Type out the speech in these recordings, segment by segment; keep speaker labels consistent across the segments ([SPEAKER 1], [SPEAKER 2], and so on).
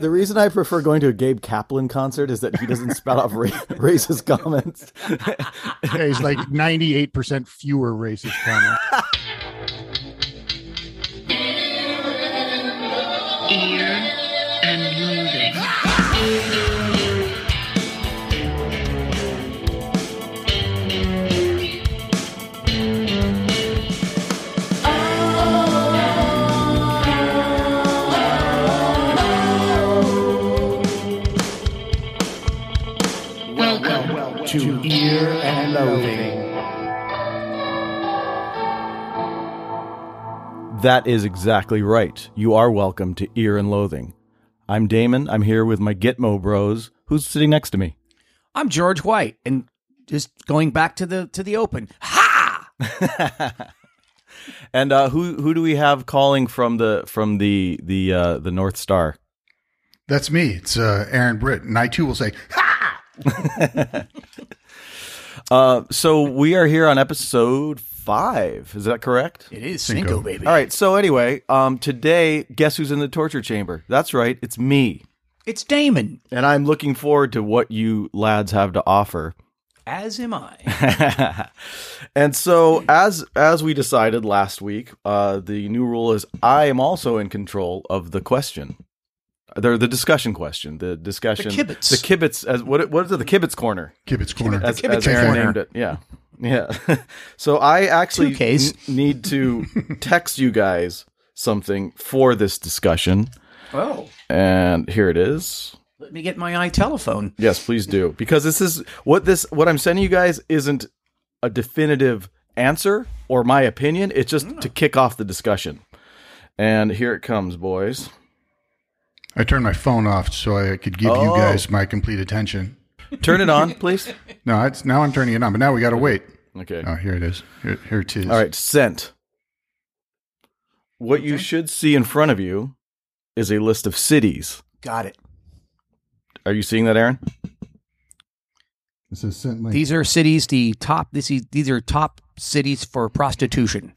[SPEAKER 1] The reason I prefer going to a Gabe Kaplan concert is that he doesn't spout off ra- racist comments.
[SPEAKER 2] Yeah, he's like 98% fewer racist comments.
[SPEAKER 3] ear and loathing.
[SPEAKER 4] Welcome to Ear and Loathing.
[SPEAKER 1] That is exactly right. You are welcome to Ear and Loathing. I'm Damon. I'm here with my Gitmo bros. Who's sitting next to me?
[SPEAKER 5] I'm George White, and just going back to the to the open. Ha!
[SPEAKER 1] And uh, who who do we have calling from the from the the uh, the North Star?
[SPEAKER 2] That's me. It's uh, Aaron Britt. And I too will say, ha!
[SPEAKER 1] Uh, so we are here on episode five. Is that correct?
[SPEAKER 5] It is Cinco, baby.
[SPEAKER 1] All right. So anyway, um, today, guess who's in the torture chamber? That's right. It's me.
[SPEAKER 5] It's Damon,
[SPEAKER 1] And I'm looking forward to what you lads have to offer.
[SPEAKER 5] as am I.
[SPEAKER 1] and so as as we decided last week, uh, the new rule is I am also in control of the question. The, the discussion question, the discussion,
[SPEAKER 5] kibitz.
[SPEAKER 1] the kibitz as what what is it, the kibitz corner?
[SPEAKER 2] Kibbutz Corner.
[SPEAKER 1] As,
[SPEAKER 5] kibitz
[SPEAKER 1] as Aaron
[SPEAKER 5] corner.
[SPEAKER 1] named it, yeah, yeah. so I actually
[SPEAKER 5] Two Ks.
[SPEAKER 1] n- need to text you guys something for this discussion,
[SPEAKER 5] oh,
[SPEAKER 1] and here it is.
[SPEAKER 5] let me get my eye telephone.
[SPEAKER 1] Yes, please do. Because this is what this what I'm sending you guys isn't a definitive answer or my opinion. It's just to kick off the discussion. And here it comes, boys.
[SPEAKER 2] I turned my phone off so I could give you
[SPEAKER 1] Oh.
[SPEAKER 2] guys my complete attention.
[SPEAKER 1] Turn it on, please.
[SPEAKER 2] No, it's now I'm turning it on, but now we got to wait.
[SPEAKER 1] Okay.
[SPEAKER 2] Oh, here it is. Here, here it is.
[SPEAKER 1] All right, sent. What you should see in front of you is a list of cities.
[SPEAKER 5] Got it.
[SPEAKER 1] Are you seeing that, Aaron?
[SPEAKER 2] This is sent link.
[SPEAKER 5] These are cities. The top. This is, these are top cities for prostitution.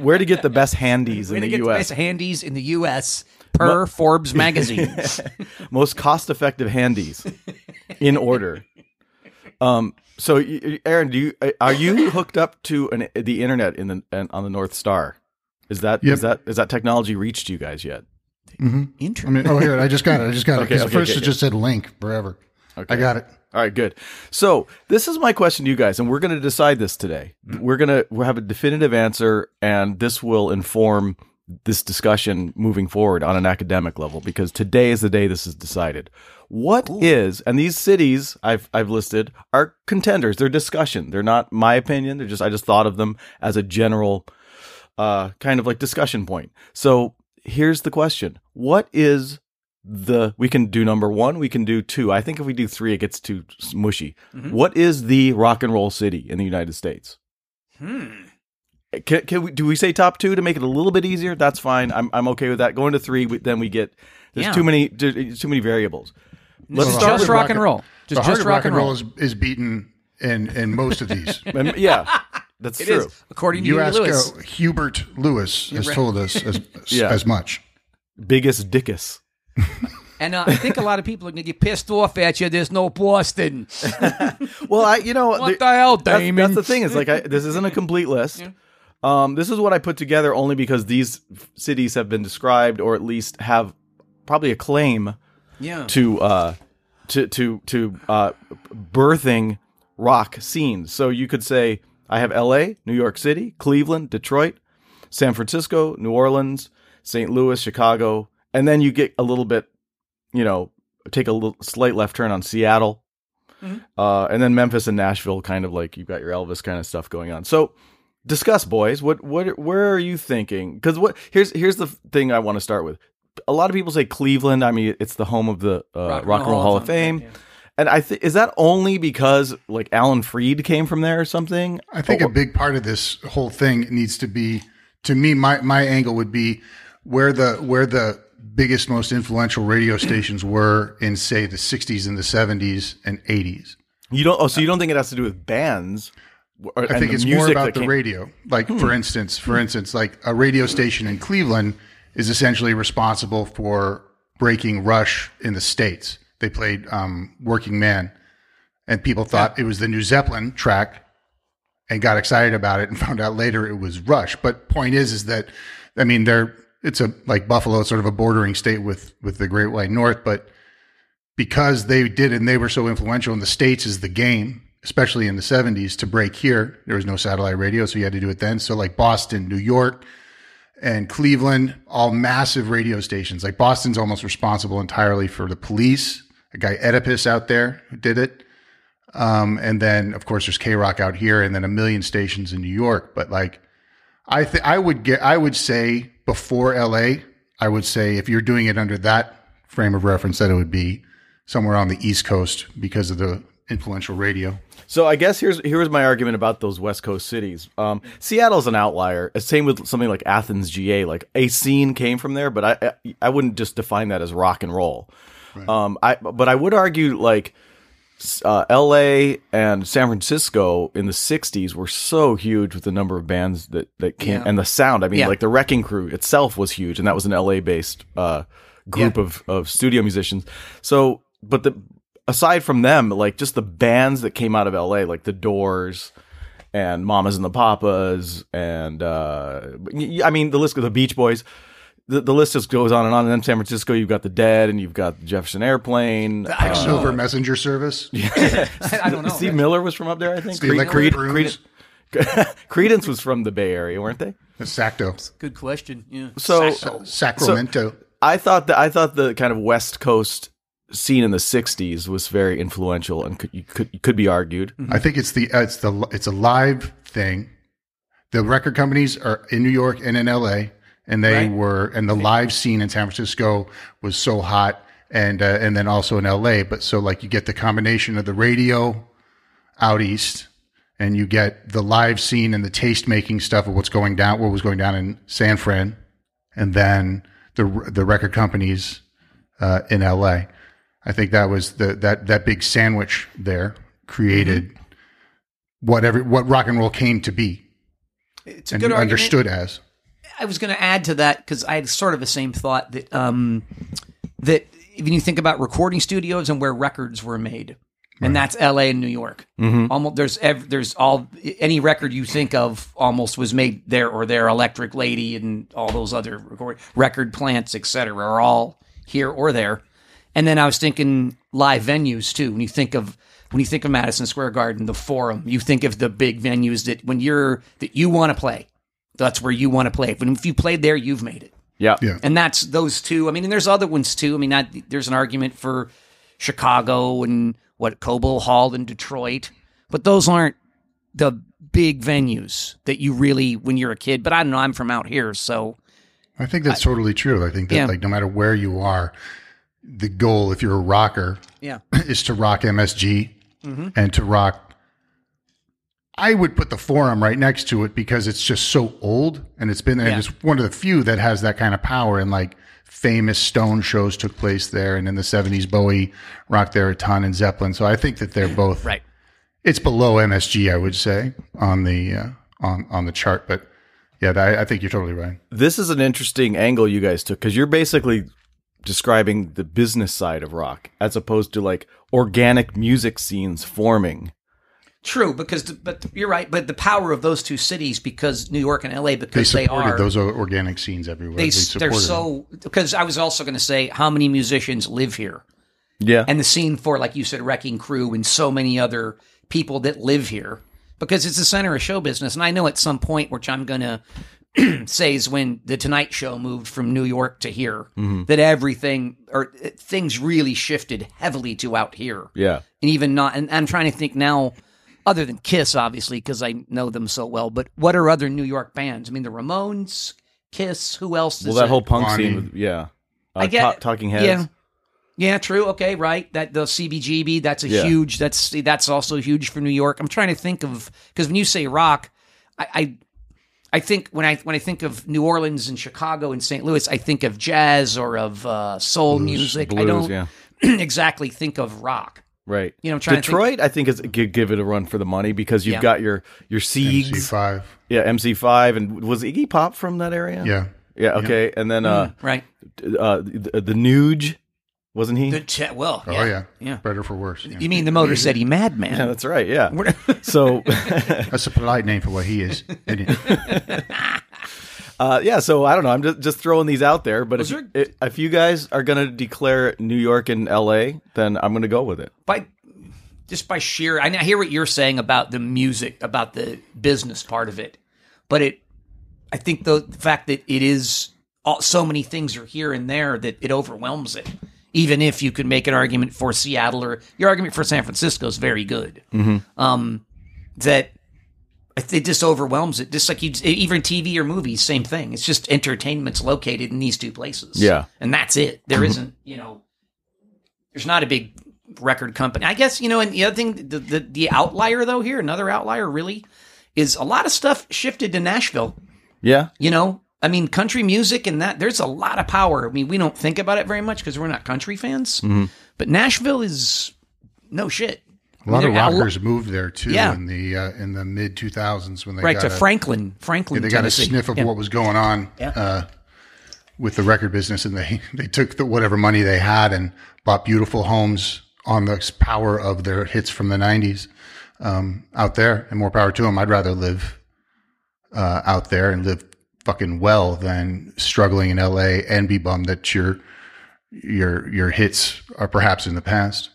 [SPEAKER 1] Where to get the best handies in
[SPEAKER 5] Way to
[SPEAKER 1] the
[SPEAKER 5] get the
[SPEAKER 1] US?
[SPEAKER 5] best handies in the U.S. per Forbes magazine.
[SPEAKER 1] most cost effective handies in order. Um, so y- y- Aaron, do you uh, are you hooked up to an, the internet in the an, on the North Star? Is that is
[SPEAKER 2] Yep.
[SPEAKER 1] that is that technology reached you guys yet?
[SPEAKER 5] Inter-
[SPEAKER 2] I mean, oh, here, I just got it. I just got it.
[SPEAKER 1] Okay,
[SPEAKER 2] Because
[SPEAKER 1] okay,
[SPEAKER 2] first
[SPEAKER 1] okay,
[SPEAKER 2] it just said link forever. I got it.
[SPEAKER 1] All right, good. So this is my question to you guys, and we're going to decide this today. We're gonna we'll have a definitive answer, and this will inform this discussion moving forward on an academic level because today is the day this is decided. What is and these cities I've I've listed are contenders. They're discussion. They're not my opinion. They're just I just thought of them as a general uh, kind of like discussion point. So here's the question: What is the we can do number one, we can do two. I think if we do three, it gets too s- mushy.
[SPEAKER 5] Mm-hmm.
[SPEAKER 1] What is the rock and roll city in the United States? Hmm. Can, can we do we say top two to make it a little bit easier? That's fine. I'm I'm okay with that. Going to three, we, then we get there's
[SPEAKER 5] Yeah.
[SPEAKER 1] too many there's too many variables. Let's
[SPEAKER 5] Just,
[SPEAKER 1] start
[SPEAKER 5] just
[SPEAKER 1] with
[SPEAKER 5] rock and roll.
[SPEAKER 2] the
[SPEAKER 5] Just,
[SPEAKER 2] heart
[SPEAKER 5] just
[SPEAKER 2] of
[SPEAKER 5] rock and roll.
[SPEAKER 2] is, is beaten in, in most of these.
[SPEAKER 1] and- yeah, that's
[SPEAKER 5] It
[SPEAKER 1] true.
[SPEAKER 5] is, according to
[SPEAKER 2] you
[SPEAKER 5] you
[SPEAKER 2] ask
[SPEAKER 5] Lewis.
[SPEAKER 2] uh, Hubert Lewis has told us as,
[SPEAKER 1] Yeah.
[SPEAKER 2] as much.
[SPEAKER 1] Biggest dickus.
[SPEAKER 5] And uh, I think a lot of people are going to get pissed off at you. There's no Boston.
[SPEAKER 1] Well, I you know
[SPEAKER 5] What the hell,
[SPEAKER 1] that's- That's,
[SPEAKER 5] Damon?
[SPEAKER 1] the thing is like I, this isn't a complete list. Um, this is what I put together only because these f- cities have been described or at least have probably a claim
[SPEAKER 5] Yeah.
[SPEAKER 1] to uh, to to to uh, birthing rock scenes. So you could say I have L.A., New York City, Cleveland, Detroit, San Francisco, New Orleans, St. Louis, Chicago, and then you get a little bit, you know, take a little slight left turn on Seattle,
[SPEAKER 2] Mm-hmm.
[SPEAKER 1] uh, and then Memphis and Nashville, kind of like you've got your Elvis kind of stuff going on. So discuss, boys. What what where are you thinking? Because what here's here's the thing I want to start with. A lot of people say Cleveland. I mean, it's the home of the uh, Rock, and Roll Hall of Fame. And I think is that only because like Alan Freed came from there or something?
[SPEAKER 2] I think a big part of this whole thing needs to be, to me, my, my angle would be where the where the biggest, most influential radio stations were in say the '60s and the '70s and '80s.
[SPEAKER 1] You don't. Oh, so you don't think it has to do with bands? Or,
[SPEAKER 2] I
[SPEAKER 1] and
[SPEAKER 2] think
[SPEAKER 1] the
[SPEAKER 2] it's more
[SPEAKER 1] music that
[SPEAKER 2] about the
[SPEAKER 1] came- Hmm.
[SPEAKER 2] radio. Like for instance, for instance, like a radio station in Cleveland is essentially responsible for breaking Rush in the States. They played um, Working Man, and people thought it was the New Zeppelin track and got excited about it and found out later it was Rush. But point is, is that, I mean, they're, it's a, like Buffalo, it's sort of a bordering state with, with the Great White North, but because they did and they were so influential in the states is the game especially in the 70s to break here there was no satellite radio so you had to do it then so like boston new york and cleveland all massive radio stations like boston's almost responsible entirely for the police a guy oedipus out there who did it um, and then of course there's k-rock out here and then a million stations in new york but like i think i would get i would say before la i would say if you're doing it under that frame of reference that it would be somewhere on the East Coast because of the influential radio.
[SPEAKER 1] So I guess here's here's my argument about those West Coast cities. Um, Seattle's an outlier. Uh, Same with something like Athens, GA. Like a scene came from there, but I I, I wouldn't just define that as rock and roll. Um, I but I would argue like s- uh, L.A. and San Francisco in the '60s were so huge with the number of bands that that came and the sound. I mean,
[SPEAKER 5] Yeah.
[SPEAKER 1] like the Wrecking Crew itself was huge, and that was an L.A. based uh, group
[SPEAKER 5] Yeah.
[SPEAKER 1] of of studio musicians. So, but the aside from them, like just the bands that came out of L.A., like the Doors and Mamas and the Papas, and uh, y- y- I mean the list of the Beach Boys. The, the list just goes on and on. And then San Francisco, you've got the Dead, and you've got Jefferson Airplane. uh,
[SPEAKER 2] Silver Messenger Service.
[SPEAKER 5] I, I don't know.
[SPEAKER 1] Steve Miller was from up there, I think.
[SPEAKER 2] The Electric Prunes.
[SPEAKER 1] Creed- Credence was from the Bay Area, weren't they?
[SPEAKER 2] Sacto.
[SPEAKER 5] Good question. Yeah.
[SPEAKER 1] So
[SPEAKER 2] Sacramento.
[SPEAKER 1] I thought that I thought the kind of West Coast scene in the '60s was very influential and could you could could be argued.
[SPEAKER 5] Mm.
[SPEAKER 2] I think it's the uh, it's the it's a live thing. The record companies are in New York and in L.A. and they
[SPEAKER 5] Right.
[SPEAKER 2] were and the live scene in San Francisco was so hot and uh, and then also in L.A. But so like you get the combination of the radio out east and you get the live scene and the taste making stuff of what's going down what was going down in San Fran and then the the record companies uh, in L.A. I think that was the that that big sandwich there created what every what rock and roll came to be
[SPEAKER 5] It's a
[SPEAKER 2] and
[SPEAKER 5] good argument.
[SPEAKER 2] understood as.
[SPEAKER 5] I was going to add to that because I had sort of the same thought that um, that when you think about recording studios and where records were made, and that's L.A. and New York.
[SPEAKER 2] Mm-hmm.
[SPEAKER 5] Almost there's ev- there's all any record you think of almost was made there or there. Electric Lady and all those other record, record plants, etc., are all here or there. And then I was thinking live venues too. When you think of when you think of Madison Square Garden, the Forum, you think of the big venues that when you're that you want to play that's where you want to play. If, if you played there, you've made it.
[SPEAKER 1] Yeah,
[SPEAKER 2] Yeah.
[SPEAKER 5] And that's those two. I mean, and there's other ones too. I mean, I, there's an argument for Chicago and what Coble Hall in Detroit, but those aren't the big venues that you really when you're a kid. But I don't know. I'm from out here, so
[SPEAKER 2] I think that's totally true. I think that
[SPEAKER 5] Yeah.
[SPEAKER 2] like no matter where you are, the goal if you're a rocker
[SPEAKER 5] yeah.
[SPEAKER 2] is to rock MSG
[SPEAKER 5] Mm-hmm.
[SPEAKER 2] and to rock. I would put the forum right next to it because it's just so old and it's been there.
[SPEAKER 5] Yeah.
[SPEAKER 2] And it's one of the few that has that kind of power. And like famous Stone shows took place there. And in the 70s, Bowie rocked there a ton and Zeppelin. So I think that they're both
[SPEAKER 5] Right.
[SPEAKER 2] it's below MSG, I would say on the uh, on on the chart. But yeah, that, I think you're totally right.
[SPEAKER 1] this is an interesting angle you guys took because you're basically describing the business side of rock as opposed to like organic music scenes forming.
[SPEAKER 5] True, because the, but you're right. But the power of those two cities, because New York and L.A.,
[SPEAKER 2] They
[SPEAKER 5] because they,
[SPEAKER 2] supported
[SPEAKER 5] are
[SPEAKER 2] those o- organic scenes everywhere.
[SPEAKER 5] they, they're
[SPEAKER 2] supported them.
[SPEAKER 5] so because I was also going to say how many musicians live here.
[SPEAKER 1] Yeah,
[SPEAKER 5] and the scene for like you said wrecking crew and so many other people that live here because it's the center of show business and i know at some point which i'm gonna say is when the tonight show moved from new york to here
[SPEAKER 1] Mm-hmm.
[SPEAKER 5] that everything or uh, things really shifted heavily to out here
[SPEAKER 1] yeah.
[SPEAKER 5] and even not and i'm trying to think now other than kiss obviously because i know them so well but what are other new york bands i mean the ramones kiss who else
[SPEAKER 1] Well,
[SPEAKER 5] is
[SPEAKER 1] that
[SPEAKER 5] a-
[SPEAKER 1] whole punk
[SPEAKER 2] Bonnie.
[SPEAKER 1] scene, with, yeah. Uh,
[SPEAKER 5] I get-
[SPEAKER 1] Ta- Talking Heads.
[SPEAKER 5] yeah. Yeah, true. Okay, right. That the CBGB. That's a
[SPEAKER 1] Yeah.
[SPEAKER 5] huge. That's see, that's also huge for New York. I'm trying to think of because when you say rock, I, I, I think when I when I think of New Orleans and Chicago and St. Louis, I think of jazz or of uh, soul music. I
[SPEAKER 1] Blues,
[SPEAKER 5] don't
[SPEAKER 1] yeah.
[SPEAKER 5] exactly think of rock.
[SPEAKER 1] Right.
[SPEAKER 5] You know, I'm trying to think-
[SPEAKER 1] Detroit, I think is gi- give it a run for the money because you've
[SPEAKER 5] Yeah.
[SPEAKER 1] got your your Siegs,
[SPEAKER 2] C5.
[SPEAKER 1] yeah, MC5, and was Iggy Pop from that area?
[SPEAKER 2] Yeah.
[SPEAKER 1] Yeah. Okay. And then uh,
[SPEAKER 5] right?
[SPEAKER 1] uh, the, the Nuge, wasn't he?
[SPEAKER 5] Mm. The chat. Well,
[SPEAKER 2] Oh yeah,
[SPEAKER 5] yeah.
[SPEAKER 2] Better for worse. yeah.
[SPEAKER 5] You mean the Motor City Madman?
[SPEAKER 1] yeah, that's right. Yeah.
[SPEAKER 5] We're-
[SPEAKER 1] so,
[SPEAKER 2] That's a polite name for what he is. isn't it?
[SPEAKER 1] uh, yeah. So I don't know. I'm just, just throwing these out there. But if,
[SPEAKER 5] Was there-
[SPEAKER 1] if if you guys are gonna declare New York and L.A., then I'm gonna go with it.
[SPEAKER 5] by just by sheer I hear what you're saying about the music, about the business part of it, but it I think the, the fact that it is all, so many things are here and there that it overwhelms it. Even if you could make an argument for Seattle or your argument for San Francisco is very good, um, that it it just overwhelms it. Just like you, e, even TV or movies, same thing. It's just entertainment's located in these two places.
[SPEAKER 1] Yeah.
[SPEAKER 5] and that's it. There isn't, you know, there's not a big record company. I guess you know. And the other thing, the the, the outlier though here, another outlier really, is a lot of stuff shifted to Nashville.
[SPEAKER 1] Yeah.
[SPEAKER 5] You know, I mean, country music and that there's a lot of power. I mean, we don't think about it very much because we're not country fans.
[SPEAKER 2] Mm-hmm.
[SPEAKER 5] But Nashville is no shit.
[SPEAKER 2] A lot
[SPEAKER 5] They're
[SPEAKER 2] of
[SPEAKER 5] out-
[SPEAKER 2] rockers moved there too
[SPEAKER 5] Yeah.
[SPEAKER 2] in the uh, in the mid 2000s when they
[SPEAKER 5] right
[SPEAKER 2] got
[SPEAKER 5] to
[SPEAKER 2] a-
[SPEAKER 5] Franklin, Franklin,
[SPEAKER 2] they got a
[SPEAKER 5] Tennessee.
[SPEAKER 2] sniff of
[SPEAKER 5] Yeah.
[SPEAKER 2] what was going on
[SPEAKER 5] Yeah.
[SPEAKER 2] uh, with the record business, and they they took the, whatever money they had and bought beautiful homes on the power of their hits from the '90s um, out there, and more power to them. I'd rather live uh, out there and live fucking well than struggling in LA and be bummed that your your your hits are perhaps in the past.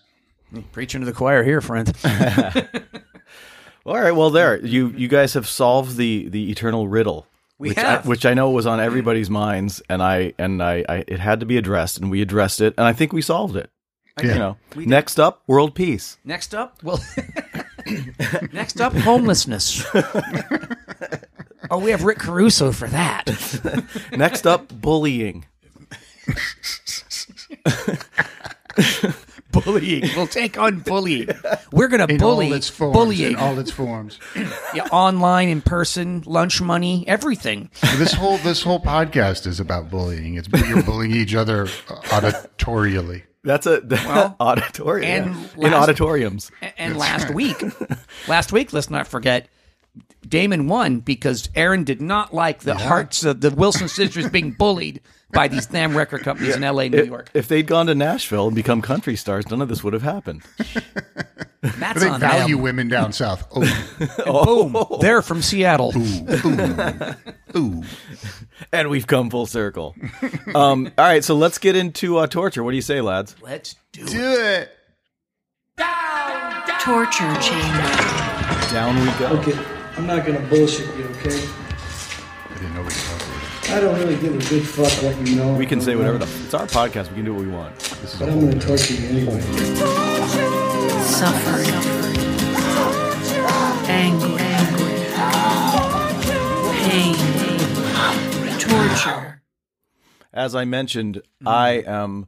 [SPEAKER 5] preaching to the choir here, friend.
[SPEAKER 1] All right. Well, there
[SPEAKER 5] Mm-hmm.
[SPEAKER 1] you you guys have solved the the eternal riddle.
[SPEAKER 5] We
[SPEAKER 1] which
[SPEAKER 5] have. Mm-hmm.
[SPEAKER 1] I, which I know was on everybody's minds, and I and I, I it had to be addressed, and we addressed it, and I think we solved it. You know, next up, world peace.
[SPEAKER 5] Next up, well, next up, homelessness. oh, we have Rick Caruso for that.
[SPEAKER 1] Next up, bullying.
[SPEAKER 5] bullying. We'll take on bullying. We're gonna
[SPEAKER 2] In
[SPEAKER 5] bully
[SPEAKER 2] all its forms,
[SPEAKER 5] bullying
[SPEAKER 2] in all its forms.
[SPEAKER 5] Yeah, online, in person, lunch money, everything.
[SPEAKER 2] this whole this whole podcast is about bullying. It's you're bullying each other auditorially.
[SPEAKER 1] That's a auditorium
[SPEAKER 5] and
[SPEAKER 1] in
[SPEAKER 5] last-
[SPEAKER 1] auditoriums.
[SPEAKER 5] A- And last week, last week, let's not forget, Damon won because Aaron did not like the hearts of the Wilson sisters being bullied by these damn record companies in L.A., New York.
[SPEAKER 1] If they'd gone to Nashville and become country stars, none of this would have happened.
[SPEAKER 5] That's
[SPEAKER 2] They
[SPEAKER 5] on
[SPEAKER 2] value
[SPEAKER 5] them.
[SPEAKER 2] women down south. Oh,
[SPEAKER 5] Boom. They're from Seattle.
[SPEAKER 2] ooh.
[SPEAKER 1] And we've come full circle. um, all right, so let's get into uh, torture. What do you say, lads?
[SPEAKER 5] Let's do it.
[SPEAKER 2] do it.
[SPEAKER 3] Torture chamber.
[SPEAKER 1] Down we go.
[SPEAKER 6] Okay, I'm not gonna bullshit you, okay?
[SPEAKER 2] I didn't know we covered
[SPEAKER 6] I don't really give a good fuck what you know.
[SPEAKER 1] We can say whatever the. It's our podcast. We can do what we want.
[SPEAKER 2] it. This is
[SPEAKER 6] But
[SPEAKER 2] a
[SPEAKER 6] I'm
[SPEAKER 2] whole
[SPEAKER 6] gonna torture you anyway.
[SPEAKER 3] Suffering. Anguish. Pain. Torture.
[SPEAKER 1] As I mentioned,
[SPEAKER 5] Mm-hmm.
[SPEAKER 1] I am.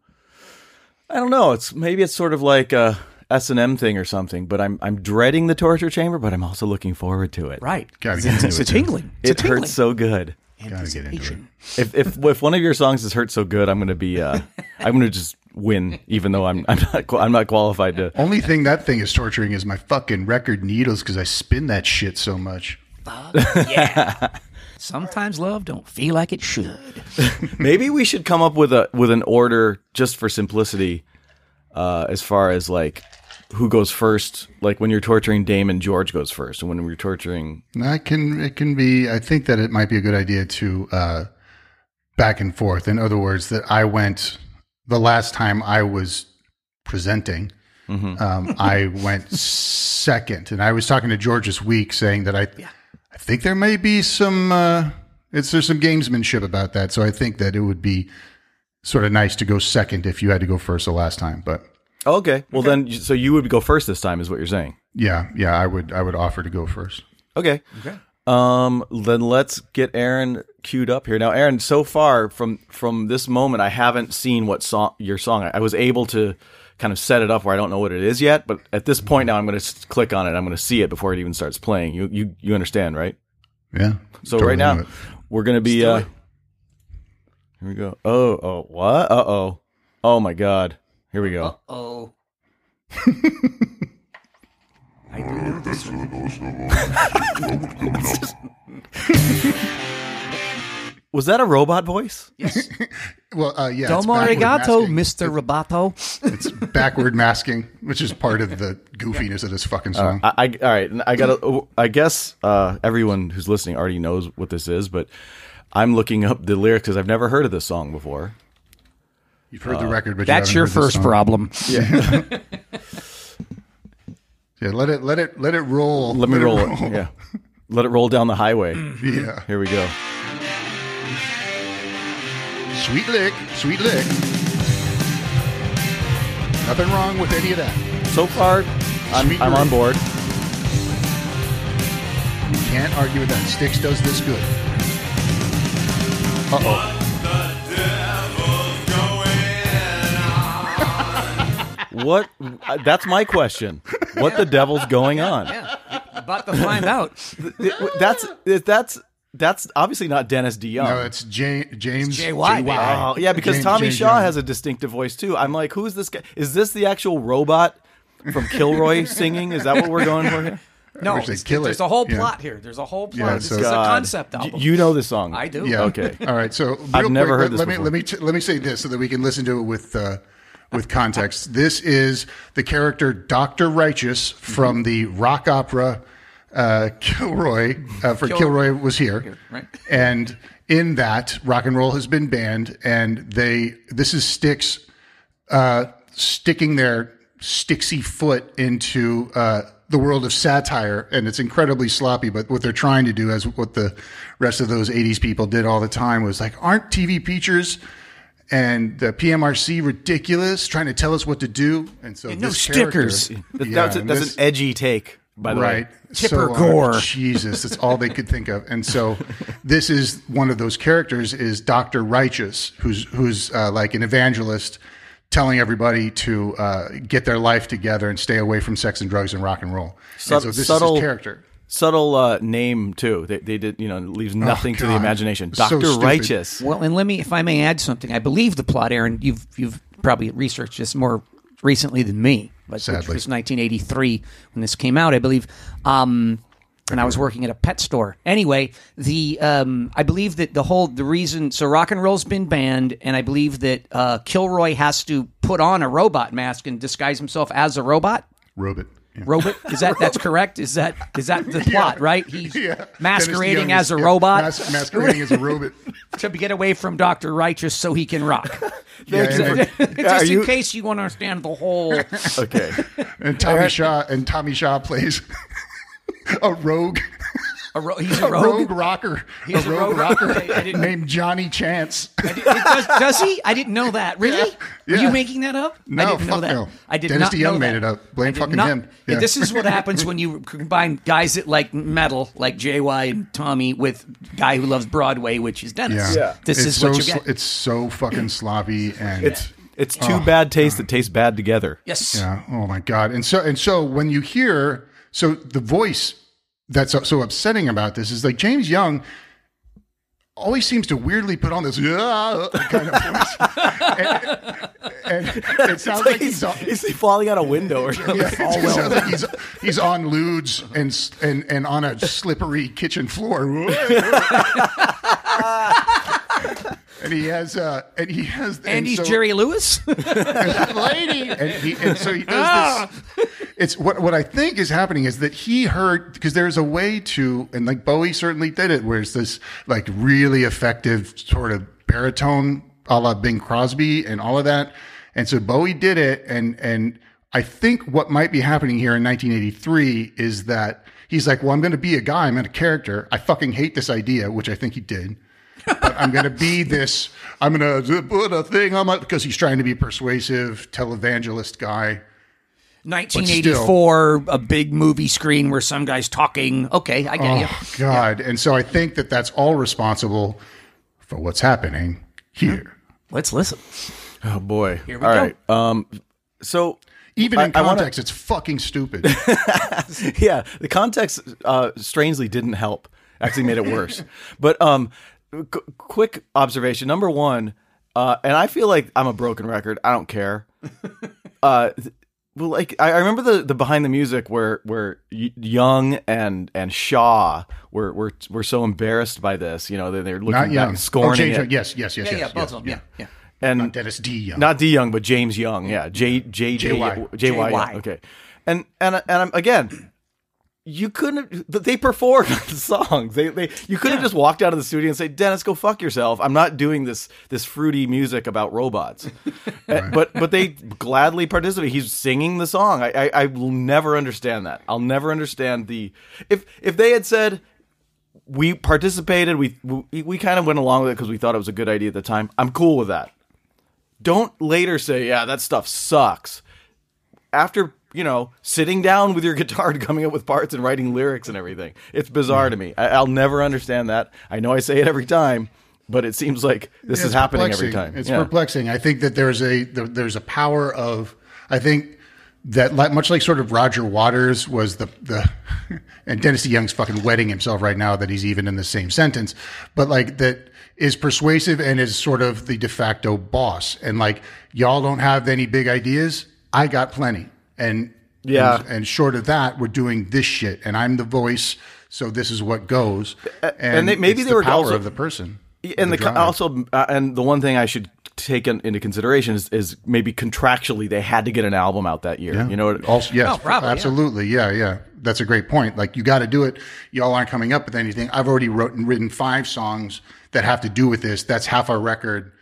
[SPEAKER 1] I don't know. It's maybe it's sort of like a S and M thing or something. But I'm I'm dreading the torture chamber, but I'm also looking forward to it.
[SPEAKER 5] Right.
[SPEAKER 2] Gotta get
[SPEAKER 5] it's,
[SPEAKER 2] into
[SPEAKER 5] it's
[SPEAKER 2] it,
[SPEAKER 5] a
[SPEAKER 2] too.
[SPEAKER 5] tingling. It's
[SPEAKER 1] it
[SPEAKER 5] a tingling.
[SPEAKER 1] hurts so good.
[SPEAKER 2] gotta get into it.
[SPEAKER 1] If if if one of your songs is hurt so good, I'm gonna be. Uh, I'm gonna just win, even though I'm I'm not qua- I'm not qualified to.
[SPEAKER 2] Only thing that thing is torturing is my fucking record needles because I spin that shit so much.
[SPEAKER 5] Sometimes love don't feel like it should.
[SPEAKER 1] Maybe we should come up with a with an order just for simplicity, uh, as far as like who goes first. Like when you're torturing Damon, George goes first, and when we're torturing
[SPEAKER 2] I can it can be. I think that it might be a good idea to uh, back and forth. In other words, that I went the last time I was presenting.
[SPEAKER 1] Mm-hmm.
[SPEAKER 2] Um, I went second, and I was talking to George this week, saying that I, I think there may be some. Uh, it's there's some gamesmanship about that, so I think that it would be sort of nice to go second if you had to go first the last time. But
[SPEAKER 1] Oh, Okay. Well, then, you- so you would go first this time, is what you're saying.
[SPEAKER 2] yeah, yeah, I would I would offer to go first.
[SPEAKER 1] Okay. Okay. Um, then let's get Aaron queued up here. Now, Aaron, so far from from this moment, I haven't seen what song your song. I, I was able to kind of set it up where I don't know what it is yet, but at this point now, I'm going to click on it. I'm going to see it before it even starts playing. You you you understand, right?
[SPEAKER 2] Yeah.
[SPEAKER 1] So
[SPEAKER 2] Totally
[SPEAKER 1] right now,
[SPEAKER 2] knew it.
[SPEAKER 1] we're going to be. Uh, here we go. Oh oh what? Uh oh. Oh my God. Here we go.
[SPEAKER 5] Oh. I do know this one.
[SPEAKER 1] Was that a robot voice?
[SPEAKER 5] Yes.
[SPEAKER 2] Well, uh, yeah. it's
[SPEAKER 5] Domo
[SPEAKER 2] backward
[SPEAKER 5] arigato,
[SPEAKER 2] masking.
[SPEAKER 5] Mr. Roboto.
[SPEAKER 2] It's backward masking, which is part of the goofiness of this fucking song.
[SPEAKER 1] I, I all right. I gotta. I guess uh, everyone who's listening already knows what this is, but I'm looking up the lyrics because I've never heard of this song before.
[SPEAKER 2] You've heard the record, but
[SPEAKER 5] That's
[SPEAKER 2] you haven't
[SPEAKER 5] your
[SPEAKER 2] heard this
[SPEAKER 5] first
[SPEAKER 2] song.
[SPEAKER 5] problem.
[SPEAKER 2] Yeah, let it, let it, let it roll.
[SPEAKER 1] Let me
[SPEAKER 2] it
[SPEAKER 1] roll it. Yeah, let it roll down the highway.
[SPEAKER 2] Yeah.
[SPEAKER 1] Here we go.
[SPEAKER 2] Sweet lick, sweet lick. Nothing wrong with any of that.
[SPEAKER 1] So far, I'm,
[SPEAKER 2] Sweet
[SPEAKER 1] I'm on
[SPEAKER 2] Lord.
[SPEAKER 1] board.
[SPEAKER 2] You can't argue with that. Styx does this good. Uh oh.
[SPEAKER 1] What? uh, That's my question. What the devil's going on?
[SPEAKER 5] About to find out.
[SPEAKER 1] Th- w- That's
[SPEAKER 5] Ah.
[SPEAKER 1] that's that's obviously not Dennis DeYoung.
[SPEAKER 2] No, Uh, it's J- James.
[SPEAKER 5] It's JY, baby.
[SPEAKER 1] Oh, yeah, because
[SPEAKER 2] James-
[SPEAKER 1] Tommy
[SPEAKER 2] James
[SPEAKER 1] Shaw
[SPEAKER 2] Young.
[SPEAKER 1] has a distinctive voice too. I'm like, who is this guy? Is this the actual robot from Kilroy singing? Is that what we're going for here?
[SPEAKER 5] No,
[SPEAKER 2] wish they'd
[SPEAKER 5] it's-
[SPEAKER 2] kill
[SPEAKER 5] there's
[SPEAKER 2] it.
[SPEAKER 5] a whole
[SPEAKER 2] Yeah.
[SPEAKER 5] plot here. There's a whole plot.
[SPEAKER 2] Yeah,
[SPEAKER 5] this
[SPEAKER 2] so-
[SPEAKER 5] is a
[SPEAKER 1] God.
[SPEAKER 5] concept
[SPEAKER 1] Y-
[SPEAKER 5] album.
[SPEAKER 1] You know the song.
[SPEAKER 5] I do.
[SPEAKER 2] Yeah.
[SPEAKER 1] Okay.
[SPEAKER 2] All right. So real
[SPEAKER 1] I've never
[SPEAKER 2] quick,
[SPEAKER 1] heard this
[SPEAKER 2] let, let me
[SPEAKER 1] before.
[SPEAKER 2] let me t- let me say this so that we can listen to it with uh, with context. this is the character Doctor Righteous
[SPEAKER 1] Mm-hmm.
[SPEAKER 2] from the rock opera uh, Kilroy. Uh, for Kilroy was here,
[SPEAKER 5] right.
[SPEAKER 2] And in that, rock and roll has been banned, and they this is Styx uh, sticking their sticksy foot into uh, the world of satire, and it's incredibly sloppy. But what they're trying to do, as what the rest of those '80s people did all the time, was like, aren't TV features and the PMRC ridiculous? Trying to tell us what to do, and so
[SPEAKER 5] no
[SPEAKER 2] this character-
[SPEAKER 5] stickers.
[SPEAKER 1] That-
[SPEAKER 2] Yeah,
[SPEAKER 1] that's a-
[SPEAKER 2] and
[SPEAKER 1] that's
[SPEAKER 2] this-
[SPEAKER 1] an edgy take, by the
[SPEAKER 2] right.
[SPEAKER 1] way.
[SPEAKER 5] Tipper
[SPEAKER 2] uh,
[SPEAKER 5] Gore.
[SPEAKER 2] Jesus, that's all they could think of. And so this is one of those characters is Dr. Righteous, who's who's uh, like an evangelist telling everybody to uh, get their life together and stay away from sex and drugs and rock and roll.
[SPEAKER 1] Sub-
[SPEAKER 2] and so this is
[SPEAKER 1] subtle-
[SPEAKER 2] his character. Oh,
[SPEAKER 1] Subtle uh, name too. They, they did, you know, leaves nothing to the
[SPEAKER 2] God.
[SPEAKER 1] imagination.
[SPEAKER 2] So
[SPEAKER 1] Doctor
[SPEAKER 2] stupid.
[SPEAKER 1] Righteous.
[SPEAKER 5] Well, and let me, if I may add something, I believe the plot, Aaron. You've you've probably researched this more recently than me, but which
[SPEAKER 2] Sadly.
[SPEAKER 5] was 1983 when this came out, I believe. Um, and I was working at a pet store. Anyway, the um, I believe that the whole the reason so rock and roll's been banned, and I believe that uh, Kilroy has to put on a robot mask and disguise himself as a robot.
[SPEAKER 2] Robot. Yeah.
[SPEAKER 5] Robot is that that's correct? Is that is that the plot? Right? He's
[SPEAKER 2] Yeah. Dennis
[SPEAKER 5] masquerading
[SPEAKER 2] Young
[SPEAKER 5] as
[SPEAKER 2] is-
[SPEAKER 5] a
[SPEAKER 2] yeah,
[SPEAKER 5] robot
[SPEAKER 2] mas- masquerading as a robot.
[SPEAKER 5] to get away from Doctor Righteous so he can rock.
[SPEAKER 2] Yeah, and-
[SPEAKER 5] Just
[SPEAKER 1] Are
[SPEAKER 5] in
[SPEAKER 1] you-
[SPEAKER 5] case you want to understand the whole.
[SPEAKER 1] Okay.
[SPEAKER 2] and Tommy Shaw and Tommy Shaw plays a rogue
[SPEAKER 5] A ro- he's a
[SPEAKER 2] a rogue
[SPEAKER 5] rogue.
[SPEAKER 2] rocker.
[SPEAKER 5] He's
[SPEAKER 2] a rogue
[SPEAKER 5] Okay, I
[SPEAKER 2] rocker
[SPEAKER 5] didn't-
[SPEAKER 2] named Johnny Chance.
[SPEAKER 5] It does, does he? I didn't know that. Really?
[SPEAKER 2] Yeah.
[SPEAKER 5] Are
[SPEAKER 2] Yeah.
[SPEAKER 5] you making that up?
[SPEAKER 2] No,
[SPEAKER 5] I didn't know
[SPEAKER 2] fuck
[SPEAKER 5] that.
[SPEAKER 2] no.
[SPEAKER 5] I did
[SPEAKER 2] Dennis
[SPEAKER 5] not
[SPEAKER 2] DeYoung
[SPEAKER 5] know
[SPEAKER 2] made
[SPEAKER 5] that.
[SPEAKER 2] it up. Blame
[SPEAKER 5] I did
[SPEAKER 2] fucking
[SPEAKER 5] not-
[SPEAKER 2] him. Yeah.
[SPEAKER 5] This is what happens when you combine guys that like metal, like JY and Tommy, with guy who loves Broadway, which is Dennis. This
[SPEAKER 2] It's
[SPEAKER 5] is
[SPEAKER 2] so
[SPEAKER 5] what you
[SPEAKER 2] sl-
[SPEAKER 5] get.
[SPEAKER 2] It's so fucking sloppy and
[SPEAKER 1] It's it's two
[SPEAKER 2] Oh.
[SPEAKER 1] bad tastes that taste bad together.
[SPEAKER 5] yes.
[SPEAKER 2] yeah. Oh my god. And so and so when you hear so the voice that's so- so upsetting about this is like James Young always seems to weirdly put on this "Ah," kind of voice. and, and it sounds
[SPEAKER 1] It's like,
[SPEAKER 2] like
[SPEAKER 1] he's,
[SPEAKER 2] he's, on-
[SPEAKER 1] he's falling out a window or something.
[SPEAKER 2] Yeah, it sounds like he's, he's on lewds and, s- and, and on a slippery kitchen floor. and he has, uh, and he has, and
[SPEAKER 5] Andy's
[SPEAKER 2] so-
[SPEAKER 5] Jerry Lewis.
[SPEAKER 2] lady. And, he, and so he does this. It's what what I think is happening is that he heard because there's a way to and like Bowie certainly did it, where it's this like really effective sort of baritone a la Bing Crosby and all of that. And so Bowie did it, and and I think what might be happening here in 1983 is that he's like, well, I'm going to be a guy, I'm in a character. I fucking hate this idea, which I think he did. I'm going to be this. I'm going to put a thing on my because he's trying to be persuasive televangelist guy.
[SPEAKER 5] 1984, a big movie screen where some guy's talking. Okay, I get you.
[SPEAKER 2] Oh God! And so I think that that's all responsible for what's happening here.
[SPEAKER 5] Let's listen.
[SPEAKER 1] Oh boy.
[SPEAKER 5] we
[SPEAKER 1] All
[SPEAKER 5] go.
[SPEAKER 1] right. Um. So
[SPEAKER 2] Even
[SPEAKER 1] I-
[SPEAKER 2] in
[SPEAKER 1] I wanna-
[SPEAKER 2] context, it's fucking stupid.
[SPEAKER 1] yeah, the context uh, strangely didn't help. Actually, made it worse. but um, qu- quick observation number one, uh, and I feel like I'm a broken record. I don't care. Uh, th- well, like I I remember the, the behind the music where where Y- Young and and Shaw were were were so embarrassed by this, you know, they're, they're looking
[SPEAKER 2] Not
[SPEAKER 1] back
[SPEAKER 2] young.
[SPEAKER 1] and scorning
[SPEAKER 2] oh, James
[SPEAKER 1] it.
[SPEAKER 2] Young. Yes, yes, yes,
[SPEAKER 5] Yeah,
[SPEAKER 2] yes.
[SPEAKER 5] yeah, both
[SPEAKER 2] yes,
[SPEAKER 5] of them. Yeah, yeah.
[SPEAKER 1] and
[SPEAKER 2] Not Dennis D. Young.
[SPEAKER 1] not D Young, but James Young. Yeah, J J J
[SPEAKER 2] JY.
[SPEAKER 1] JY,
[SPEAKER 5] JY.
[SPEAKER 1] Okay, and and and I'm, again, you couldn't. They performed the songs. They they you couldn't just walked out of the studio and say, Dennis, go fuck yourself. I'm not doing this this fruity music about robots. Uh, But but they gladly participate. He's singing the song. I, I I will never understand that. I'll never understand the if if they had said we participated. We we, we kind of went along with it because we thought it was a good idea at the time. I'm cool with that. Don't later say, yeah, that stuff sucks. After you know, sitting down with your guitar and coming up with parts and writing lyrics and everything, it's bizarre to me. I, I'll never understand that. I know I say it every time, but it seems like this is
[SPEAKER 2] It's
[SPEAKER 1] happening every
[SPEAKER 2] perplexing.
[SPEAKER 1] time.
[SPEAKER 2] It's
[SPEAKER 1] Yeah.
[SPEAKER 2] perplexing. I think that there's a there, there's a power of I think that like, much like sort of Roger Waters was the the and Dennis Young's fucking wetting himself right now that he's even in the same sentence, but like that is persuasive and is sort of the de facto boss. And like y'all don't have any big ideas, I got plenty. And
[SPEAKER 1] Yeah.
[SPEAKER 2] and, and short of that, we're doing this shit, and I'm the voice. So this is what goes, and,
[SPEAKER 1] they- maybe
[SPEAKER 2] it's
[SPEAKER 1] they
[SPEAKER 2] the
[SPEAKER 1] were
[SPEAKER 2] power
[SPEAKER 1] also-
[SPEAKER 2] of the person,
[SPEAKER 1] and the, co-
[SPEAKER 2] drive.
[SPEAKER 1] also uh, and the one thing I should take in, into consideration is, is maybe contractually they had to get an album out that year. You know, what-
[SPEAKER 2] Also, yes,
[SPEAKER 5] Oh, probably, yeah.
[SPEAKER 2] absolutely, yeah. yeah, That's a great point. Like you got to do it. Y'all aren't coming up with anything. I've already wrote and written five songs that have to do with this. That's half our record.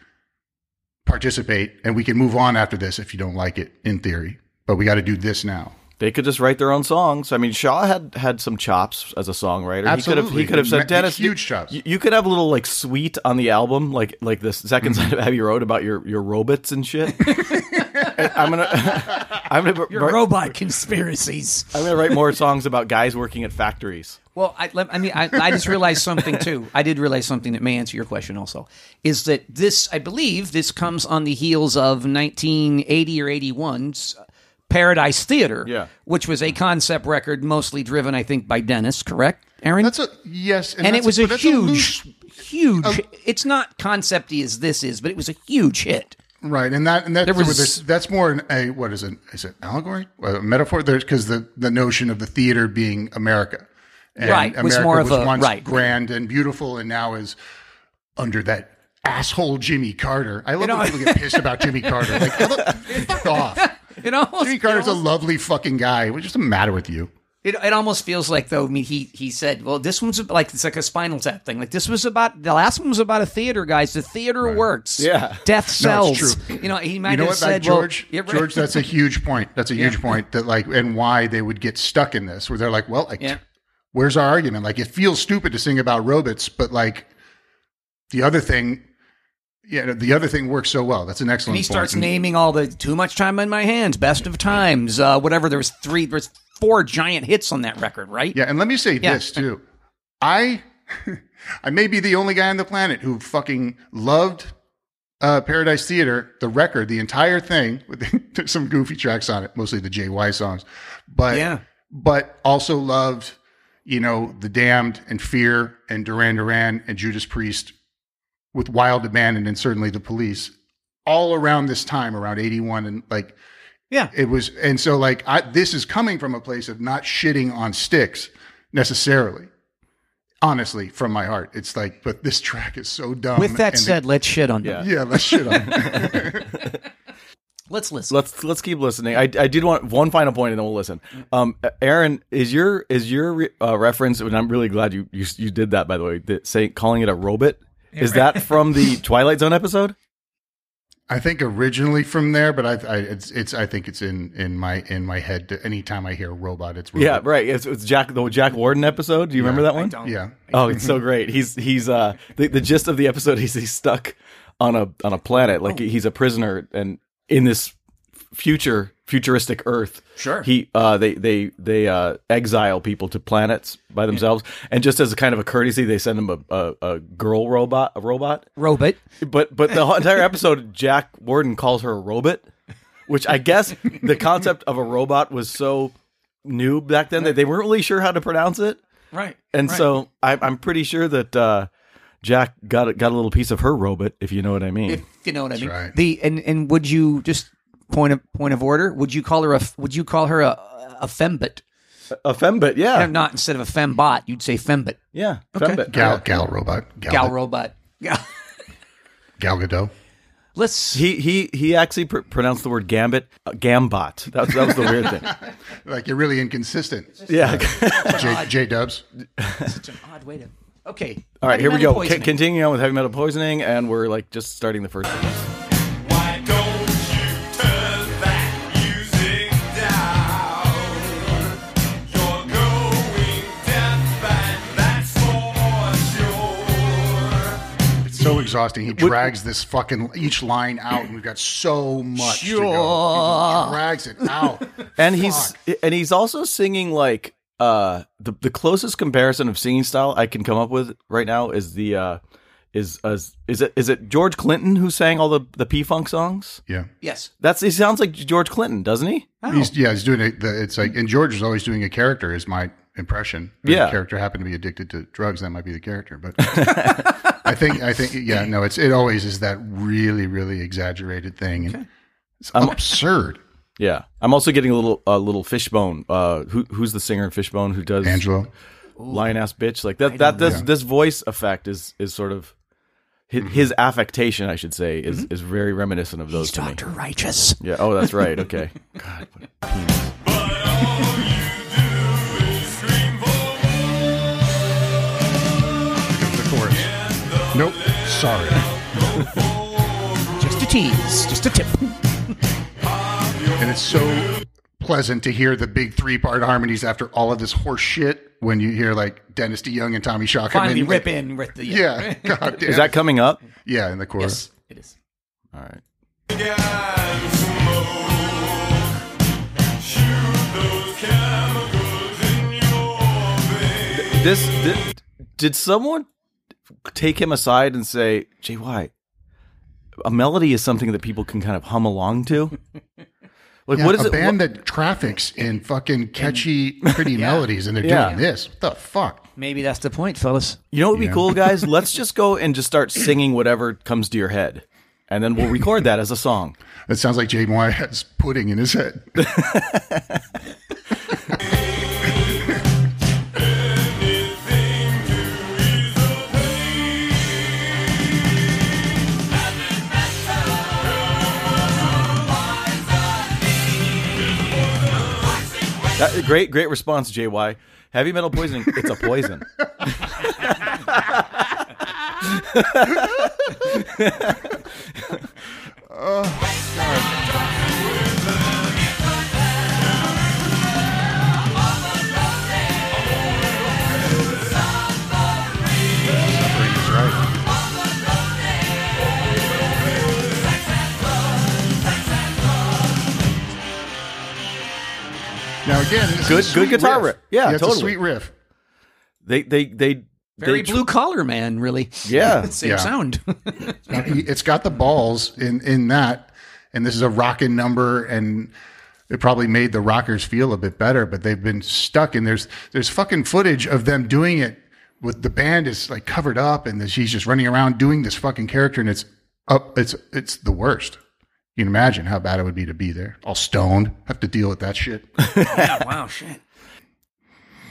[SPEAKER 2] Participate, and we can move on after this if you don't like it. In theory, but we got to do this now.
[SPEAKER 1] they could just write their own songs. I mean, Shaw had had some chops as a songwriter. He could have
[SPEAKER 2] Absolutely.
[SPEAKER 1] he could have
[SPEAKER 2] Ma-
[SPEAKER 1] said Dennis
[SPEAKER 2] huge
[SPEAKER 1] you-
[SPEAKER 2] chops."
[SPEAKER 1] You, you could have a little like sweet on the album, like like this 2nd
[SPEAKER 2] Mm-hmm.
[SPEAKER 1] side of Abbey Road about your your robots and shit. And I'm gonna I'm gonna
[SPEAKER 5] Your robot conspiracies.
[SPEAKER 1] I'm gonna write more songs about guys working at factories.
[SPEAKER 5] Well, I, let- I mean, I, I just realized something too. I did realize something that may answer your question also. Is that this? I believe this comes on the heels of 1980 or 81's Paradise Theater,
[SPEAKER 1] Yeah.
[SPEAKER 5] which was a concept record mostly driven, I think, by Dennis. Correct, Aaron?
[SPEAKER 2] That's a yes,
[SPEAKER 5] and it
[SPEAKER 2] that's
[SPEAKER 5] was
[SPEAKER 2] but
[SPEAKER 5] a
[SPEAKER 2] that's
[SPEAKER 5] huge,
[SPEAKER 2] loose-
[SPEAKER 5] huge. it's not concepty as this is, but it was a huge hit.
[SPEAKER 2] Right, and that and that
[SPEAKER 5] There was-
[SPEAKER 2] there's- that's more an, a what is it? Is it allegory, a metaphor? There's because the the notion of the theater being America, and
[SPEAKER 5] Right, was
[SPEAKER 2] America
[SPEAKER 5] more of
[SPEAKER 2] was
[SPEAKER 5] a-
[SPEAKER 2] once
[SPEAKER 5] right.
[SPEAKER 2] grand and beautiful, and now is under that asshole Jimmy Carter. I love
[SPEAKER 5] know-
[SPEAKER 2] when people get pissed about Jimmy Carter. Like, I love- fuck off.
[SPEAKER 5] It almost
[SPEAKER 2] Jimmy Carter's
[SPEAKER 5] it
[SPEAKER 2] a
[SPEAKER 5] almost,
[SPEAKER 2] lovely fucking guy. What's the matter with you?
[SPEAKER 5] it, it almost feels like though. I mean, he he said, "Well, this one's ab- like it's like a Spinal Tap thing. Like this was about the last one was about a theater, guys. The theater works.
[SPEAKER 1] Yeah.
[SPEAKER 5] death
[SPEAKER 2] No,
[SPEAKER 5] sells.
[SPEAKER 2] it's true.
[SPEAKER 5] You know, he might
[SPEAKER 2] you know
[SPEAKER 5] have
[SPEAKER 2] what,
[SPEAKER 5] said,
[SPEAKER 2] like George,
[SPEAKER 5] well, yeah, right.
[SPEAKER 2] George, that's a huge point. That's a huge point that like, and why they would get stuck in this, where they're like, well, like,
[SPEAKER 5] Yeah.
[SPEAKER 2] where's our argument? Like, it feels stupid to sing about robots, but like, the other thing, yeah, the other thing works so well. That's an
[SPEAKER 5] And
[SPEAKER 2] excellent.
[SPEAKER 5] he
[SPEAKER 2] point.
[SPEAKER 5] starts
[SPEAKER 2] And-
[SPEAKER 5] naming all the too much time on my hands, best of times, uh, whatever. There was three, there's four giant hits on that record, right?
[SPEAKER 2] Yeah, and let me say
[SPEAKER 5] Yeah.
[SPEAKER 2] this too. I I may be the only guy on the planet who fucking loved uh, Paradise Theater, the record, the entire thing with some goofy tracks on it, mostly the JY songs. But
[SPEAKER 5] Yeah.
[SPEAKER 2] but also loved, you know, The Damned and Fear and Duran Duran and Judas Priest with wild abandon and certainly the police all around this time around 81 and like
[SPEAKER 5] Yeah.
[SPEAKER 2] it was and so like I, this is coming from a place of not shitting on sticks necessarily honestly from my heart it's like but this track is so dumb
[SPEAKER 5] With
[SPEAKER 2] um,
[SPEAKER 5] that
[SPEAKER 2] and
[SPEAKER 5] said, let's shit on them.
[SPEAKER 2] the- yeah let's shit on it.
[SPEAKER 5] Let's listen.
[SPEAKER 1] Let's let's keep listening. I, I did want one final point, and then we'll listen. Um, Aaron, is your is your re- uh, reference? And I'm really glad you you, you did that. By the way, that say calling it a robot. Is that from the Twilight Zone episode?
[SPEAKER 2] i think originally from there but i, I it's, it's i think it's in in my in my head to, anytime i hear robot it's
[SPEAKER 1] Yeah,
[SPEAKER 2] robot.
[SPEAKER 1] right. It's, it's Jack the Jack Warden episode. Do you remember that one?
[SPEAKER 2] yeah
[SPEAKER 1] Oh, it's so great. He's he's uh the, the gist of the episode is he's stuck on a on a planet like he's a prisoner and in this future futuristic Earth.
[SPEAKER 5] Sure.
[SPEAKER 1] He uh they they they uh exile people to planets by themselves and just as a kind of a courtesy they send him a a, a girl robot a robot.
[SPEAKER 5] Robot.
[SPEAKER 1] But but the whole entire episode, Jack Warden calls her a robot, which I guess the concept of a robot was so new back then that they weren't really sure how to pronounce it,
[SPEAKER 5] Right.
[SPEAKER 1] and so I, I'm pretty sure that uh, Jack got a, got a little piece of her robot, if you know what I mean.
[SPEAKER 5] if you know what I mean.
[SPEAKER 2] right.
[SPEAKER 5] The and and would you just point of point of order. Would you call her a f- Would you call her a a fembit?
[SPEAKER 1] A fembot, yeah,
[SPEAKER 5] No, not instead of a fembot, you'd say fembit.
[SPEAKER 1] yeah, fembot.
[SPEAKER 2] Gal, gal robot.
[SPEAKER 5] Gal robot. Yeah.
[SPEAKER 2] Gal Gadot.
[SPEAKER 5] Let's.
[SPEAKER 1] He he he actually pr- pronounced the word gambit uh, gambot. That, that was the weird thing.
[SPEAKER 2] Like you're really inconsistent.
[SPEAKER 1] Yeah.
[SPEAKER 2] J, J Dubs.
[SPEAKER 5] It's an odd way to. Okay.
[SPEAKER 1] All right, here we
[SPEAKER 5] Heavy metal
[SPEAKER 1] go. C-
[SPEAKER 5] poisoning.
[SPEAKER 1] continuing on with heavy metal poisoning, and we're like just starting the first.
[SPEAKER 7] Why don't you turn that music down? You're going deaf, and that's for sure.
[SPEAKER 2] It's so exhausting. He drags this fucking each line out, and we've got so much. to go. He drags it out.
[SPEAKER 1] and he's and he's also singing like uh the the closest comparison of singing style I can come up with right now is the uh is uh, is it is it George Clinton who sang all the the P Funk songs?
[SPEAKER 2] Yeah.
[SPEAKER 5] Yes.
[SPEAKER 1] That's he sounds like George Clinton, doesn't he?
[SPEAKER 2] He's, yeah, he's doing it. The, it's like, and George is always doing a character. Is my impression. The
[SPEAKER 1] Yeah.
[SPEAKER 2] character happened to be addicted to drugs. That might be the character, but I think I think yeah. No, it's it always is that really really exaggerated thing. And It's absurd.
[SPEAKER 1] Yeah, I'm also getting a little a little Fishbone. Uh, who who's the singer in Fishbone who does
[SPEAKER 2] Angelo.
[SPEAKER 1] lion ass bitch like that? That this this voice effect is is sort of his, his affectation, I should say, is is very reminiscent of those to me.
[SPEAKER 5] Mm-hmm. Doctor Righteous.
[SPEAKER 1] Yeah. Oh, that's right. Okay. God. What a penis.
[SPEAKER 7] But all you do is scream for
[SPEAKER 2] The chorus. Nope. Sorry.
[SPEAKER 5] Just a tease. Just a tip.
[SPEAKER 2] And it's so pleasant to hear the big three part harmonies after all of this horse shit when you hear like Dennis DeYoung and Tommy Shaw come
[SPEAKER 5] Finally,
[SPEAKER 2] in.
[SPEAKER 5] rip in with the.
[SPEAKER 2] Yeah. God damn.
[SPEAKER 1] Is that coming up?
[SPEAKER 2] yeah, in the chorus.
[SPEAKER 5] Yes, it is.
[SPEAKER 1] All right.
[SPEAKER 7] began smoke. Shoot those chemicals in your veins.
[SPEAKER 1] This, thi- did someone take him aside and say, "JY, a melody is something that people can kind of hum along to." Like
[SPEAKER 2] Yeah,
[SPEAKER 1] what is
[SPEAKER 2] a
[SPEAKER 1] it?
[SPEAKER 2] band
[SPEAKER 1] what-
[SPEAKER 2] that traffics in fucking catchy, pretty melodies, and they're
[SPEAKER 1] Yeah.
[SPEAKER 2] doing this. What the fuck?
[SPEAKER 5] Maybe that's the point, fellas.
[SPEAKER 1] you know what would be cool, guys? Let's just go and just start singing whatever comes to your head, and then we'll record that as a song.
[SPEAKER 2] That sounds like Jay Moy has pudding in his head.
[SPEAKER 7] Anything to ease the pain.
[SPEAKER 1] That- great, great response, JY. Heavy metal poisoning. It's a poison.
[SPEAKER 2] Suffering is right. Now again, this is a
[SPEAKER 1] Good-
[SPEAKER 2] sweet
[SPEAKER 1] good guitar riff. Yeah,
[SPEAKER 2] it's
[SPEAKER 1] totally.
[SPEAKER 2] a sweet riff.
[SPEAKER 1] They, they, they.
[SPEAKER 5] Very
[SPEAKER 1] they tr-
[SPEAKER 5] blue collar man, really.
[SPEAKER 1] Yeah.
[SPEAKER 5] Same
[SPEAKER 2] Yeah.
[SPEAKER 5] sound.
[SPEAKER 2] it's got the balls in in that and this is a rockin' number and it probably made the rockers feel a bit better but they've been stuck and there's there's fucking footage of them doing it with the band is like covered up and she's just running around doing this fucking character and it's up it's it's the worst you can imagine how bad it would be to be there all stoned have to deal with that shit
[SPEAKER 5] yeah, wow, shit.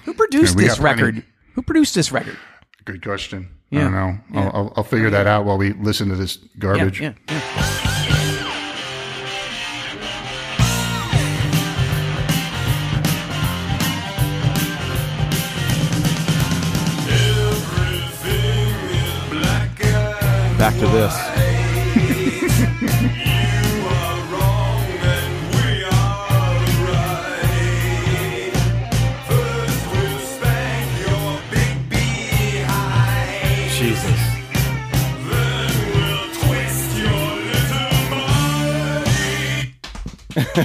[SPEAKER 5] Who produced
[SPEAKER 2] Yeah, we
[SPEAKER 5] this
[SPEAKER 2] got plenty.
[SPEAKER 5] record? Who produced this record?
[SPEAKER 2] good question i
[SPEAKER 5] Yeah.
[SPEAKER 2] don't know I'll, I'll, I'll figure that out while we listen to this
[SPEAKER 5] Yeah,
[SPEAKER 2] garbage
[SPEAKER 5] yeah, yeah.
[SPEAKER 7] Everything is black and
[SPEAKER 1] Back to this.
[SPEAKER 7] you are wrong and we are right. First we'll spank your big behind.
[SPEAKER 1] Jesus.
[SPEAKER 7] Then we'll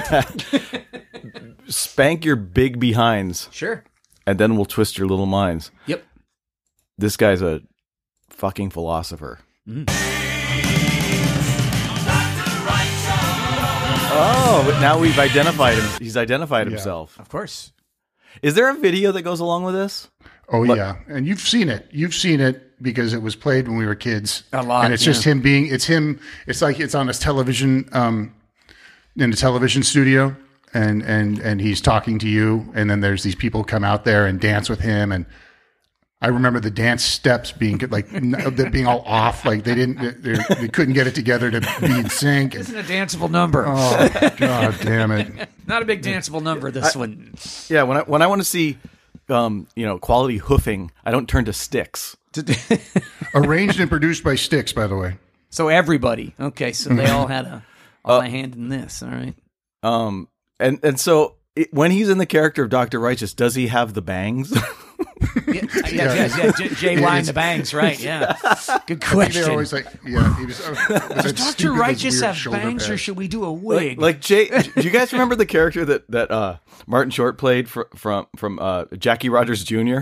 [SPEAKER 7] twist your little mind.
[SPEAKER 1] Spank your big behinds,
[SPEAKER 5] Sure.
[SPEAKER 1] and then we'll twist your little minds.
[SPEAKER 5] Yep.
[SPEAKER 1] this guy's a fucking philosopher. Oh, but now we've identified him. He's identified himself.
[SPEAKER 5] Of course.
[SPEAKER 1] Is there a video that goes along with this?
[SPEAKER 2] Oh yeah, and you've seen it. You've seen it because it was played when we were kids
[SPEAKER 5] A lot,
[SPEAKER 2] and it's just
[SPEAKER 5] yeah.
[SPEAKER 2] him being. It's him. It's like it's on his television. Um, in a television studio and and and he's talking to you and then there's these people come out there and dance with him and I remember the dance steps being like n- that being all off like they didn't they, they couldn't get it together to be in sync.
[SPEAKER 5] Isn't a danceable number.
[SPEAKER 2] oh god damn it.
[SPEAKER 5] Not a big danceable number. This one.
[SPEAKER 1] Yeah, when I when I want to see, um, you know, quality hoofing, I don't turn to sticks.
[SPEAKER 2] Arranged and produced by Styx by the way.
[SPEAKER 5] so everybody. Okay. So they all had a,
[SPEAKER 1] Uh,
[SPEAKER 5] all a hand in this. All right.
[SPEAKER 1] Um, and and so it, when he's in the character of Doctor Righteous, does he have the bangs?
[SPEAKER 5] Yeah, Uh, yeah, yeah, yeah, J- Jay
[SPEAKER 2] Yeah,
[SPEAKER 5] Wine
[SPEAKER 2] it's-
[SPEAKER 5] the bangs, right? Yeah. Good
[SPEAKER 2] They're
[SPEAKER 5] question.
[SPEAKER 2] always like yeah, he was, Does
[SPEAKER 5] Doctor Righteous have bangs, or should we do a wig?
[SPEAKER 1] like Jay, do you guys remember the character that that uh, Martin Short played fr- from from uh, Jackie Rogers Jr.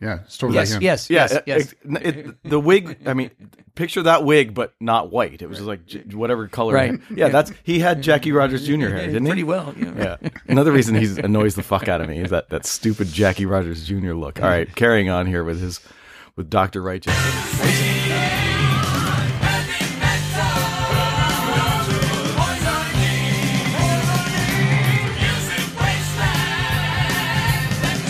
[SPEAKER 2] Yeah, it's totally
[SPEAKER 5] yes,
[SPEAKER 2] him.
[SPEAKER 5] yes,
[SPEAKER 1] Yeah,
[SPEAKER 5] yes,
[SPEAKER 1] it-
[SPEAKER 5] yes.
[SPEAKER 1] it- it- the wig. I mean, picture that wig, but not white. It was like j- whatever color.
[SPEAKER 5] Right.
[SPEAKER 1] Yeah, that's he had Jackie Rogers Jr. hair, didn't he?
[SPEAKER 5] Pretty well. Yeah.
[SPEAKER 1] Yeah. Another reason he annoys the fuck out of me is that that stupid Jackie Rogers Jr. look. All right, carrying on here with his with Doctor Righteous.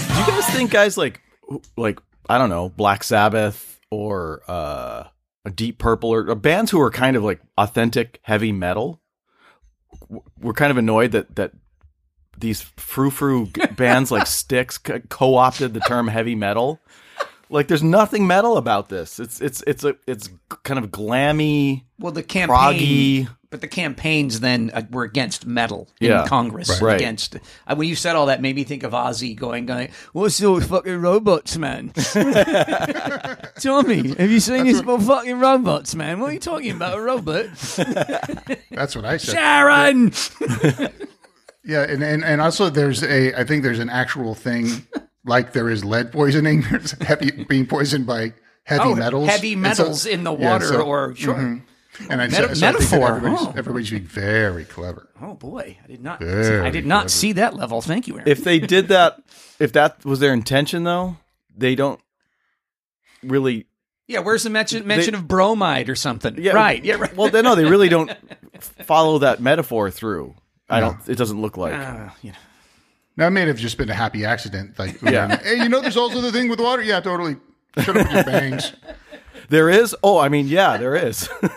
[SPEAKER 1] Do you guys think guys like who- like I don't know Black Sabbath or uh, a Deep Purple or, or bands who are kind of like authentic heavy metal? w- We're kind of annoyed that that these frou frou bands like Styx co opted the term heavy metal. Like, there's nothing metal about this. It's it's it's a it's kind of glammy,
[SPEAKER 5] Well, the campaign,
[SPEAKER 1] proggy.
[SPEAKER 5] but the campaigns then uh, were against metal in
[SPEAKER 1] Yeah.
[SPEAKER 5] Congress.
[SPEAKER 1] Right.
[SPEAKER 5] Against uh, when you said all that, made me think of Ozzy going, going "What's those fucking robots, man? Tommy, have you seen these little fucking robots, man? What are you talking about, a robot?
[SPEAKER 2] That's what I said.
[SPEAKER 5] Sharon."
[SPEAKER 2] Yeah, and, and and also there's a I think therening there's an actual thing like there is lead poisoning. There's heavy being poisoned by heavy
[SPEAKER 5] Oh,
[SPEAKER 2] metals.
[SPEAKER 5] heavy
[SPEAKER 2] And so-
[SPEAKER 5] metals in the
[SPEAKER 2] yeah,
[SPEAKER 5] water,
[SPEAKER 2] so-
[SPEAKER 5] or sure.
[SPEAKER 1] mm-hmm.
[SPEAKER 2] and I,
[SPEAKER 5] meta-
[SPEAKER 2] so I think that
[SPEAKER 5] metaphor,
[SPEAKER 2] Everybody's,
[SPEAKER 5] oh.
[SPEAKER 2] everybody should be very clever.
[SPEAKER 5] Oh boy, I did not. I
[SPEAKER 2] Very
[SPEAKER 5] did not see that level. Thank you, Aaron.
[SPEAKER 1] If they did that, if that was their intention, though, they don't really.
[SPEAKER 5] yeah, where's the mention mention of bromide or something?
[SPEAKER 1] Yeah,
[SPEAKER 5] right. Yeah, right.
[SPEAKER 1] Well, they, no, they really don't follow that metaphor through. I don't. It doesn't look like.
[SPEAKER 5] Uh, you know.
[SPEAKER 2] Now it may have just been a happy accident. Like um,
[SPEAKER 1] Yeah.
[SPEAKER 2] hey, you know, there's also the thing with water. Yeah, totally. Shut up with your bangs.
[SPEAKER 1] There is. Oh, I mean, yeah, there is.
[SPEAKER 5] Oh,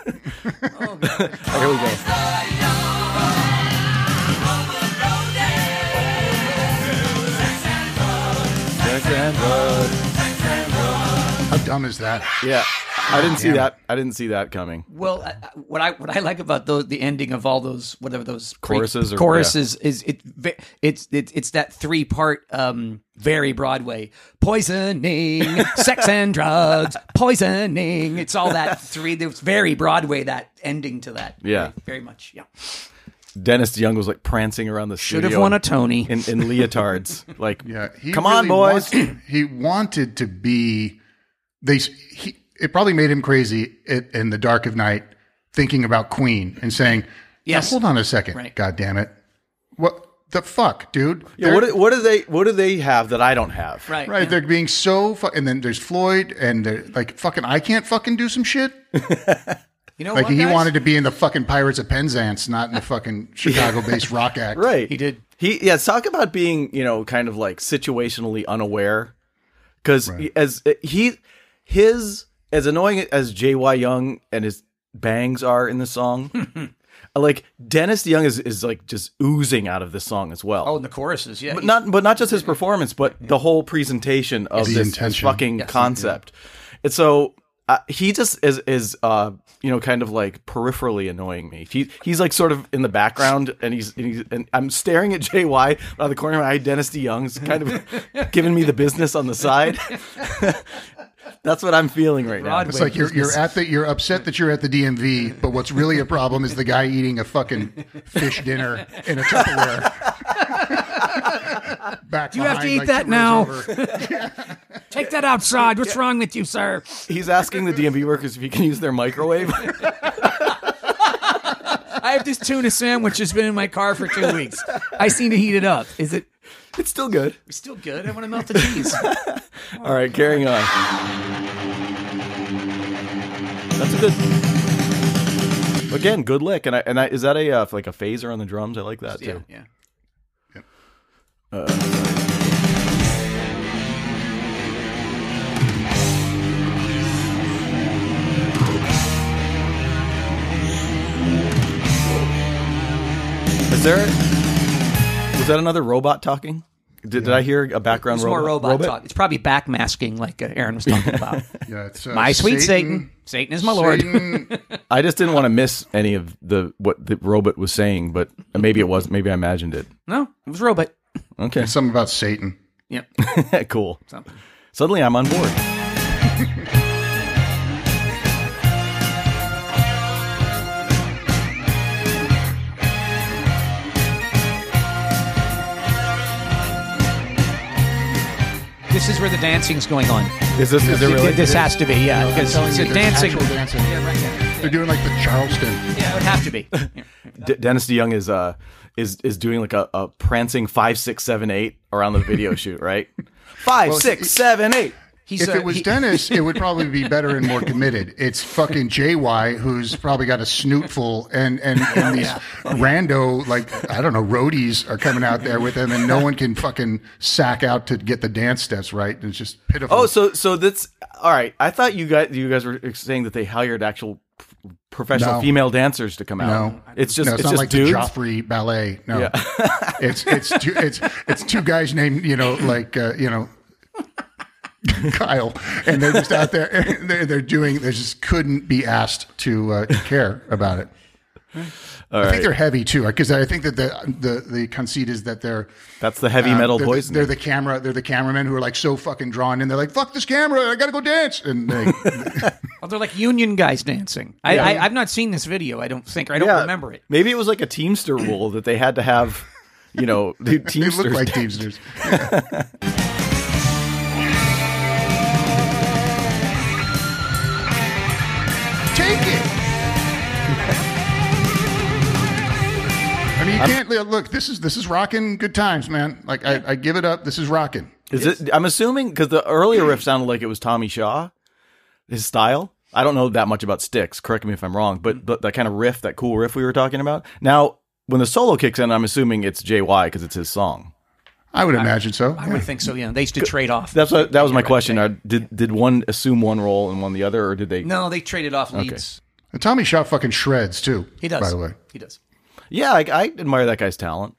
[SPEAKER 2] How dumb is that?
[SPEAKER 1] yeah, I didn't see
[SPEAKER 2] Damn.
[SPEAKER 1] that. I didn't see that coming.
[SPEAKER 5] Well, I, I- what I what I like about those the ending of all those whatever those pre-
[SPEAKER 1] Choruses or-
[SPEAKER 5] choruses is it ve- it's it's it's that three part um very Broadway poisoning sex and drugs poisoning it's all that three it's very Broadway that ending to that
[SPEAKER 1] Yeah.
[SPEAKER 5] very, very much yeah
[SPEAKER 1] Dennis DeYoung was like prancing around the
[SPEAKER 5] should
[SPEAKER 1] studio.
[SPEAKER 5] have won a Tony
[SPEAKER 1] in, in leotards. Like,
[SPEAKER 2] Yeah, he
[SPEAKER 1] come on,
[SPEAKER 2] really
[SPEAKER 1] boys.
[SPEAKER 2] wanted- he wanted to be. They he, it probably made him crazy i in the dark of night, thinking about Queen and saying,
[SPEAKER 5] Yes.
[SPEAKER 2] "Yes, hold on a second,
[SPEAKER 5] Right.
[SPEAKER 2] God damn it, what the fuck, dude?
[SPEAKER 1] Yeah,
[SPEAKER 2] They're-
[SPEAKER 1] what, do- what do they what do they have that I don't have?
[SPEAKER 5] right
[SPEAKER 2] right? They're being so fu- and then there's Floyd and they're like fucking I can't fucking do some shit.
[SPEAKER 5] you know
[SPEAKER 2] Like
[SPEAKER 5] what,
[SPEAKER 2] he
[SPEAKER 5] guys?
[SPEAKER 2] wanted to be in the fucking Pirates of Penzance, not in the fucking Chicago-based rock act,
[SPEAKER 1] Right.
[SPEAKER 5] He did.
[SPEAKER 1] He yeah, talk about being, you know, kind of like situationally unaware. Cuz as uh, he his as annoying as JY Young and his bangs are in the song, like Dennis Young is is like just oozing out of this song as well.
[SPEAKER 5] oh and the choruses yeah
[SPEAKER 1] but not but not just his performance, but the whole presentation of
[SPEAKER 2] The
[SPEAKER 1] this, this
[SPEAKER 2] intention.
[SPEAKER 1] fucking concept. And so uh, he just is is uh you know kind of like peripherally annoying me. He he's like sort of in the background, and he's and, he's, and I'm staring at JY out of the corner of my eye. Dennis DeYoung's kind of giving me the business on the side. That's what I'm feeling right now.
[SPEAKER 5] Broadway
[SPEAKER 2] It's like you're, you're at the you're upset that you're at the DMV, but what's really a problem is the guy eating a fucking fish dinner in a Tupperware. Back
[SPEAKER 5] You have to
[SPEAKER 2] behind,
[SPEAKER 5] eat
[SPEAKER 2] like,
[SPEAKER 5] that
[SPEAKER 2] two rows
[SPEAKER 5] now.
[SPEAKER 2] over.
[SPEAKER 5] Take that outside. What's wrong with you, sir?
[SPEAKER 1] He's asking the DMV workers if he can use their microwave.
[SPEAKER 5] I have this tuna sandwich that's been in my car for two weeks. I seem to heat it up. Is it
[SPEAKER 1] it's still good.
[SPEAKER 5] still good? I want to melt the cheese.
[SPEAKER 1] All right, carrying on. That's a good. Again, good lick. And I, and I, is that a uh, like a phaser on the drums? I like that
[SPEAKER 5] Yeah.
[SPEAKER 1] too.
[SPEAKER 5] yeah.
[SPEAKER 1] Is there? Was that another robot talking? Did, did I hear a background
[SPEAKER 5] It's
[SPEAKER 1] robot?
[SPEAKER 5] more robot, talk. It's probably backmasking, like uh, Aaron was talking about.
[SPEAKER 2] Yeah, it's, uh,
[SPEAKER 5] my sweet Satan. Satan, is my lord.
[SPEAKER 2] Satan.
[SPEAKER 1] I just didn't want to miss any of the what the robot was saying, but maybe it wasn't. Maybe I imagined it.
[SPEAKER 5] No, it was robot.
[SPEAKER 1] Okay,
[SPEAKER 2] Something about Satan.
[SPEAKER 5] Yep.
[SPEAKER 1] cool.
[SPEAKER 5] So,
[SPEAKER 1] Suddenly, I'm on board.
[SPEAKER 5] this is where the dancing's going on.
[SPEAKER 1] Is this? Is there really?
[SPEAKER 5] This has to be, yeah,
[SPEAKER 2] I'm
[SPEAKER 5] because
[SPEAKER 2] telling
[SPEAKER 5] it's
[SPEAKER 2] you,
[SPEAKER 5] a
[SPEAKER 2] there's
[SPEAKER 5] dancing.
[SPEAKER 2] actual dancing. They're doing like the Charleston.
[SPEAKER 5] Yeah, it would have to be. Yeah.
[SPEAKER 1] D- Dennis DeYoung is uh is is doing like a, a prancing five six seven eight around the video shoot, right? Five six seven eight.
[SPEAKER 5] He's,
[SPEAKER 2] If
[SPEAKER 5] uh,
[SPEAKER 2] it was
[SPEAKER 5] he-
[SPEAKER 2] Dennis, it would probably be better and more committed. It's fucking JY who's probably got a snootful, and and, and these rando like I don't know roadies are coming out there with him, and no one can fucking sack out to get the dance steps right. It's just pitiful.
[SPEAKER 1] Oh, so so that's all right. I thought you guys you guys were saying that they hired actual p- professional
[SPEAKER 2] No.
[SPEAKER 1] female dancers to come out.
[SPEAKER 2] No.
[SPEAKER 1] it's just
[SPEAKER 2] no, it's,
[SPEAKER 1] it's,
[SPEAKER 2] not
[SPEAKER 1] just
[SPEAKER 2] like
[SPEAKER 1] dudes.
[SPEAKER 2] the Joffrey ballet. No, it's it's two, it's it's two guys named you know like uh, you know Kyle, and they're just out there. And they're, they're doing. They just couldn't be asked to uh, care about it. I think they're heavy too, because I think that the the the conceit is that they're uh,
[SPEAKER 1] That's the heavy metal
[SPEAKER 2] they're,
[SPEAKER 1] poison.
[SPEAKER 2] They're the camera. They're the cameramen who are like so fucking drawn in. They're like, "Fuck this camera! I gotta go dance." And they,
[SPEAKER 5] oh, they're like union guys dancing. I,
[SPEAKER 1] Yeah.
[SPEAKER 5] I, I've not seen this video, I don't think, or I don't remember it.
[SPEAKER 1] Maybe it was like a Teamster rule that they had to have, you know, the
[SPEAKER 2] they
[SPEAKER 1] Teamsters.
[SPEAKER 2] look like
[SPEAKER 1] dance.
[SPEAKER 2] teamsters. Take it. I mean, you can't look. This is this is rocking good times, man. Like I, I give it up. This is rocking.
[SPEAKER 1] Is it? I'm assuming because the earlier riff sounded like it was Tommy Shaw, his style. I don't know that much about sticks. Correct me if I'm wrong, but the, that kind of riff, that cool riff we were talking about. Now, when the solo kicks in, I'm assuming it's JY because it's his song.
[SPEAKER 2] I would imagine so.
[SPEAKER 5] I would think so, yeah. They used to trade off.
[SPEAKER 1] That's what that was my question. Uh, Did did one assume one role and one the other, or did they?
[SPEAKER 5] No, they traded off leads.
[SPEAKER 2] And Tommy Shaw fucking shreds too.
[SPEAKER 5] He does.
[SPEAKER 2] By the way,
[SPEAKER 5] He does.
[SPEAKER 1] Yeah, I, I admire that guy's talent.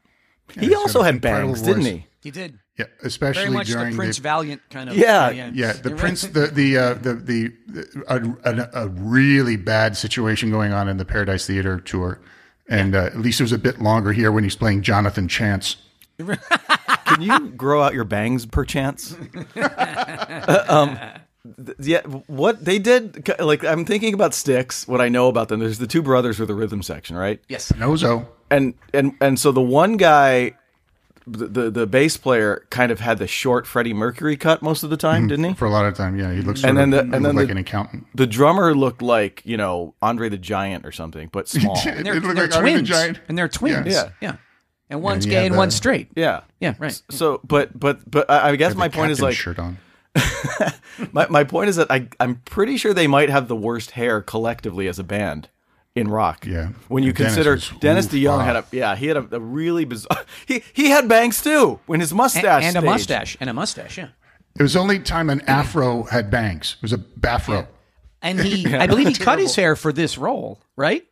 [SPEAKER 1] he
[SPEAKER 2] he's
[SPEAKER 1] also
[SPEAKER 2] got an
[SPEAKER 1] had bangs,
[SPEAKER 2] incredible
[SPEAKER 1] didn't
[SPEAKER 2] voice.
[SPEAKER 1] he?
[SPEAKER 5] He did.
[SPEAKER 2] yeah, especially
[SPEAKER 5] Very much the
[SPEAKER 2] during
[SPEAKER 5] Prince Valiant kind of.
[SPEAKER 1] Yeah.
[SPEAKER 2] Yeah, the
[SPEAKER 5] You're right.
[SPEAKER 2] prince, the the uh, the the a, a, a really bad situation going on in the Paradise Theater tour, and uh, at least it was a bit longer here when he's playing Jonathan Chance.
[SPEAKER 1] Can you grow out your bangs perchance? Uh, um, th- yeah, what they did, c- like I'm thinking about Sticks. What I know about them, there's the two brothers with the rhythm section, right?
[SPEAKER 5] Yes.
[SPEAKER 2] Nozo,
[SPEAKER 1] And and and so the one guy, the the, the bass player, kind of had the short Freddie Mercury cut most of the time, didn't he?
[SPEAKER 2] for a lot of time, yeah, he looks
[SPEAKER 1] And
[SPEAKER 2] sort
[SPEAKER 1] then the-
[SPEAKER 2] of- he
[SPEAKER 1] and
[SPEAKER 2] looked
[SPEAKER 1] then
[SPEAKER 2] like
[SPEAKER 1] the-
[SPEAKER 2] an accountant.
[SPEAKER 1] the drummer looked like you know Andre the Giant or something, but small.
[SPEAKER 2] It
[SPEAKER 5] They're,
[SPEAKER 2] looked
[SPEAKER 5] they're
[SPEAKER 2] like Andre the
[SPEAKER 5] twins.
[SPEAKER 2] Giant.
[SPEAKER 5] And they're twins.
[SPEAKER 1] Yeah.
[SPEAKER 5] Yeah. And one's
[SPEAKER 2] he
[SPEAKER 5] gay
[SPEAKER 2] had
[SPEAKER 5] and
[SPEAKER 2] the-
[SPEAKER 5] one's straight.
[SPEAKER 1] yeah,
[SPEAKER 5] Yeah, right.
[SPEAKER 1] So, but but but I, I guess my point is
[SPEAKER 2] Captain
[SPEAKER 1] like
[SPEAKER 2] shirt on.
[SPEAKER 1] My, my point is that I, I'm pretty sure they might have the worst hair collectively as a band in rock.
[SPEAKER 2] Yeah.
[SPEAKER 1] When you
[SPEAKER 2] Dennis
[SPEAKER 1] consider
[SPEAKER 2] was-
[SPEAKER 1] Dennis
[SPEAKER 2] oof, ah.
[SPEAKER 1] DeYoung
[SPEAKER 2] wow.
[SPEAKER 1] had a yeah he had a, a really bizarre he he had bangs too when his
[SPEAKER 5] And,
[SPEAKER 1] mustache
[SPEAKER 5] and a
[SPEAKER 1] stayed.
[SPEAKER 5] mustache. And a mustache, yeah.
[SPEAKER 2] It was the only time an afro had bangs. It was a baffro.
[SPEAKER 5] And he, I believe he cut his hair for this role, right?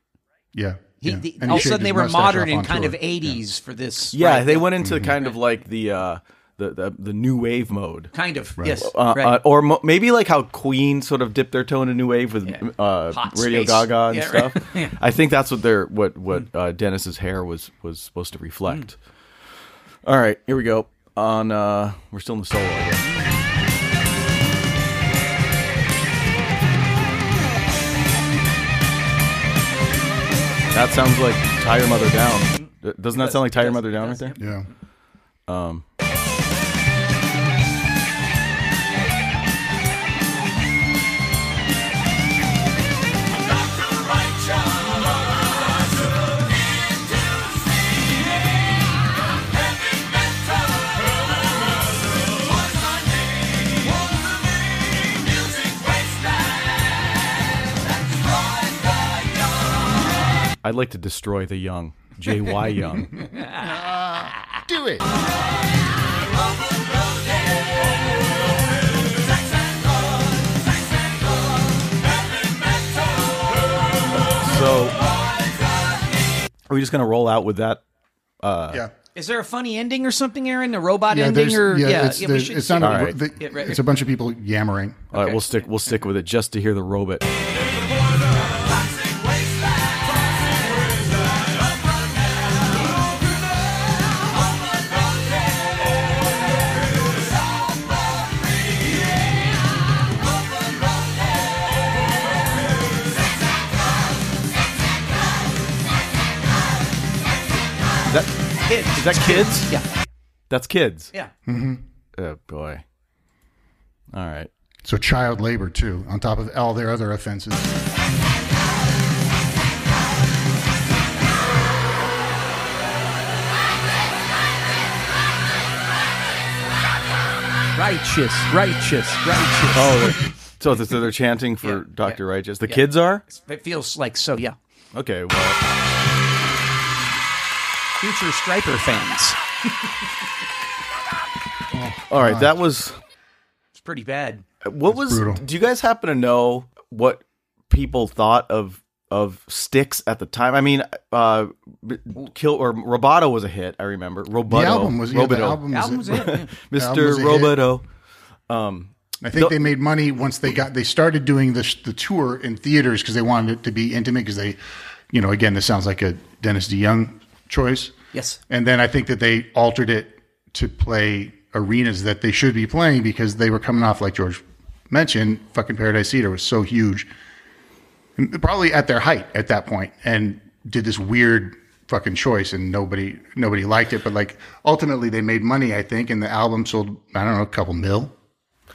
[SPEAKER 2] Yeah.
[SPEAKER 5] He,
[SPEAKER 2] yeah.
[SPEAKER 5] the-
[SPEAKER 2] And he
[SPEAKER 5] all of a
[SPEAKER 2] shaved
[SPEAKER 5] sudden,
[SPEAKER 2] his
[SPEAKER 5] they were
[SPEAKER 2] mustache off
[SPEAKER 5] modern and
[SPEAKER 2] on
[SPEAKER 5] kind
[SPEAKER 2] tour.
[SPEAKER 5] of 80s for this.
[SPEAKER 1] Yeah,
[SPEAKER 5] right?
[SPEAKER 1] they went into
[SPEAKER 2] Mm-hmm.
[SPEAKER 1] kind of like the uh the the, the new wave mode.
[SPEAKER 5] Kind of, yes.
[SPEAKER 1] Uh,
[SPEAKER 5] right.
[SPEAKER 1] uh, or mo- maybe like how Queen sort of dipped their toe in a new wave with uh,
[SPEAKER 5] Hot
[SPEAKER 1] Radio
[SPEAKER 5] space.
[SPEAKER 1] Gaga and
[SPEAKER 5] Yeah,
[SPEAKER 1] stuff.
[SPEAKER 5] right. Yeah. Mm.
[SPEAKER 1] I think that's what their what what uh, Dennis's hair was was supposed to reflect.
[SPEAKER 5] Mm.
[SPEAKER 1] All right, here we go. On uh, we're still in the solo. I guess. That sounds like tie your mother
[SPEAKER 5] Mm-hmm.
[SPEAKER 1] down. D- Doesn't that sound like tie your mother down right there?
[SPEAKER 2] Yeah.
[SPEAKER 7] Music wasteland that destroys the young.
[SPEAKER 1] I'd like to destroy the young. J.Y. Young.
[SPEAKER 2] Do it.
[SPEAKER 1] So, are we just going to roll out with that?
[SPEAKER 2] yeah.
[SPEAKER 5] Is there a funny ending or something, Aaron? A robot
[SPEAKER 2] Yeah,
[SPEAKER 5] ending
[SPEAKER 2] there's,
[SPEAKER 5] or
[SPEAKER 2] yeah,
[SPEAKER 5] yeah?
[SPEAKER 2] it's,
[SPEAKER 5] yeah, we
[SPEAKER 2] there's-
[SPEAKER 5] should
[SPEAKER 2] it's
[SPEAKER 5] see
[SPEAKER 2] not.
[SPEAKER 5] that.
[SPEAKER 1] All
[SPEAKER 2] a-
[SPEAKER 1] right.
[SPEAKER 2] the-
[SPEAKER 5] Yeah, right.
[SPEAKER 2] It's a bunch of people yammering.
[SPEAKER 1] All right, we'll stick. We'll stick with it just to hear the robot. That,
[SPEAKER 5] Kids.
[SPEAKER 1] is that kids?
[SPEAKER 5] Yeah.
[SPEAKER 1] That's kids.
[SPEAKER 5] Yeah.
[SPEAKER 1] Oh boy. All right.
[SPEAKER 2] So child labor too, on top of all their other offenses.
[SPEAKER 5] Righteous, righteous, righteous.
[SPEAKER 1] Oh, so, so they're chanting for
[SPEAKER 5] Yeah,
[SPEAKER 1] Doctor
[SPEAKER 5] yeah,
[SPEAKER 1] Righteous. The
[SPEAKER 5] yeah.
[SPEAKER 1] kids are
[SPEAKER 5] It feels like so, yeah.
[SPEAKER 1] okay. Well,
[SPEAKER 5] Future Striper fans.
[SPEAKER 1] all right. That was
[SPEAKER 5] It's pretty bad.
[SPEAKER 1] what was.
[SPEAKER 2] brutal.
[SPEAKER 1] Do you guys happen to know what people thought of of sticks at the time? I mean, uh, b- kill or Roboto was a hit. I remember Roboto.
[SPEAKER 2] The album was yeah, the
[SPEAKER 1] Roboto.
[SPEAKER 2] album
[SPEAKER 5] The
[SPEAKER 2] was,
[SPEAKER 5] album was in.
[SPEAKER 2] album
[SPEAKER 1] Mr.
[SPEAKER 2] was a hit.
[SPEAKER 1] Roboto.
[SPEAKER 2] I think they made money once they got they started doing the the tour in theaters because they wanted it to be intimate because they, you know, again this sounds like a Dennis DeYoung choice.
[SPEAKER 5] Yes.
[SPEAKER 2] And then I think that they altered it to play arenas that they should be playing because they were coming off like George mentioned, fucking Paradise Theater was so huge, And probably at their height at that point, and did this weird fucking choice and nobody nobody liked it but like ultimately they made money i think and the album sold i don't know a couple mil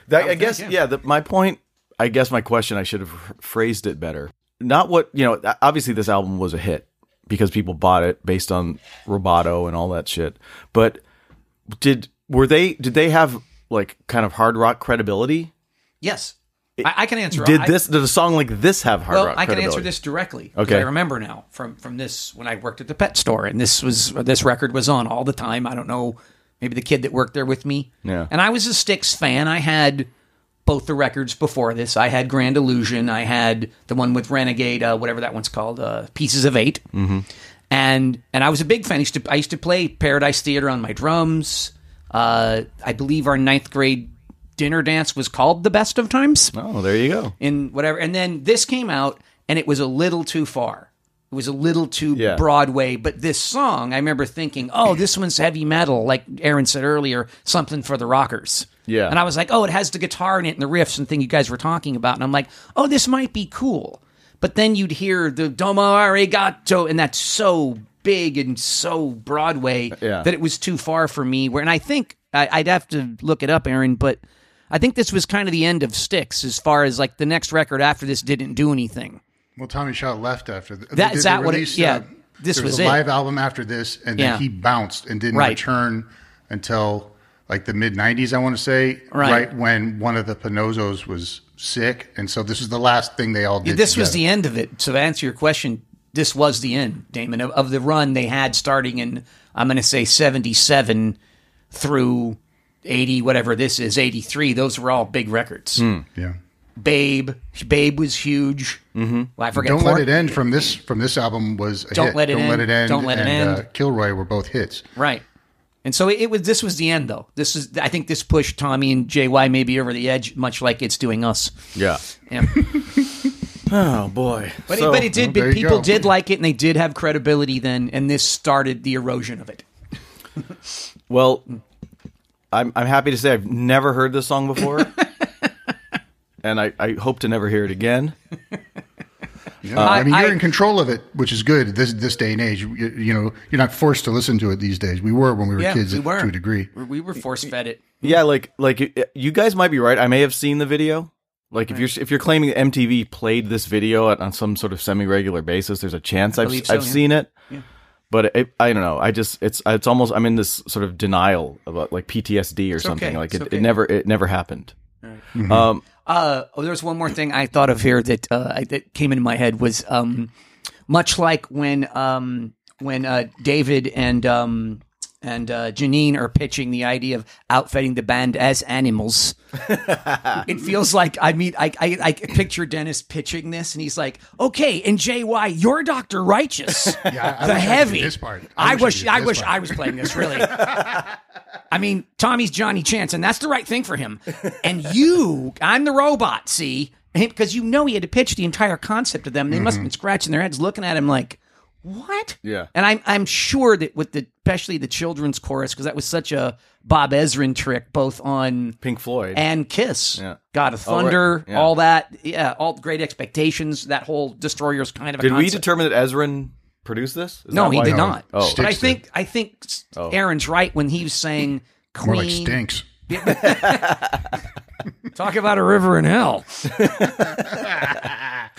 [SPEAKER 1] That, I guess, yeah. the, my point, I guess, my question, I should have phrased it better. Not what you know. Obviously, this album was a hit because people bought it based on Roboto and all that shit. But did were they? Did they have like kind of hard rock credibility?
[SPEAKER 5] Yes. I, I can answer.
[SPEAKER 1] Did
[SPEAKER 5] I-
[SPEAKER 1] this? Did a song like this have hard
[SPEAKER 5] Well,
[SPEAKER 1] rock?
[SPEAKER 5] I can answer
[SPEAKER 1] credibility?
[SPEAKER 5] this directly. 'cause
[SPEAKER 1] Okay.
[SPEAKER 5] I remember now from from this when I worked at the pet store, and this was this record was on all the time. I don't know, maybe the kid that worked there with me.
[SPEAKER 1] Yeah.
[SPEAKER 5] And I was a Styx fan. I had both the records before this. I had Grand Illusion. I had the one with Renegade, uh, whatever that one's called, uh, Pieces of 8 Mm-hmm. And and I was a big fan. I used to I used to play Paradise Theater on my drums. Uh, I believe our ninth grade dinner dance was called the Best of Times
[SPEAKER 1] Oh, there you go.
[SPEAKER 5] in whatever. And then this came out, and it was a little too far. It was a little too
[SPEAKER 1] Yeah.
[SPEAKER 5] Broadway. But this song, I remember thinking, oh, this one's heavy metal, like Aaron said earlier, something for the rockers.
[SPEAKER 1] Yeah.
[SPEAKER 5] And I was like, oh, it has the guitar in it and the riffs and thing you guys were talking about. And I'm like, oh, this might be cool. But then you'd hear the Domo Arigato, and that's so big and so Broadway
[SPEAKER 1] Yeah.
[SPEAKER 5] that it was too far for me. Where and I think I, I'd have to look it up, Aaron, but I think this was kind of the end of Sticks as far as like the next record after this didn't do anything.
[SPEAKER 2] Well, Tommy Shaw left after th-
[SPEAKER 5] That- is that what it-
[SPEAKER 2] released, uh,
[SPEAKER 5] yeah, this
[SPEAKER 2] there
[SPEAKER 5] was
[SPEAKER 2] a
[SPEAKER 5] it.
[SPEAKER 2] live album after this, and then
[SPEAKER 5] Yeah.
[SPEAKER 2] he bounced and didn't
[SPEAKER 5] Right.
[SPEAKER 2] return until like the mid '90s, I want to say,
[SPEAKER 5] Right.
[SPEAKER 2] when one of the Pinozos was sick, and so this is the last thing they all did.
[SPEAKER 5] This was
[SPEAKER 2] together.
[SPEAKER 5] the end of it. So to answer your question, this was the end, Damon, of, of the run they had starting in I'm going to say 77 through 80 whatever this is 83 those were all big records
[SPEAKER 2] Yeah.
[SPEAKER 5] babe babe was huge mm-hmm. well, i forget
[SPEAKER 2] Don't
[SPEAKER 5] Porn-
[SPEAKER 2] let it end from this from this album was a
[SPEAKER 5] Don't
[SPEAKER 2] hit.
[SPEAKER 5] Let It
[SPEAKER 2] don't let
[SPEAKER 5] End,
[SPEAKER 2] it end.
[SPEAKER 5] Don't Let It
[SPEAKER 2] and,
[SPEAKER 5] End.
[SPEAKER 2] Uh, Kilroy were both hits.
[SPEAKER 5] Right. And so it was. This was the end, though. This is. I think this pushed Tommy and JY maybe over the edge, much like it's doing us.
[SPEAKER 1] Yeah.
[SPEAKER 5] Yeah.
[SPEAKER 1] Oh boy.
[SPEAKER 5] But
[SPEAKER 1] So-
[SPEAKER 5] it, but it did.
[SPEAKER 2] well, there
[SPEAKER 5] but
[SPEAKER 2] you
[SPEAKER 5] people
[SPEAKER 2] go.
[SPEAKER 5] did like it, and they did have credibility then. And this started the erosion of it.
[SPEAKER 1] Well, I'm I'm happy to say I've never heard this song before, and I, I hope to never hear it again.
[SPEAKER 2] Yeah. Uh, I mean, you're
[SPEAKER 5] I-
[SPEAKER 2] in control of it, which is good. This this day and age, you, you know, you're not forced to listen to it these days. We were when we were kids
[SPEAKER 5] we
[SPEAKER 2] at-
[SPEAKER 5] were
[SPEAKER 2] to a degree.
[SPEAKER 5] We- We were force fed it.
[SPEAKER 1] Yeah, like like y- you guys might be right. I may have seen the video. Like if you're if you're claiming that MTV played this video at, on some sort of semi regular basis, there's a chance I've
[SPEAKER 5] believe so,
[SPEAKER 1] I've
[SPEAKER 5] yeah.
[SPEAKER 1] seen it. But it, I don't know. I just it's it's almost I'm in this sort of denial about like PTSD or something.
[SPEAKER 5] okay,
[SPEAKER 1] Like
[SPEAKER 5] it's
[SPEAKER 1] it,
[SPEAKER 5] okay.
[SPEAKER 1] it never it never happened. Um,
[SPEAKER 5] Uh, oh, there's one more thing I thought of here that uh, I- that came into my head was um, much like when um, when uh, David and um, and uh, Janine are pitching the idea of outfitting the band as animals. it feels like I mean I, I I picture Dennis pitching this, and he's like, "Okay, and JY, you're Doctor Righteous,
[SPEAKER 2] Yeah, I- I wish
[SPEAKER 5] the
[SPEAKER 2] I could do
[SPEAKER 5] heavy."
[SPEAKER 2] this part.
[SPEAKER 5] I, wish
[SPEAKER 2] could do
[SPEAKER 5] I
[SPEAKER 2] this
[SPEAKER 5] wish
[SPEAKER 2] part.
[SPEAKER 5] I was playing this really. I mean, Tommy's Johnny Chance, and that's the right thing for him. And you, I'm the robot, see? Because you know he had to pitch the entire concept to them. They must have been scratching their heads looking at him like, what?
[SPEAKER 1] Yeah.
[SPEAKER 5] And I'm, I'm sure that with the, especially the children's chorus, because that was such a Bob Ezrin trick, both on
[SPEAKER 1] Pink Floyd.
[SPEAKER 5] and Kiss.
[SPEAKER 1] Yeah.
[SPEAKER 5] God of
[SPEAKER 1] Oh, right.
[SPEAKER 5] Thunder,
[SPEAKER 1] Yeah.
[SPEAKER 5] all that. Yeah, all great expectations, that whole Destroyers kind of a
[SPEAKER 1] Did we
[SPEAKER 5] concept.
[SPEAKER 1] determine that Ezrin produced this? Is
[SPEAKER 5] No,
[SPEAKER 1] that
[SPEAKER 5] he
[SPEAKER 1] why-
[SPEAKER 5] did not.
[SPEAKER 1] Oh,
[SPEAKER 5] but I
[SPEAKER 2] Sticks Oh.
[SPEAKER 5] think I think s- Aaron's right when he was saying Queen.
[SPEAKER 2] More like stinks.
[SPEAKER 5] Talk about a river in hell.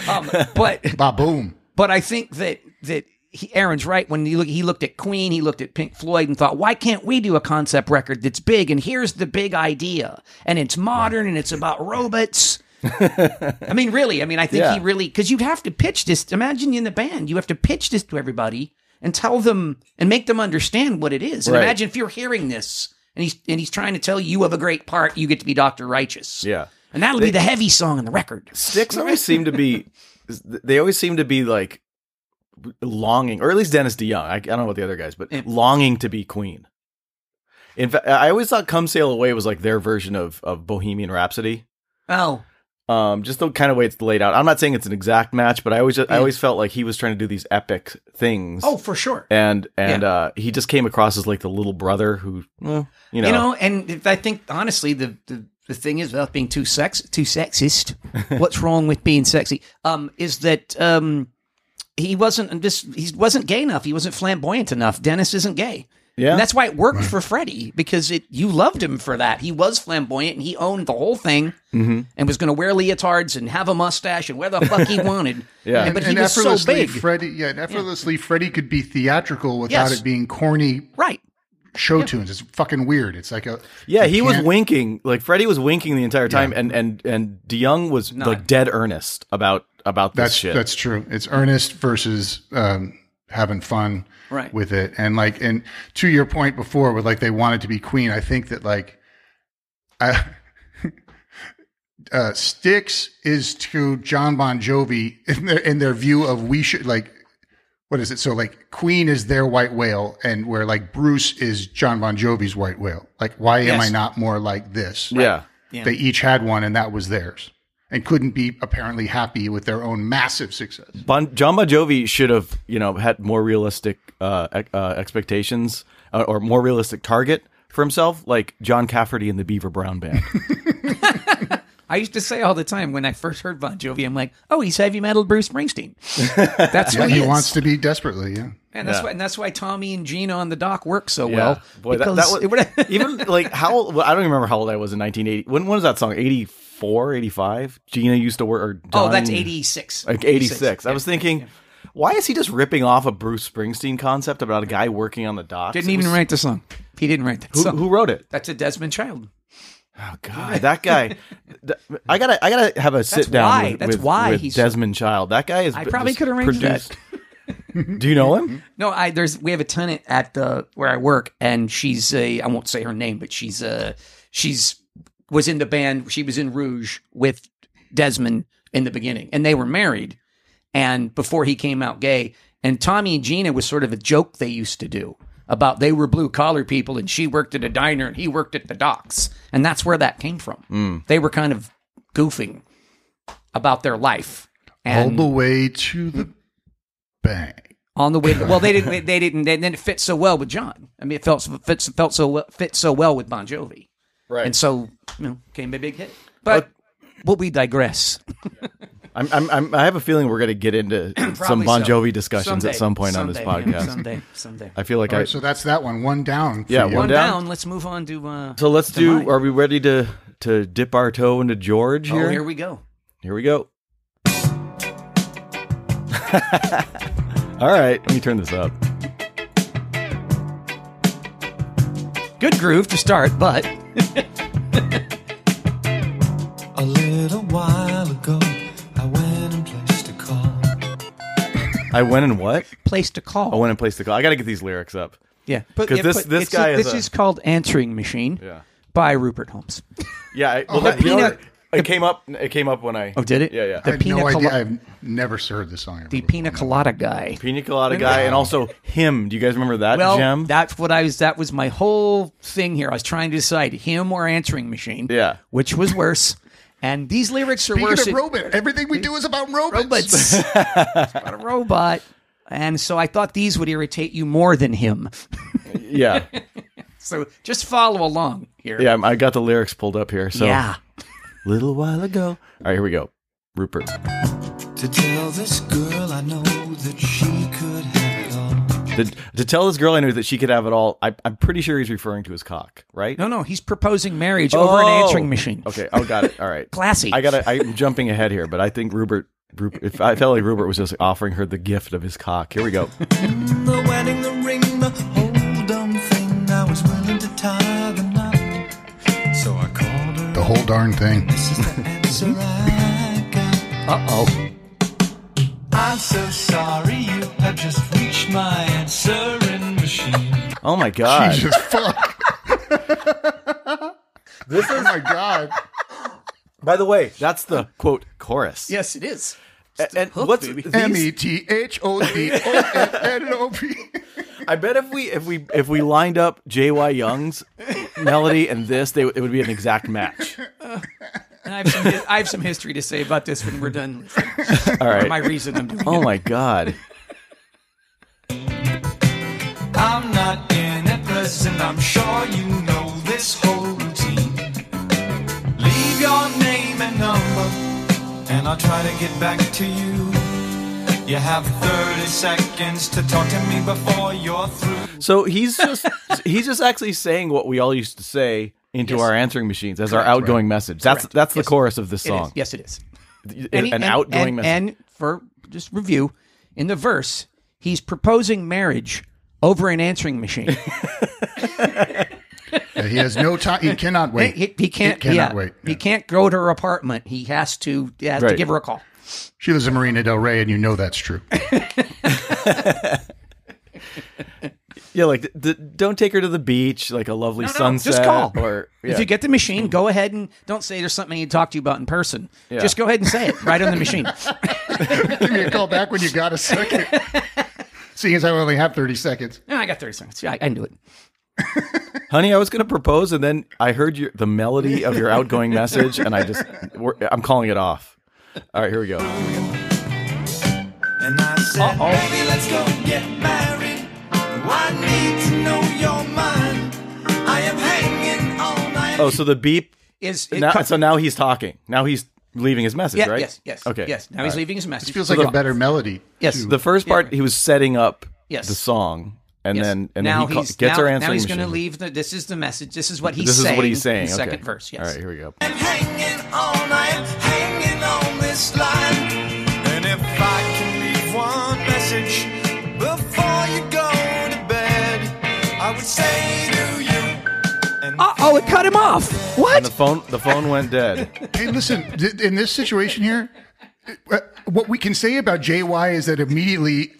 [SPEAKER 5] um, but
[SPEAKER 2] Ba boom.
[SPEAKER 5] but I think that that he, Aaron's right when he look he looked at Queen, he looked at Pink Floyd, and thought, why can't we do a concept record that's big? And here's the big idea, and it's modern, and it's about robots. I mean, really, I mean, I think he
[SPEAKER 1] Yeah.
[SPEAKER 5] really because you'd have to pitch this. Imagine in the band, you have to pitch this to everybody and tell them and make them understand what it is. And
[SPEAKER 1] Right.
[SPEAKER 5] imagine if you're hearing this and he's and he's trying to tell you you have a great part, you get to be Doctor Righteous.
[SPEAKER 1] Yeah.
[SPEAKER 5] and that'll be the heavy song on the record.
[SPEAKER 1] Sticks always seem to be. They always seem to be like longing, or at least Dennis DeYoung. I, I don't know about the other guys, but longing to be Queen. In fact, I always thought "Come Sail Away" was like their version of of Bohemian Rhapsody.
[SPEAKER 5] Oh,
[SPEAKER 1] Um, just the kind of way it's laid out. I'm not saying it's an exact match, but I always I always felt like he was trying to do these epic things.
[SPEAKER 5] oh, for sure.
[SPEAKER 1] and and
[SPEAKER 5] Yeah.
[SPEAKER 1] uh, he just came across as like the little brother who, well, you know,
[SPEAKER 5] You know, and if I think honestly, the, the the thing is without being too sex too sexist. what's wrong with being sexy? Um, is that um, he wasn't and this he wasn't gay enough. He wasn't flamboyant enough. Dennis isn't gay.
[SPEAKER 1] Yeah.
[SPEAKER 5] and that's why it worked for Freddie because it you loved him for that. He was flamboyant and he owned the whole thing
[SPEAKER 1] Mm-hmm.
[SPEAKER 5] and was going to wear leotards and have a mustache and wear the fuck he wanted.
[SPEAKER 1] Yeah.
[SPEAKER 5] And- but he
[SPEAKER 2] and
[SPEAKER 5] was so
[SPEAKER 2] effortlessly,
[SPEAKER 5] big,
[SPEAKER 2] Freddie, yeah, and effortlessly, Freddie could be theatrical without
[SPEAKER 5] Yes.
[SPEAKER 2] it being corny
[SPEAKER 5] right?
[SPEAKER 2] show tunes. It's fucking weird. It's like a
[SPEAKER 1] Yeah,
[SPEAKER 2] you
[SPEAKER 1] he was
[SPEAKER 2] can't-
[SPEAKER 1] winking. Like Freddie was winking the entire time, and and and DeYoung was like dead earnest about about this
[SPEAKER 2] That's
[SPEAKER 1] shit.
[SPEAKER 2] that's true. It's earnest versus um, having fun
[SPEAKER 5] Right.
[SPEAKER 2] with it, and like and to your point before, with like they wanted to be queen. I think that like, I, uh, Styx is to John Bon Jovi in their in their view of we should like. What is it? So like Queen is their white whale, and where like Bruce is John Bon Jovi's white whale. Like, why am I
[SPEAKER 5] Yes.
[SPEAKER 2] not more like this?
[SPEAKER 1] yeah,
[SPEAKER 2] They each had one, and that was theirs, and couldn't be apparently happy with their own massive success.
[SPEAKER 1] bon, John Bon Jovi should have you know had more realistic uh, ex- uh, expectations uh, or more realistic target for himself, like John Cafferty and the Beaver Brown Band.
[SPEAKER 5] I used to say all the time when I first heard Bon Jovi, I'm like, oh, he's heavy metal Bruce Springsteen. That's
[SPEAKER 2] Yeah,
[SPEAKER 5] what
[SPEAKER 2] he
[SPEAKER 5] is.
[SPEAKER 2] wants to be desperately. Yeah,
[SPEAKER 5] And that's
[SPEAKER 1] Yeah.
[SPEAKER 5] why, and that's why Tommy and Gina on the dock work so
[SPEAKER 1] well,
[SPEAKER 5] well.
[SPEAKER 1] boy, that,
[SPEAKER 5] because
[SPEAKER 1] that was
[SPEAKER 5] it would-
[SPEAKER 1] even like how old, well, I don't even remember how old I was in 1980. When, when was that song? 84, 85? Gina used to work. Or
[SPEAKER 5] oh, that's
[SPEAKER 1] Don-
[SPEAKER 5] eighty six.
[SPEAKER 1] like 86. I was thinking, why is he just ripping off a Bruce Springsteen concept about a guy working on the docks?
[SPEAKER 5] Didn't
[SPEAKER 1] It
[SPEAKER 5] even
[SPEAKER 1] was-
[SPEAKER 5] write the song. He didn't write that
[SPEAKER 1] Who,
[SPEAKER 5] song.
[SPEAKER 1] who wrote it?
[SPEAKER 5] That's a Desmond Child.
[SPEAKER 1] Oh God, that guy! th- I gotta, I gotta have a sit down.
[SPEAKER 5] why-
[SPEAKER 1] With,
[SPEAKER 5] that's
[SPEAKER 1] with,
[SPEAKER 5] why
[SPEAKER 1] with
[SPEAKER 5] he's-
[SPEAKER 1] Desmond Child. That guy is.
[SPEAKER 5] I probably could arrange that.
[SPEAKER 1] that. Do you know him?
[SPEAKER 5] No, I there's we have a tenant at the where I work, and she's a I won't say her name, but she's a she's was in the band. She was in Rouge with Desmond in the beginning, and they were married, and before he came out gay, and Tommy and Gina was sort of a joke they used to do about they were blue collar people, and she worked at a diner and he worked at the docks, and that's where that came from. They were kind of goofing about their life.
[SPEAKER 2] all
[SPEAKER 5] And
[SPEAKER 2] the way to the bank.
[SPEAKER 5] on the way. Well, they didn't. They didn't. They, then it fit so well with John. I mean, it felt fits felt so well, fit so well with Bon Jovi,
[SPEAKER 1] Right.
[SPEAKER 5] and so you know, came a big hit. But will we digress?
[SPEAKER 1] I'm, I'm, I'm, I have a feeling we're gonna get into some
[SPEAKER 5] Probably
[SPEAKER 1] Bon
[SPEAKER 5] so.
[SPEAKER 1] Jovi discussions at
[SPEAKER 5] Someday.
[SPEAKER 1] some point on
[SPEAKER 5] Someday.
[SPEAKER 1] this
[SPEAKER 5] Yeah,
[SPEAKER 1] podcast.
[SPEAKER 5] someday, someday.
[SPEAKER 1] I feel like
[SPEAKER 2] All
[SPEAKER 1] I.
[SPEAKER 2] right, so that's that one. One down. for
[SPEAKER 1] Yeah,
[SPEAKER 2] you.
[SPEAKER 5] One
[SPEAKER 1] down.
[SPEAKER 5] down. Let's move on to. Uh,
[SPEAKER 1] so let's
[SPEAKER 5] to
[SPEAKER 1] do.
[SPEAKER 5] mine.
[SPEAKER 1] Are we ready to to dip our toe into George
[SPEAKER 5] oh,
[SPEAKER 1] here?
[SPEAKER 5] here we go.
[SPEAKER 1] Here we go. All right, let me turn this up.
[SPEAKER 5] Good groove to start, but
[SPEAKER 8] A little while ago, I went and placed a call.
[SPEAKER 1] I I went and what?
[SPEAKER 5] place to call.
[SPEAKER 1] I went and placed the call. I got to get these lyrics up.
[SPEAKER 5] yeah, but
[SPEAKER 1] 'Cause
[SPEAKER 5] yeah,
[SPEAKER 1] this-
[SPEAKER 5] but
[SPEAKER 1] this
[SPEAKER 5] it's-
[SPEAKER 1] guy is
[SPEAKER 5] this
[SPEAKER 1] a-
[SPEAKER 5] is called "Answering Machine"
[SPEAKER 1] Yeah.
[SPEAKER 5] by Rupert Holmes.
[SPEAKER 1] Yeah. I, well, that, you know,
[SPEAKER 5] Oh, peanut-
[SPEAKER 1] it came up. It came up when I.
[SPEAKER 5] Oh, did it?
[SPEAKER 1] Yeah, yeah.
[SPEAKER 5] The
[SPEAKER 2] I had
[SPEAKER 5] pina
[SPEAKER 2] no
[SPEAKER 5] colo-
[SPEAKER 2] idea. I've never heard this song.
[SPEAKER 5] the pina colada guy.
[SPEAKER 1] Pina colada guy, and also him. Do you guys remember that
[SPEAKER 5] Well,
[SPEAKER 1] gem?
[SPEAKER 5] that's what I was. That was my whole thing here. I was trying to decide him or answering machine.
[SPEAKER 1] Yeah.
[SPEAKER 5] which was worse? And these lyrics are worse.
[SPEAKER 2] Speaking
[SPEAKER 5] in-
[SPEAKER 2] of robot, everything we do is about robots.
[SPEAKER 5] robots. It's about a robot. And so I thought these would irritate you more than him.
[SPEAKER 1] yeah,
[SPEAKER 5] So just follow along here.
[SPEAKER 1] yeah. I got the lyrics pulled up here. So
[SPEAKER 5] Yeah.
[SPEAKER 1] little while ago. All right, here we go. Rupert.
[SPEAKER 8] To tell this girl I know that she could have it all.
[SPEAKER 1] The, to tell this girl I knew that she could have it all. I, I'm pretty sure he's referring to his cock, right?
[SPEAKER 5] No, no, he's proposing marriage over an
[SPEAKER 1] Oh.
[SPEAKER 5] answering machine.
[SPEAKER 1] Okay. Oh, got it. All right.
[SPEAKER 5] Classy.
[SPEAKER 1] I got. I'm jumping ahead here, but I think Rupert. Rupert if I felt like Rupert was just offering her the gift of his cock. Here we go.
[SPEAKER 8] The wedding, the ring, the whole dumb thing. I was willing to tie the knot. So I called her.
[SPEAKER 2] The whole darn thing.
[SPEAKER 8] This is the answer I got.
[SPEAKER 5] Uh oh.
[SPEAKER 8] I'm so sorry you have just reached my answering machine.
[SPEAKER 1] Oh my god.
[SPEAKER 2] Jesus fuck. this is my god.
[SPEAKER 1] By the way, that's the quote chorus.
[SPEAKER 5] Yes, it is.
[SPEAKER 1] A- And
[SPEAKER 5] hook,
[SPEAKER 1] what's
[SPEAKER 5] baby.
[SPEAKER 1] these-
[SPEAKER 2] M e t h o d o f l o p.
[SPEAKER 1] I bet if we if we if we lined up J.Y. Young's melody and this, they would- it would be an exact match.
[SPEAKER 5] And I have some, I have some history to say about this when we're done. listening.
[SPEAKER 1] All right.
[SPEAKER 5] My reason I'm doing
[SPEAKER 1] oh my god.
[SPEAKER 8] I'm not in at present, I'm sure you know this whole routine. Leave your name and number, and I'll try to get back to you. You have 30 seconds to talk to me before you're through.
[SPEAKER 1] So he's just he's just actually saying what we all used to say into
[SPEAKER 5] Yes.
[SPEAKER 1] our answering machines as our outgoing message. That's that's the
[SPEAKER 5] Yes.
[SPEAKER 1] chorus of this
[SPEAKER 5] it. It is.
[SPEAKER 1] song.
[SPEAKER 5] Yes, it is.
[SPEAKER 1] An
[SPEAKER 5] he-
[SPEAKER 1] outgoing
[SPEAKER 5] and,
[SPEAKER 1] message.
[SPEAKER 5] And for just review, in the verse, he's proposing marriage over an answering machine.
[SPEAKER 2] He has no time. He cannot wait.
[SPEAKER 5] he, he can't.
[SPEAKER 2] It cannot
[SPEAKER 5] yeah,
[SPEAKER 2] wait.
[SPEAKER 5] He can't go to her apartment. He has to. He has to
[SPEAKER 1] Right.
[SPEAKER 5] give her a call.
[SPEAKER 2] She lives in Marina Del Rey, and you know that's true.
[SPEAKER 1] yeah, like th- th- don't take her to the beach, like a lovely
[SPEAKER 5] No, no,
[SPEAKER 1] sunset.
[SPEAKER 5] Just call.
[SPEAKER 1] Or yeah.
[SPEAKER 5] If you get the machine, go ahead and don't say there's something I need to talk to you about in person.
[SPEAKER 1] Yeah.
[SPEAKER 5] Just go ahead and say it right on the machine.
[SPEAKER 2] Give me a call back when you got a second. Seeing as I only have 30 seconds.
[SPEAKER 5] no, I got 30 seconds. Yeah, I, I knew it.
[SPEAKER 1] honey, I was gonna propose, and then I heard your, the melody of your outgoing message, and I just we're, I'm calling it off. All right, here we go.
[SPEAKER 8] And I said, baby, let's go get married. I need to know your mind. I am hanging on. I am
[SPEAKER 1] Oh, so the beep
[SPEAKER 5] Is it
[SPEAKER 1] now,
[SPEAKER 5] co-
[SPEAKER 1] so now he's talking. Now he's leaving his message,
[SPEAKER 5] yeah,
[SPEAKER 1] right?
[SPEAKER 5] Yes, yes.
[SPEAKER 1] Okay.
[SPEAKER 5] Yes. Now
[SPEAKER 1] All
[SPEAKER 5] he's
[SPEAKER 1] right.
[SPEAKER 5] leaving his message.
[SPEAKER 2] It feels like a better melody.
[SPEAKER 5] Yes.
[SPEAKER 1] The first part, he was setting up
[SPEAKER 5] Yes.
[SPEAKER 1] the song, and
[SPEAKER 5] Yes.
[SPEAKER 1] then and
[SPEAKER 5] now
[SPEAKER 1] then he ca-
[SPEAKER 5] he's,
[SPEAKER 1] gets
[SPEAKER 5] now,
[SPEAKER 1] our answering
[SPEAKER 5] Now he's gonna
[SPEAKER 1] machine.
[SPEAKER 5] leave. The, this is the message. This is what he's
[SPEAKER 1] This
[SPEAKER 5] saying.
[SPEAKER 1] is what he's saying.
[SPEAKER 5] in the
[SPEAKER 1] okay.
[SPEAKER 5] Second verse. Yes.
[SPEAKER 1] All right, here we go.
[SPEAKER 8] I'm hanging on, I am hanging on this line. And if I can leave one message before you go to bed, I would say to you. And
[SPEAKER 5] Uh oh! It cut him off.
[SPEAKER 1] And the
[SPEAKER 5] What?
[SPEAKER 1] phone, the phone went dead.
[SPEAKER 2] Hey, listen, th- in this situation here, uh, what we can say about JY is that immediately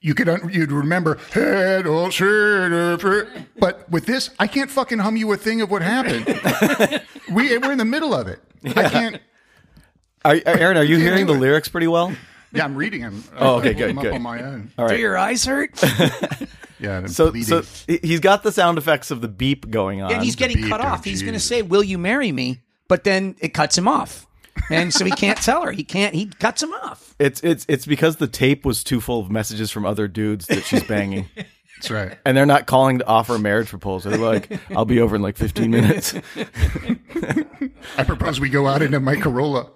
[SPEAKER 2] you could un- you'd remember head all shirt, but with this, I can't fucking hum you a thing of what happened. we we're in the middle of it. I can't.
[SPEAKER 1] Are, are- Aaron, are you hearing the lyrics pretty well?
[SPEAKER 2] Yeah, I'm reading them.
[SPEAKER 1] Oh, okay,
[SPEAKER 2] I pulled
[SPEAKER 1] good,
[SPEAKER 2] them up
[SPEAKER 1] good.
[SPEAKER 2] on my own.
[SPEAKER 1] All
[SPEAKER 5] Do
[SPEAKER 1] right.
[SPEAKER 5] your eyes hurt?
[SPEAKER 2] Yeah, and I'm
[SPEAKER 1] so,
[SPEAKER 2] bleeding.
[SPEAKER 1] so he- he's got the sound effects of the beep going on.
[SPEAKER 5] and he's getting
[SPEAKER 2] beat
[SPEAKER 5] cut
[SPEAKER 2] of
[SPEAKER 5] off. He's going to
[SPEAKER 2] Jesus.
[SPEAKER 5] say, "Will you marry me?" But then it cuts him off, and so he can't tell her. He can't. He cuts him off.
[SPEAKER 1] it's it's it's because the tape was too full of messages from other dudes that she's banging,
[SPEAKER 2] that's right.
[SPEAKER 1] and they're not calling to offer a marriage proposal. They're like, "I'll be over in like 15 minutes."
[SPEAKER 2] I propose we go out into my Corolla.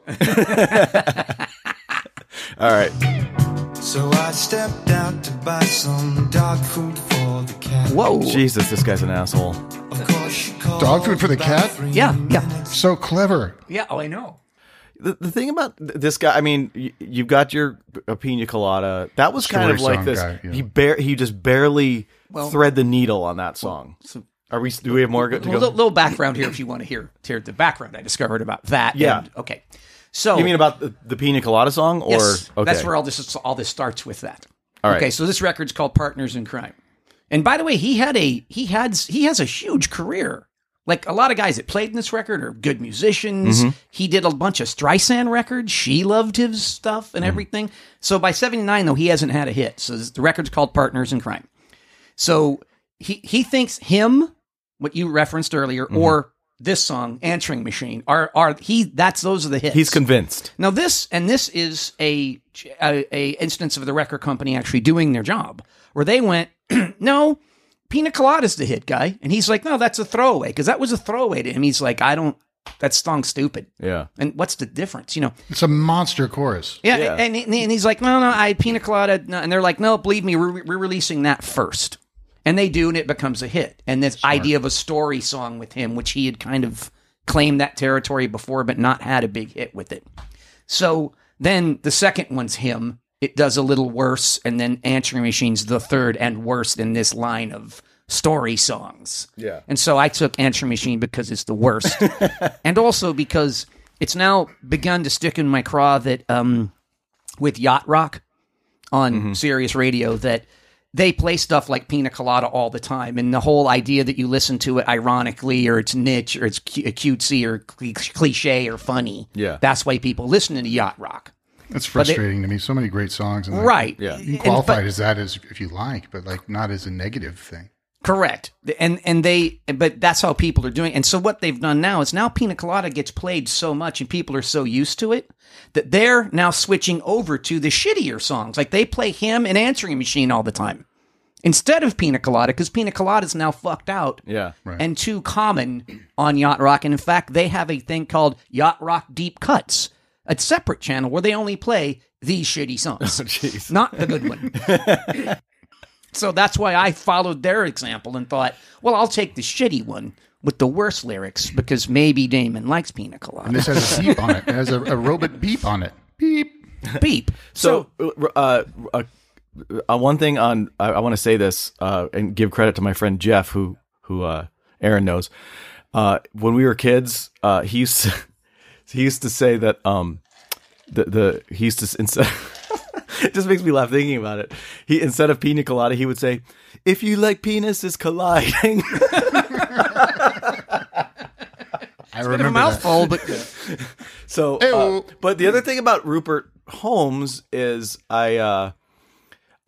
[SPEAKER 1] All right.
[SPEAKER 8] So I stepped out to buy some dog food for the cat.
[SPEAKER 5] Whoa!
[SPEAKER 1] Jesus, this guy's an asshole.
[SPEAKER 8] Of course, she called.
[SPEAKER 2] Dog food for the
[SPEAKER 8] about
[SPEAKER 2] cat?
[SPEAKER 8] three
[SPEAKER 5] Yeah, yeah.
[SPEAKER 8] minutes.
[SPEAKER 2] So clever.
[SPEAKER 5] Yeah. Oh, I know.
[SPEAKER 1] the, the thing about th- this guy, I mean, y- you've got your uh, pina colada. That was kind
[SPEAKER 2] Story
[SPEAKER 1] of like
[SPEAKER 2] song
[SPEAKER 1] this.
[SPEAKER 2] guy, yeah.
[SPEAKER 1] He bare he just barely
[SPEAKER 5] Well-
[SPEAKER 1] thread the needle on that song. Are we? Do we have more go- to
[SPEAKER 5] A little,
[SPEAKER 1] go?
[SPEAKER 5] little background here, if you want to hear hear the background I discovered about that.
[SPEAKER 1] Yeah.
[SPEAKER 5] And- okay. So
[SPEAKER 1] You mean about the, the pina colada song, or
[SPEAKER 5] yes,
[SPEAKER 1] okay.
[SPEAKER 5] that's where all this is- all this starts with that.
[SPEAKER 1] All right.
[SPEAKER 5] Okay, so this record's called Partners in Crime. And by the way, he had a he had he has a huge career. Like a lot of guys that played in this record are good musicians.
[SPEAKER 1] Mm-hmm.
[SPEAKER 5] He did a bunch of Streisand records. She loved his stuff
[SPEAKER 1] Mm-hmm.
[SPEAKER 5] and everything. So by 79 though, he hasn't had a hit. So this- the record's called Partners in Crime. So he he thinks him what you referenced earlier
[SPEAKER 1] Mm-hmm.
[SPEAKER 5] or this song Answering Machine are are he that's those are the hits.
[SPEAKER 1] He's convinced.
[SPEAKER 5] Now this and this is a, a a instance of the record company actually doing their job, where they went, no, Pina Colada's the hit guy, and he's like, no, that's a throwaway because that was a throwaway to him. He's like, I don't, that song's stupid,
[SPEAKER 1] Yeah.
[SPEAKER 5] and what's the difference, you know?
[SPEAKER 2] It's a monster chorus.
[SPEAKER 5] Yeah,
[SPEAKER 1] Yeah.
[SPEAKER 5] And, and and he's like, no, no, I Pina Colada, no. and they're like, no, believe me, we're we're releasing that first, and they do, and it becomes a hit, and this idea of a story song with him, which he had kind of claimed that territory before, but not had a big hit with it. So then the second one's him. It does a little worse, and then Answering Machine's the third and worst in this line of story songs. Yeah. And so I took Answering Machine because it's the worst, and also because it's now begun to stick in my craw that um, with Yacht Rock on
[SPEAKER 1] Mm-hmm.
[SPEAKER 5] Sirius Radio that they play stuff like Pina Colada all the time, and the whole idea that you listen to it ironically or it's niche or it's cu- uh, cutesy or cli- cliche or funny.
[SPEAKER 1] Yeah.
[SPEAKER 5] that's why people listen to Yacht Rock.
[SPEAKER 2] That's frustrating to me. So many great songs. And like,
[SPEAKER 5] Right.
[SPEAKER 1] Yeah.
[SPEAKER 2] You
[SPEAKER 5] And-
[SPEAKER 2] can qualify
[SPEAKER 5] but-
[SPEAKER 2] it as that as if you like, but like not as a negative thing.
[SPEAKER 5] Correct. And and they but that's how people are doing. And so what they've done now is now Pina Colada gets played so much and people are so used to it that they're now switching over to the shittier songs. Like they play him and answering machine all the time. Instead of Pina Colada, because Pina Colada's now fucked out
[SPEAKER 1] Yeah.
[SPEAKER 5] and too common on Yacht Rock. And in fact, they have a thing called Yacht Rock Deep Cuts, a separate channel where they only play these shitty songs, not the good one. so that's why I followed their example and thought, well, I'll take the shitty one with the worst lyrics because maybe Damon likes pina colada.
[SPEAKER 2] This has a beep on it. It has a, a robot beep on it. Beep.
[SPEAKER 5] Beep.
[SPEAKER 1] So, uh, uh, uh, one thing on I, I want to say this uh, and give credit to my friend Jeff, who who uh, Aaron knows. Uh, when we were kids, uh, he used to, he used to say that um, the the he used to s- instead. It just makes me laugh thinking about it. He instead of pina colada, he would say, "If you like penises colliding."
[SPEAKER 2] I
[SPEAKER 5] Bit of a
[SPEAKER 2] remember that.
[SPEAKER 5] mouthful, but
[SPEAKER 1] So, uh, but the other thing about Rupert Holmes is I uh,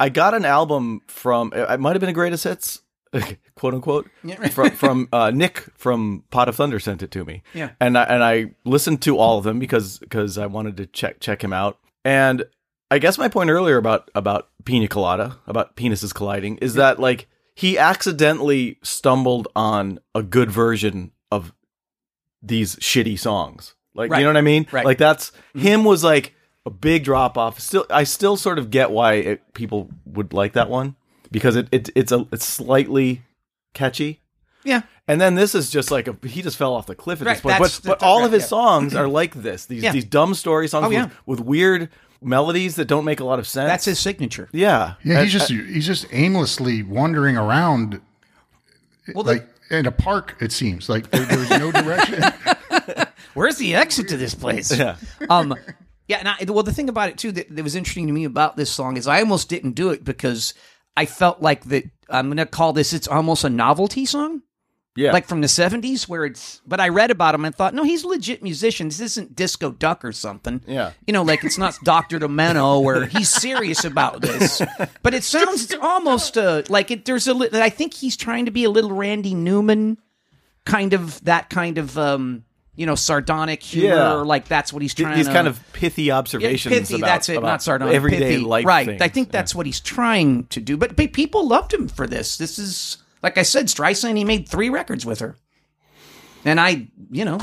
[SPEAKER 1] I got an album from it might have been a greatest hits, quote unquote, from, from uh, Nick from Pot of Thunder sent it to me.
[SPEAKER 5] Yeah.
[SPEAKER 1] and I and I listened to all of them because because I wanted to check check him out. And I guess my point earlier about about pina colada about penises colliding is that like he accidentally stumbled on a good version of these shitty songs. Like
[SPEAKER 5] Right.
[SPEAKER 1] you know what I mean?
[SPEAKER 5] Right.
[SPEAKER 1] Like that's him was like a big drop off. Still, I still sort of get why it, people would like that one because it, it it's a it's slightly catchy.
[SPEAKER 5] yeah.
[SPEAKER 1] And then this is just like a he just fell off the cliff at
[SPEAKER 5] Right,
[SPEAKER 1] this point. But,
[SPEAKER 5] that's-
[SPEAKER 1] but
[SPEAKER 5] that's-
[SPEAKER 1] all
[SPEAKER 5] right,
[SPEAKER 1] of his
[SPEAKER 5] yeah.
[SPEAKER 1] songs are like this. These
[SPEAKER 5] Yeah.
[SPEAKER 1] these dumb story songs
[SPEAKER 5] Oh,
[SPEAKER 1] with,
[SPEAKER 5] yeah.
[SPEAKER 1] with weird melodies that don't make a lot of sense.
[SPEAKER 5] That's his signature.
[SPEAKER 1] yeah.
[SPEAKER 2] Yeah, he's just he's just aimlessly wandering around,
[SPEAKER 5] Well, the-
[SPEAKER 2] like in a park. It seems like there, there's no direction.
[SPEAKER 5] Where's the exit to this place? Yeah. Um, yeah. And I, well, the thing about it too that, that was interesting to me about this song is I almost didn't do it because I felt like that I'm going to call this. It's almost a novelty song,
[SPEAKER 1] yeah.
[SPEAKER 5] like from the '70s, where it's. But I read about him and thought, no, he's a legit musician. This isn't Disco Duck or something.
[SPEAKER 1] Yeah.
[SPEAKER 5] You know, like it's not Doctor Domeno or he's serious about this. But it sounds it's almost uh, like it. There's a. Li- I think he's trying to be a little Randy Newman kind of that kind of um you know sardonic humor
[SPEAKER 1] Yeah.
[SPEAKER 5] or like that's what he's
[SPEAKER 1] Th-
[SPEAKER 5] trying
[SPEAKER 1] these
[SPEAKER 5] to,
[SPEAKER 1] kind of pithy
[SPEAKER 5] Yeah,
[SPEAKER 1] observations
[SPEAKER 5] pithy
[SPEAKER 1] about,
[SPEAKER 5] that's it
[SPEAKER 1] about
[SPEAKER 5] not sardonic
[SPEAKER 1] everyday
[SPEAKER 5] pithy.
[SPEAKER 1] life
[SPEAKER 5] right
[SPEAKER 1] things.
[SPEAKER 5] i think that's what he's trying to do but, but people loved him for this this is like i said streisand he made three records with her and i you know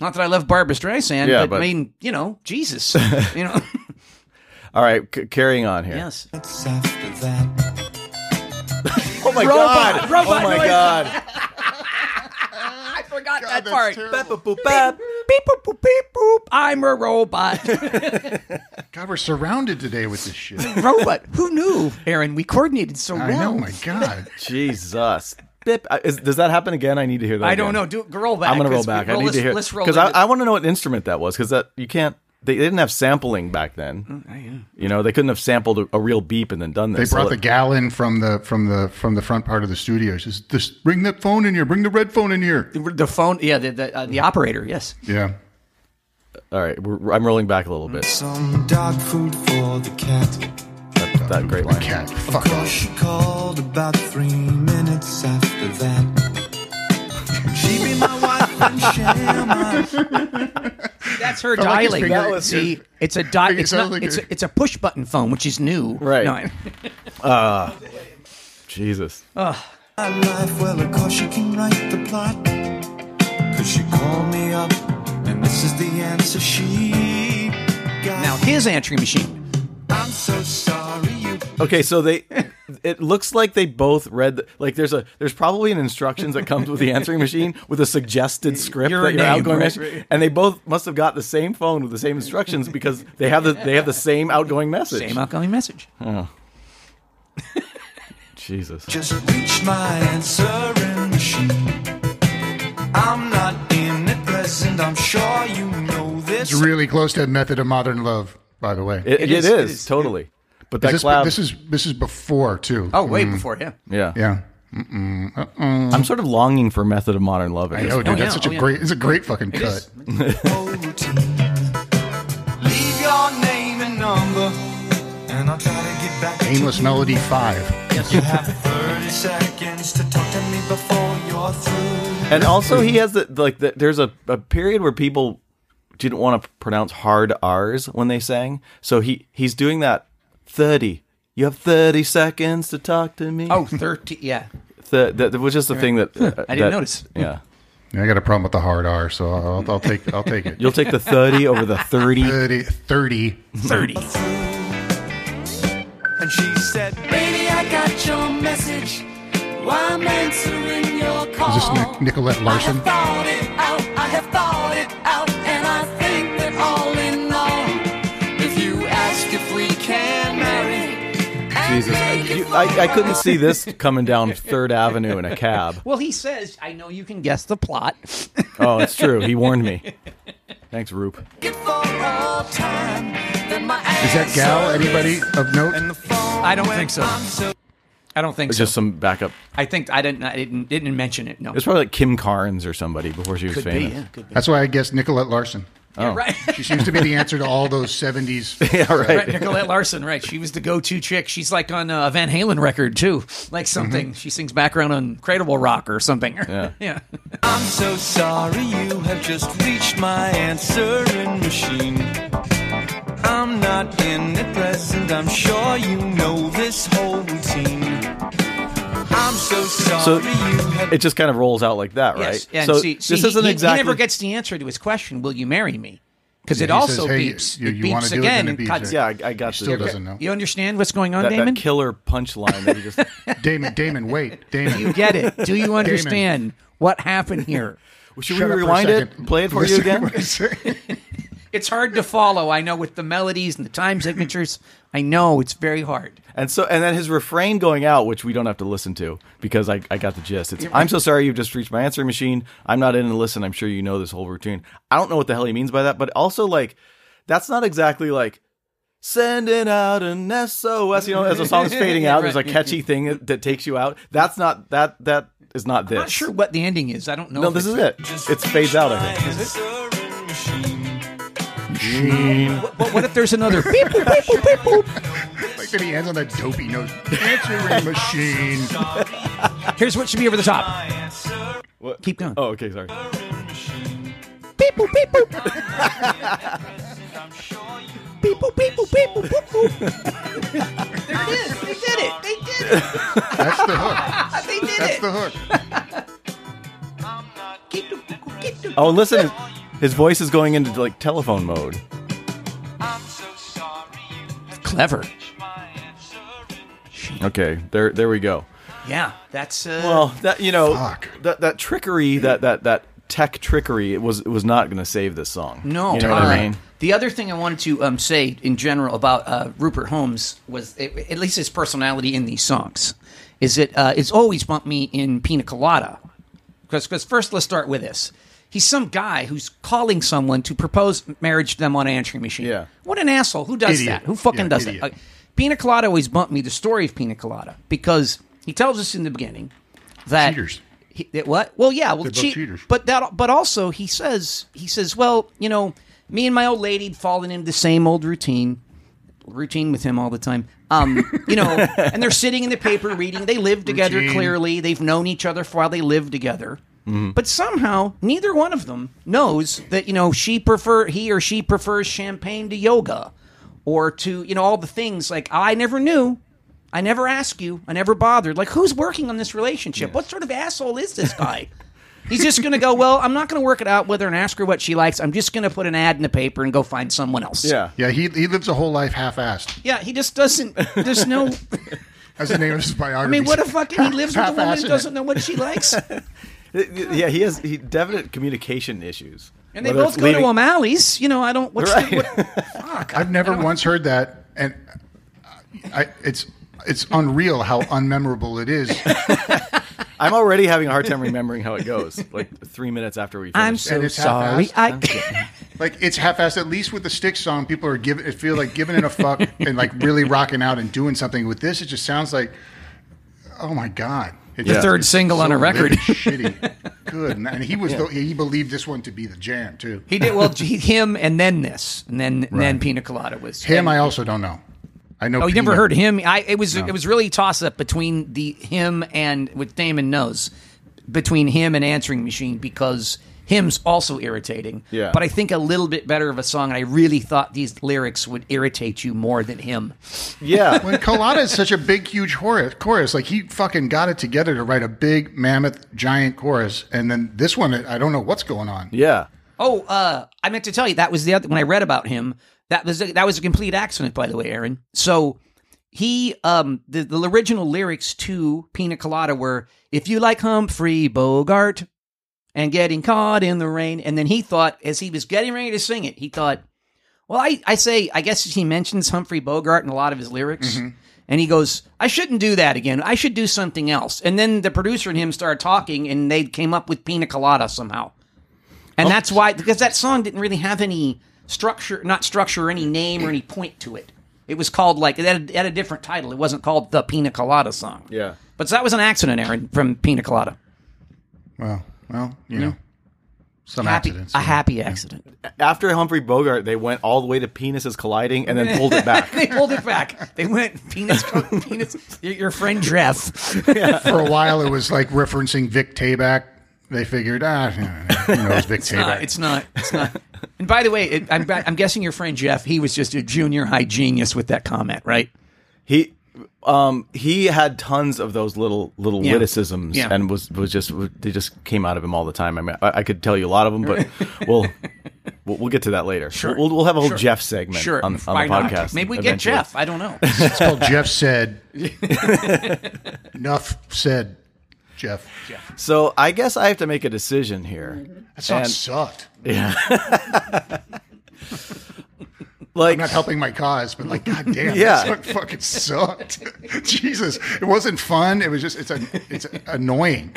[SPEAKER 5] not that i love barbara streisand
[SPEAKER 1] Yeah,
[SPEAKER 5] but,
[SPEAKER 1] but-
[SPEAKER 5] i mean you know jesus you know
[SPEAKER 1] All right, c- carrying on here.
[SPEAKER 5] yes
[SPEAKER 8] It's after that.
[SPEAKER 1] Oh my
[SPEAKER 5] Robot-
[SPEAKER 1] god!
[SPEAKER 5] robot
[SPEAKER 1] oh my
[SPEAKER 5] noise.
[SPEAKER 1] god!
[SPEAKER 5] i forgot that
[SPEAKER 2] that's
[SPEAKER 5] part
[SPEAKER 2] terrible.
[SPEAKER 1] Bap, boop, bap.
[SPEAKER 5] beep boop boop beep boop i'm a robot
[SPEAKER 2] God, we're surrounded today with this shit.
[SPEAKER 5] robot who knew aaron we coordinated so
[SPEAKER 2] I
[SPEAKER 5] well
[SPEAKER 2] know, my God.
[SPEAKER 1] Jesus. Bip. I- is- does that happen again? I need to hear that.
[SPEAKER 5] I don't
[SPEAKER 1] again.
[SPEAKER 5] know. Do roll back.
[SPEAKER 1] I'm gonna roll
[SPEAKER 5] 'cause we-
[SPEAKER 1] back. I
[SPEAKER 5] roll
[SPEAKER 1] need
[SPEAKER 5] this-
[SPEAKER 1] to hear
[SPEAKER 5] Let's roll
[SPEAKER 1] because I,
[SPEAKER 5] into-
[SPEAKER 1] I want to know what instrument that was because that you can't. they didn't have sampling back then.
[SPEAKER 5] Oh,
[SPEAKER 1] You know, they couldn't have sampled a, a real beep and then done
[SPEAKER 2] They
[SPEAKER 1] this.
[SPEAKER 2] brought
[SPEAKER 1] So
[SPEAKER 2] the gal in from the from the from the front part of the studio. She says, "Just bring that phone in here. Bring the red phone in here."
[SPEAKER 5] The phone, yeah, the the, uh, the operator, yes.
[SPEAKER 2] Yeah.
[SPEAKER 1] all right, we're, I'm rolling back a little bit.
[SPEAKER 8] Some dog food for the cat.
[SPEAKER 1] That, that great line.
[SPEAKER 2] Cat.
[SPEAKER 8] Of
[SPEAKER 2] Fuck
[SPEAKER 8] course,
[SPEAKER 2] off.
[SPEAKER 8] she called about three minutes after that. She be my wife and share my
[SPEAKER 5] That's her
[SPEAKER 2] like it's
[SPEAKER 5] dialing.
[SPEAKER 2] bigger- That was-
[SPEAKER 5] See, it's a di-
[SPEAKER 2] Like it
[SPEAKER 5] it's not,
[SPEAKER 2] sounds like
[SPEAKER 5] it's
[SPEAKER 2] a-
[SPEAKER 5] a, it's a push button phone, which is new.
[SPEAKER 1] Right.
[SPEAKER 5] No, I-
[SPEAKER 1] Jesus.
[SPEAKER 8] life. Well, of course, she can write the plot. Cause she called me up, and this is the answer she got.
[SPEAKER 5] now his answering machine.
[SPEAKER 8] I'm so sorry you
[SPEAKER 1] Okay, so they it looks like they both read the, like there's a there's probably an instructions that comes with the answering machine with a suggested script
[SPEAKER 5] Your
[SPEAKER 1] that your
[SPEAKER 5] name,
[SPEAKER 1] outgoing
[SPEAKER 5] right,
[SPEAKER 1] message and they both must have got the same phone with the same instructions because they have the they have the same outgoing message.
[SPEAKER 5] Same outgoing message.
[SPEAKER 1] Jesus.
[SPEAKER 8] just reached my answering machine. I'm not in the present, I'm sure you know this.
[SPEAKER 2] It's really close to Method of Modern Love, by the way.
[SPEAKER 1] It, it,
[SPEAKER 5] is-
[SPEAKER 1] is,
[SPEAKER 5] it is.
[SPEAKER 1] totally. But that
[SPEAKER 2] this,
[SPEAKER 1] cloud
[SPEAKER 2] this is this is before too.
[SPEAKER 5] Oh, way before him.
[SPEAKER 1] yeah.
[SPEAKER 2] yeah.
[SPEAKER 1] I'm sort of longing for method of modern love. At
[SPEAKER 2] I
[SPEAKER 1] this
[SPEAKER 2] know,
[SPEAKER 1] point.
[SPEAKER 2] dude.
[SPEAKER 5] yeah,
[SPEAKER 2] that's such
[SPEAKER 5] oh,
[SPEAKER 2] a
[SPEAKER 5] yeah.
[SPEAKER 2] great. It's a great fucking
[SPEAKER 5] It
[SPEAKER 2] cut.
[SPEAKER 5] is.
[SPEAKER 8] routine. Leave your name and number, and I'll try to get back
[SPEAKER 2] Aimless
[SPEAKER 8] to
[SPEAKER 2] Melody Five.
[SPEAKER 8] you. You have 30 seconds to talk to me before you're through.
[SPEAKER 1] And also he has the like the, there's a, a period where people didn't want to pronounce hard R's when they sang. So he he's doing that 30. You have 30 seconds to talk to me.
[SPEAKER 5] Oh, 30, yeah.
[SPEAKER 1] Th- that was just the thing that
[SPEAKER 5] I
[SPEAKER 1] that-
[SPEAKER 5] didn't notice.
[SPEAKER 1] Yeah.
[SPEAKER 2] Yeah, I got a problem with the hard R, so I'll, I'll take I'll take it.
[SPEAKER 1] You'll take the 30 over the 30.
[SPEAKER 2] 30, 30.
[SPEAKER 5] 30.
[SPEAKER 8] And she said, Baby, I got your message. Why I'm answering your call.
[SPEAKER 2] Is this Nic- Nicolette Larson?
[SPEAKER 8] I have thought it out, I have thought it out, and I think that all in all, if you ask if we can marry,
[SPEAKER 1] Jesus. You- I, I couldn't see this coming down 3rd Avenue in a cab.
[SPEAKER 5] Well, he says, I know you can guess the plot.
[SPEAKER 1] Oh, it's true. He warned me. Thanks, Roop.
[SPEAKER 8] it for all time, then my
[SPEAKER 2] Is that gal anybody of note?
[SPEAKER 8] the phone
[SPEAKER 5] I don't think so. I don't think
[SPEAKER 1] It's
[SPEAKER 5] so.
[SPEAKER 1] just some backup.
[SPEAKER 5] I think I didn't, I didn't, didn't mention it. No.
[SPEAKER 1] It's probably like Kim Carnes or somebody before she was
[SPEAKER 5] could be,
[SPEAKER 1] famous.
[SPEAKER 5] yeah, could be.
[SPEAKER 2] That's why I guess Nicolette Larson.
[SPEAKER 1] Oh.
[SPEAKER 5] Right.
[SPEAKER 2] She seems to be the answer to all those seventies.
[SPEAKER 1] yeah, right.
[SPEAKER 5] Right, Nicolette Larson, right? She was the go-to chick. She's like on a Van Halen record too, like something. She sings background on Cradable Rock or something. Yeah,
[SPEAKER 8] I'm so sorry you have just reached my answering machine. I'm not in the present, I'm sure you know this whole routine. I'm so sorry
[SPEAKER 1] So
[SPEAKER 8] you have
[SPEAKER 1] it just kind of rolls out like that, right?
[SPEAKER 5] Yes, and
[SPEAKER 1] so
[SPEAKER 5] see, see,
[SPEAKER 1] this
[SPEAKER 5] he,
[SPEAKER 1] isn't
[SPEAKER 5] he-
[SPEAKER 1] exactly.
[SPEAKER 5] he never gets the answer to his question, "Will you marry me?" Because it
[SPEAKER 2] he
[SPEAKER 5] also
[SPEAKER 2] says, "Hey,
[SPEAKER 5] beeps.
[SPEAKER 2] you-
[SPEAKER 5] it
[SPEAKER 2] you wanna
[SPEAKER 5] beeps
[SPEAKER 2] do it, then
[SPEAKER 5] again
[SPEAKER 2] it
[SPEAKER 5] and
[SPEAKER 2] beeps,
[SPEAKER 5] cuts.
[SPEAKER 2] right?
[SPEAKER 1] yeah, I, I got
[SPEAKER 2] Still
[SPEAKER 1] the,
[SPEAKER 2] doesn't know.
[SPEAKER 5] You understand what's going on,
[SPEAKER 1] that,
[SPEAKER 5] Damon?
[SPEAKER 1] that killer punchline that he just.
[SPEAKER 2] Damon, Damon, wait,
[SPEAKER 5] you
[SPEAKER 2] Damon.
[SPEAKER 5] get it? Do you understand what happened here?
[SPEAKER 1] Should
[SPEAKER 2] Shut
[SPEAKER 1] we
[SPEAKER 2] up for a
[SPEAKER 1] rewind it?
[SPEAKER 2] second.
[SPEAKER 1] Play it for
[SPEAKER 2] Listen
[SPEAKER 1] you again?
[SPEAKER 2] to what I say.
[SPEAKER 5] It's hard to follow. I know with the melodies and the time signatures. I know it's very hard.
[SPEAKER 1] And so, and then his refrain going out, which we don't have to listen to because I, I got the gist. It's I'm so sorry you've just reached my answering machine. I'm not in to listen. I'm sure you know this whole routine. I don't know what the hell he means by that, but also like, that's not exactly like sending out an SOS. You know, as the song's fading out, there's a catchy thing that, that takes you out. That's not that that is not this.
[SPEAKER 5] I'm not sure what the ending is. I don't know.
[SPEAKER 1] No,
[SPEAKER 5] if
[SPEAKER 1] this
[SPEAKER 5] it's-
[SPEAKER 1] is it. It fades out. I think.
[SPEAKER 8] Is it? Machine.
[SPEAKER 5] But what if there's another beep, boop, boop, boop, boop, boop?
[SPEAKER 2] like then he ends on that dopey note. Answering machine.
[SPEAKER 5] Here's what should be over the top.
[SPEAKER 8] My answer
[SPEAKER 1] What?
[SPEAKER 5] Keep going.
[SPEAKER 1] Oh, okay, sorry.
[SPEAKER 8] machine.
[SPEAKER 5] Beep, boop, beep, boop.
[SPEAKER 8] I'm sure you
[SPEAKER 5] Beep, boop, beep, boop, beep, boop, boop, boop. there it is. They did it. They did it.
[SPEAKER 2] That's the hook.
[SPEAKER 5] They did
[SPEAKER 2] That's
[SPEAKER 5] it.
[SPEAKER 2] the hook.
[SPEAKER 5] Keep the- keep the-
[SPEAKER 1] Oh, and listen, his- his voice is going into like telephone mode.
[SPEAKER 8] I'm so sorry you have
[SPEAKER 5] Clever.
[SPEAKER 8] reached my answering
[SPEAKER 1] Okay, there, there we go.
[SPEAKER 5] Yeah, that's. Uh,
[SPEAKER 1] Well, that you know,
[SPEAKER 2] Fuck.
[SPEAKER 1] that that trickery, that that that tech trickery, it was it was not going to save this song.
[SPEAKER 5] No,
[SPEAKER 1] you know what
[SPEAKER 5] uh,
[SPEAKER 1] I mean.
[SPEAKER 5] The other thing I wanted to um, say in general about uh, Rupert Holmes was, at at least his personality in these songs, is it uh, it's always bumped me in Pina Colada. Because first, let's start with this. He's some guy who's calling someone to propose marriage to them on an answering machine.
[SPEAKER 1] Yeah.
[SPEAKER 5] What an asshole. Who does
[SPEAKER 2] Idiot.
[SPEAKER 5] that? Who fucking
[SPEAKER 2] Yeah,
[SPEAKER 5] does
[SPEAKER 2] idiot.
[SPEAKER 5] that? Like, Pina Colada always bumped me the story of Pina Colada because he tells us in the beginning that
[SPEAKER 2] Cheaters.
[SPEAKER 5] He, that what? Well, yeah, well,
[SPEAKER 2] They're both
[SPEAKER 5] cheat-
[SPEAKER 2] cheaters.
[SPEAKER 5] But that, but also he says he says, well, you know, me and my old lady had fallen into the same old routine, routine with him all the time. Um, you know, and they're sitting in the paper reading. They live together
[SPEAKER 2] Routine. Mm-hmm.
[SPEAKER 5] clearly. They've known each other for a while. They live together. But somehow, neither one of them knows that you know she prefer he or she prefers champagne to yoga, or to you know all the things like I never knew. I never asked you. I never bothered. Like, who's working on this relationship? What sort of asshole is this guy? He's just going to go, well, I'm not going to work it out with her and ask her what she likes. I'm just going to put an ad in the paper and go find someone else.
[SPEAKER 1] Yeah.
[SPEAKER 2] Yeah, he, he lives a whole life half-assed.
[SPEAKER 5] Yeah, he just doesn't. There's no.
[SPEAKER 2] That's the name of his biography.
[SPEAKER 5] I mean, what a fucking. He lives with a woman
[SPEAKER 2] Half-assing
[SPEAKER 5] who
[SPEAKER 2] it.
[SPEAKER 5] doesn't know what she likes.
[SPEAKER 1] Yeah, he has he, definite communication issues.
[SPEAKER 5] And they
[SPEAKER 1] Whether
[SPEAKER 5] both
[SPEAKER 1] it's
[SPEAKER 5] go
[SPEAKER 1] leading-
[SPEAKER 5] to O'Malley's. You know, I don't. What's
[SPEAKER 1] Right.
[SPEAKER 5] the, what, fuck.
[SPEAKER 2] I've never once heard that, and I, it's it's unreal how unmemorable it is.
[SPEAKER 1] I'm already having a hard time remembering how it goes. Like three minutes after we. Finish.
[SPEAKER 5] I'm so
[SPEAKER 2] And it's
[SPEAKER 5] sorry. I,
[SPEAKER 2] Like it's half-assed. At least with the stick song, people are giving it feel like giving it a fuck and like really rocking out and doing something. With this, it just sounds like, oh my god, It
[SPEAKER 1] The
[SPEAKER 2] just-
[SPEAKER 5] third
[SPEAKER 2] it's
[SPEAKER 5] single on a record.
[SPEAKER 2] really shitty, good, and, and he was the, he believed this one to be the jam too.
[SPEAKER 5] he did well. He, him and then this and then and then Pina Colada was
[SPEAKER 2] Him, I also don't know. I know.
[SPEAKER 5] Oh, you
[SPEAKER 2] Pina.
[SPEAKER 5] never heard him? I it was it was really toss up between the him and with Damon knows between him and answering machine because him's also irritating.
[SPEAKER 1] Yeah.
[SPEAKER 5] But I think a little bit better of a song, and I really thought these lyrics would irritate you more than him.
[SPEAKER 1] yeah,
[SPEAKER 2] When Colada is such a big, huge chorus, chorus, like he fucking got it together to write a big, mammoth, giant chorus, and then this one, I don't know what's going on.
[SPEAKER 1] yeah.
[SPEAKER 5] Oh, uh, I meant to tell you that was the other when I read about him. That was a, that was a complete accident, by the way, Aaron. So he, um, the, the original lyrics to Pina Colada were, "If you like Humphrey Bogart and getting caught in the rain," and then he thought, as he was getting ready to sing it, he thought, "Well, I, I say, I guess he mentions Humphrey Bogart in a lot of his lyrics." And he goes, I shouldn't do that again. I should do something else. And then the producer and him started talking, and they came up with Pina Colada somehow. And that's why, because that song didn't really have any structure, not structure, or any name or any point to it. It was called like, it had, it had a different title. It wasn't called the Pina Colada song.
[SPEAKER 1] Yeah.
[SPEAKER 5] But so that was an accident, Aaron, from Pina Colada.
[SPEAKER 2] Well, well, you know, some
[SPEAKER 5] Happy,
[SPEAKER 2] accidents.
[SPEAKER 5] a happy accident.
[SPEAKER 1] After Humphrey Bogart, they went all the way to penises colliding and then pulled it
[SPEAKER 5] they
[SPEAKER 1] back.
[SPEAKER 5] pulled it back. They went penis, penis. Your your friend Jeff.
[SPEAKER 2] For a while, it was like referencing Vic Tayback. They figured, ah, who knows Vic
[SPEAKER 5] Uh,
[SPEAKER 2] Tayback?
[SPEAKER 5] it's not. It's not. And by the way, it, I'm, I'm guessing your friend Jeff. He was just a junior high genius with that comment, right?
[SPEAKER 1] He. Um, he had tons of those little little
[SPEAKER 5] Yeah.
[SPEAKER 1] witticisms,
[SPEAKER 5] Yeah.
[SPEAKER 1] and was was just they just came out of him all the time. I mean, I, I could tell you a lot of them, but we'll we'll, we'll get to that later. Sure, we'll, we'll have a whole Jeff segment
[SPEAKER 5] Sure.
[SPEAKER 1] on, on the
[SPEAKER 5] Why not?
[SPEAKER 1] podcast.
[SPEAKER 5] Maybe we get
[SPEAKER 1] eventually.
[SPEAKER 5] Jeff. I don't know.
[SPEAKER 2] It's called Jeff said. Enough said, Jeff.
[SPEAKER 1] So I guess I have to make a decision here.
[SPEAKER 2] That song
[SPEAKER 1] And-
[SPEAKER 2] sucked.
[SPEAKER 1] Like,
[SPEAKER 2] I'm not helping my cause, but like, god damn,
[SPEAKER 1] Yeah.
[SPEAKER 2] that song fucking sucked. Jesus, it wasn't fun. It was just it's a, it's annoying.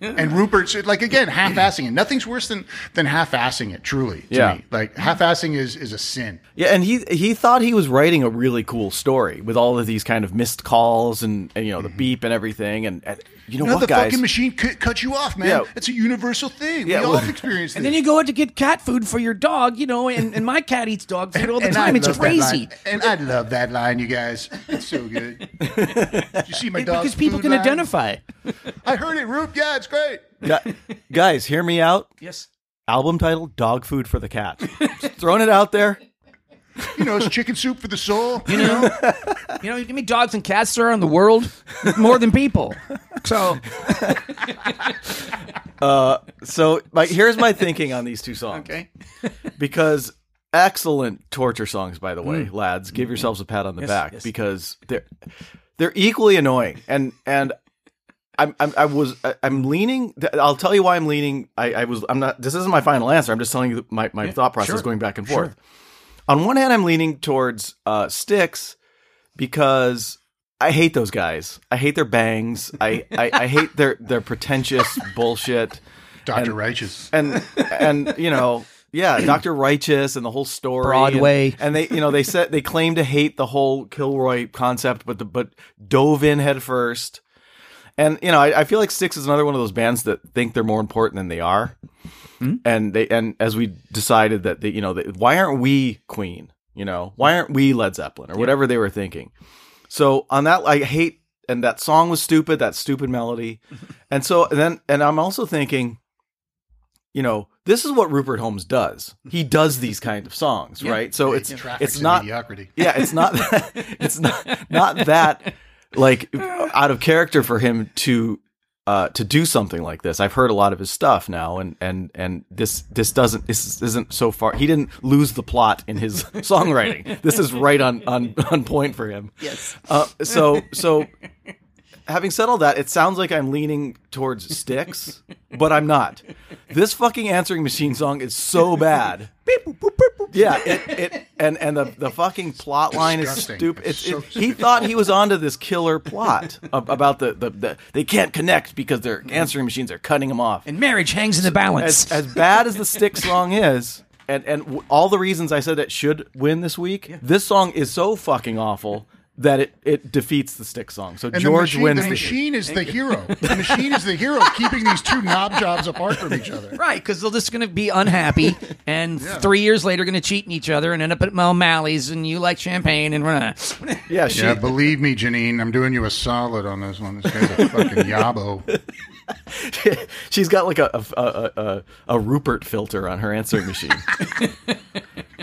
[SPEAKER 2] And Rupert's like again half-assing it. Nothing's worse than than half-assing it. Truly, to
[SPEAKER 1] Yeah.
[SPEAKER 2] me. Like half-assing is is a sin.
[SPEAKER 1] Yeah, and he he thought he was writing a really cool story with all of these kind of missed calls and, and you know the
[SPEAKER 5] Mm-hmm.
[SPEAKER 1] beep and everything and, and you know
[SPEAKER 2] No,
[SPEAKER 1] what
[SPEAKER 2] the
[SPEAKER 1] guys
[SPEAKER 2] fucking machine cut, cut you off, man.
[SPEAKER 1] Yeah.
[SPEAKER 2] It's a universal thing.
[SPEAKER 1] Yeah,
[SPEAKER 2] we all
[SPEAKER 1] well-
[SPEAKER 2] have experienced
[SPEAKER 5] And
[SPEAKER 2] this.
[SPEAKER 5] then you go out to get cat food for your dog, you know, and, and my cat eats dog food all the
[SPEAKER 2] And I
[SPEAKER 5] time. It's
[SPEAKER 2] love that line.
[SPEAKER 5] crazy.
[SPEAKER 2] And I love that line, you guys. It's so good. Did you see my dog?
[SPEAKER 5] Because people can identify.
[SPEAKER 2] I heard it, Roop. Yeah, it's great.
[SPEAKER 1] Gu- guys, hear me out.
[SPEAKER 5] Yes.
[SPEAKER 1] Album title: Dog Food for the Cat. Just throwing it out there.
[SPEAKER 2] You know, it's chicken soup for the soul.
[SPEAKER 5] You know, you know, how many dogs and cats there are in the world? More than people. So
[SPEAKER 1] So, like, here's my thinking on these two songs.
[SPEAKER 5] okay.
[SPEAKER 1] because excellent torture songs by the way lads give yourselves a pat on the back
[SPEAKER 5] Mm. Mm-hmm. yes.
[SPEAKER 1] because they're they're equally annoying and and I'm, I'm i was I- i'm leaning i'll tell you why i'm leaning i i was i'm not this isn't my final answer i'm just telling you my, my thought process
[SPEAKER 5] sure.
[SPEAKER 1] going back and forth on one hand i'm leaning towards uh sticks because I hate those guys. I hate their bangs. I, I, I hate their, their pretentious bullshit.
[SPEAKER 2] Dr. Righteous.
[SPEAKER 1] and and you know yeah dr righteous and the whole story
[SPEAKER 5] Broadway.
[SPEAKER 1] and, and they you know they said they claim to hate the whole kilroy concept but the but dove in head first and you know I, I feel like six is another one of those bands that think they're more important than they are and they and as we decided that they, you know that, why aren't we queen you know why aren't we led zeppelin or whatever they were thinking so on that, I hate, and that song was stupid. That stupid melody, and so and then, and I'm also thinking, you know, this is what Rupert Holmes does. He does these kind of songs, right? So it's
[SPEAKER 2] Traffic's
[SPEAKER 1] it's
[SPEAKER 2] in
[SPEAKER 1] not,
[SPEAKER 2] mediocrity.
[SPEAKER 1] yeah, it's not, it's not not that like out of character for him to. Uh, to do something like this, I've heard a lot of his stuff now, and and and this this doesn't this isn't so far. He didn't lose the plot in his songwriting. This is right on on on point for him.
[SPEAKER 5] Yes.
[SPEAKER 1] Uh, so so having said all that, it sounds like I'm leaning towards sticks, but I'm not. This fucking answering machine song is so bad. Yeah, it, it and and the the fucking plot line is
[SPEAKER 2] Disgusting.
[SPEAKER 1] stupid.
[SPEAKER 2] It's
[SPEAKER 1] It's,
[SPEAKER 2] so
[SPEAKER 1] it, he thought he was onto this killer plot ab- about the, the the they can't connect because their answering machines are cutting them off
[SPEAKER 5] and marriage hangs in the balance.
[SPEAKER 1] as, as bad as the stick song is and and w- all the reasons i said it should win this week this song is so fucking awful that it, it defeats the stick song so
[SPEAKER 2] And
[SPEAKER 1] george
[SPEAKER 2] the machine,
[SPEAKER 1] wins
[SPEAKER 2] the
[SPEAKER 1] the
[SPEAKER 2] machine is the hero. The machine is the hero keeping these two knob jobs apart from each other.
[SPEAKER 5] Right, because they're just going to be unhappy, and three years later, going to cheat on each other and end up at O'Malley's, and you like champagne, and we're not.
[SPEAKER 1] yeah she
[SPEAKER 2] Yeah, believe me, Janine, I'm doing you a solid on this one. This guy's a fucking yabo.
[SPEAKER 1] she's got like a a, a a a rupert filter on her answering machine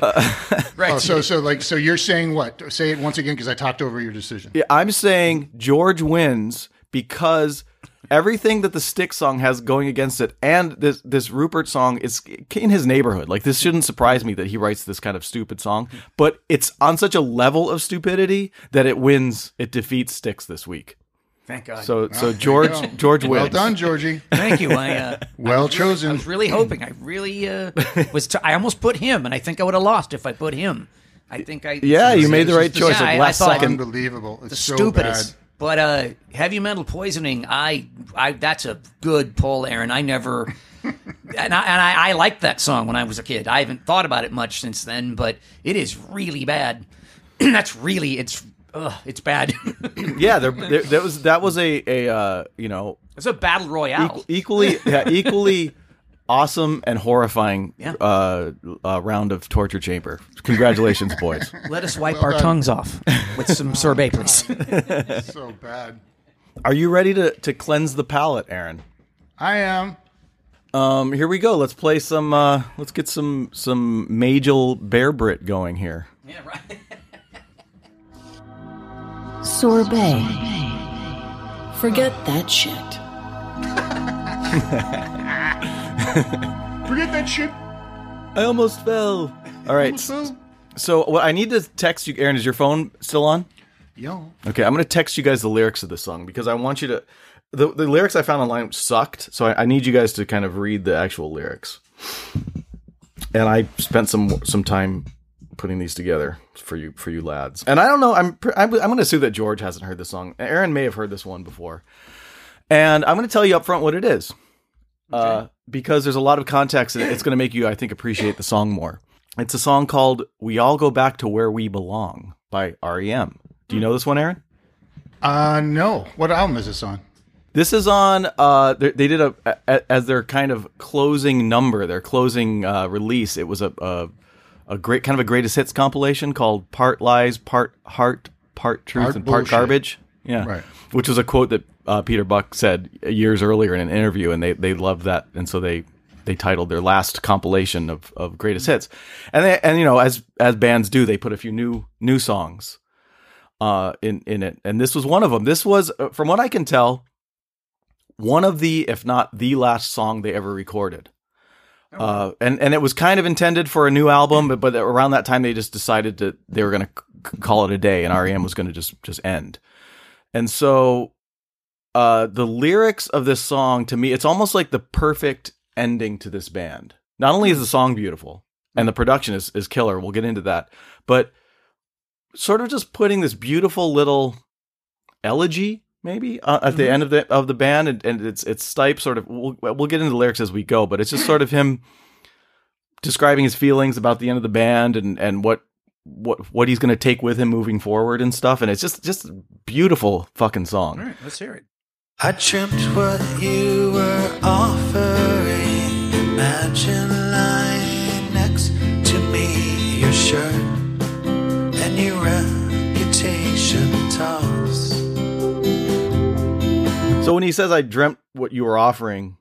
[SPEAKER 2] Oh, so so like so you're saying what? Say it once again because I talked over your decision.
[SPEAKER 1] Yeah, i'm saying george wins because everything that the stick song has going against it and this this rupert song is in his neighborhood like this shouldn't surprise me that he writes this kind of stupid song but it's on such a level of stupidity that it wins it defeats sticks this week
[SPEAKER 5] Thank God.
[SPEAKER 1] so so george
[SPEAKER 2] go.
[SPEAKER 1] george wins
[SPEAKER 2] Well done, Georgie.
[SPEAKER 5] Thank you. I uh,
[SPEAKER 2] Well chosen.
[SPEAKER 5] was really hoping. I really uh, was. T- I almost put him, and I think I would have lost if I put him. I think I.
[SPEAKER 1] yeah you made the
[SPEAKER 2] This
[SPEAKER 1] right
[SPEAKER 2] is the-
[SPEAKER 1] choice
[SPEAKER 5] Yeah, I-
[SPEAKER 1] at
[SPEAKER 5] I
[SPEAKER 1] last
[SPEAKER 5] thought-
[SPEAKER 1] second
[SPEAKER 2] Unbelievable. It's
[SPEAKER 5] the
[SPEAKER 2] so
[SPEAKER 5] stupidest.
[SPEAKER 2] bad.
[SPEAKER 5] But uh, heavy metal poisoning, I, I that's a good pull, Aaron. I never, and I, and I, I liked that song when I was a kid. I haven't thought about it much since then, but it is really bad. that's really it's, ugh, it's bad.
[SPEAKER 1] yeah there, there, that was that was a a uh, you know
[SPEAKER 5] it's a battle royale.
[SPEAKER 1] Equ- equally yeah, equally awesome and horrifying
[SPEAKER 5] Yeah.
[SPEAKER 1] uh, uh, round of torture chamber. Congratulations, boys.
[SPEAKER 5] Let us wipe our tongues off with
[SPEAKER 2] Oh,
[SPEAKER 5] some sorbet, please.
[SPEAKER 2] So bad.
[SPEAKER 1] Are you ready to to cleanse the palate, Aaron?
[SPEAKER 2] I am.
[SPEAKER 1] Um, here we go. Let's play some. Uh, let's get some some Majel Bear Brit going here.
[SPEAKER 5] yeah, right.
[SPEAKER 9] Sorbet. Forget that shit.
[SPEAKER 2] Forget that shit.
[SPEAKER 1] I almost fell. All right.
[SPEAKER 2] So,
[SPEAKER 1] So what I need to text you, Aaron, is your phone still on?
[SPEAKER 2] yo.
[SPEAKER 1] Okay, I'm gonna text you guys the lyrics of the song because I want you to. The, the lyrics I found online sucked, so I, I need you guys to kind of read the actual lyrics. And I spent some some time putting these together for you for you lads. And I don't know, I'm pr- I'm, I'm gonna assume that George hasn't heard this song. Aaron may have heard this one before, and I'm gonna tell you up front what it is, uh, because there's a lot of context and it's gonna make you, I think, appreciate the song more. It's a song called "We All Go Back to Where We Belong" by REM. Do
[SPEAKER 2] Hmm.
[SPEAKER 1] you know this one, Aaron?
[SPEAKER 2] Uh, no. What album is this on?
[SPEAKER 1] This is on. Uh, they they did a, a as their kind of closing number, their closing uh, release. It was a, a a great kind of a greatest hits compilation called "Part Lies, Part Heart, Part Truth,
[SPEAKER 2] Part
[SPEAKER 1] and Part
[SPEAKER 2] Bullshit.
[SPEAKER 1] Garbage." Yeah,
[SPEAKER 2] Right.
[SPEAKER 1] Which was a quote that uh, Peter Buck said years earlier in an interview, and they they loved that, and so they they titled their last compilation of of greatest hits, and they and you know as as bands do, they put a few new new songs. Uh, in in it, and this was one of them. This was, uh, from what I can tell, one of the, if not the last song they ever recorded. Uh, and and it was kind of intended for a new album, but but around that time they just decided that they were going to c- call it a day, and REM was going to just just end. And so, uh, the lyrics of this song to me, it's almost like the perfect ending to this band. Not only is the song beautiful and the production is is killer, we'll get into that, but sort of just putting this beautiful little elegy maybe uh, at the end of the of the band, and, and it's it's Stipe sort of. We'll we'll get into the lyrics as we go, but it's just sort of him describing his feelings about the end of the band and and what what what he's going to take with him moving forward and stuff. And it's just just a beautiful fucking song.
[SPEAKER 5] All right, let's hear it.
[SPEAKER 8] I dreamt what you were offering. Imagine lying next to me, your shirt and your reputation toss.
[SPEAKER 1] So when he says I dreamt what you were offering,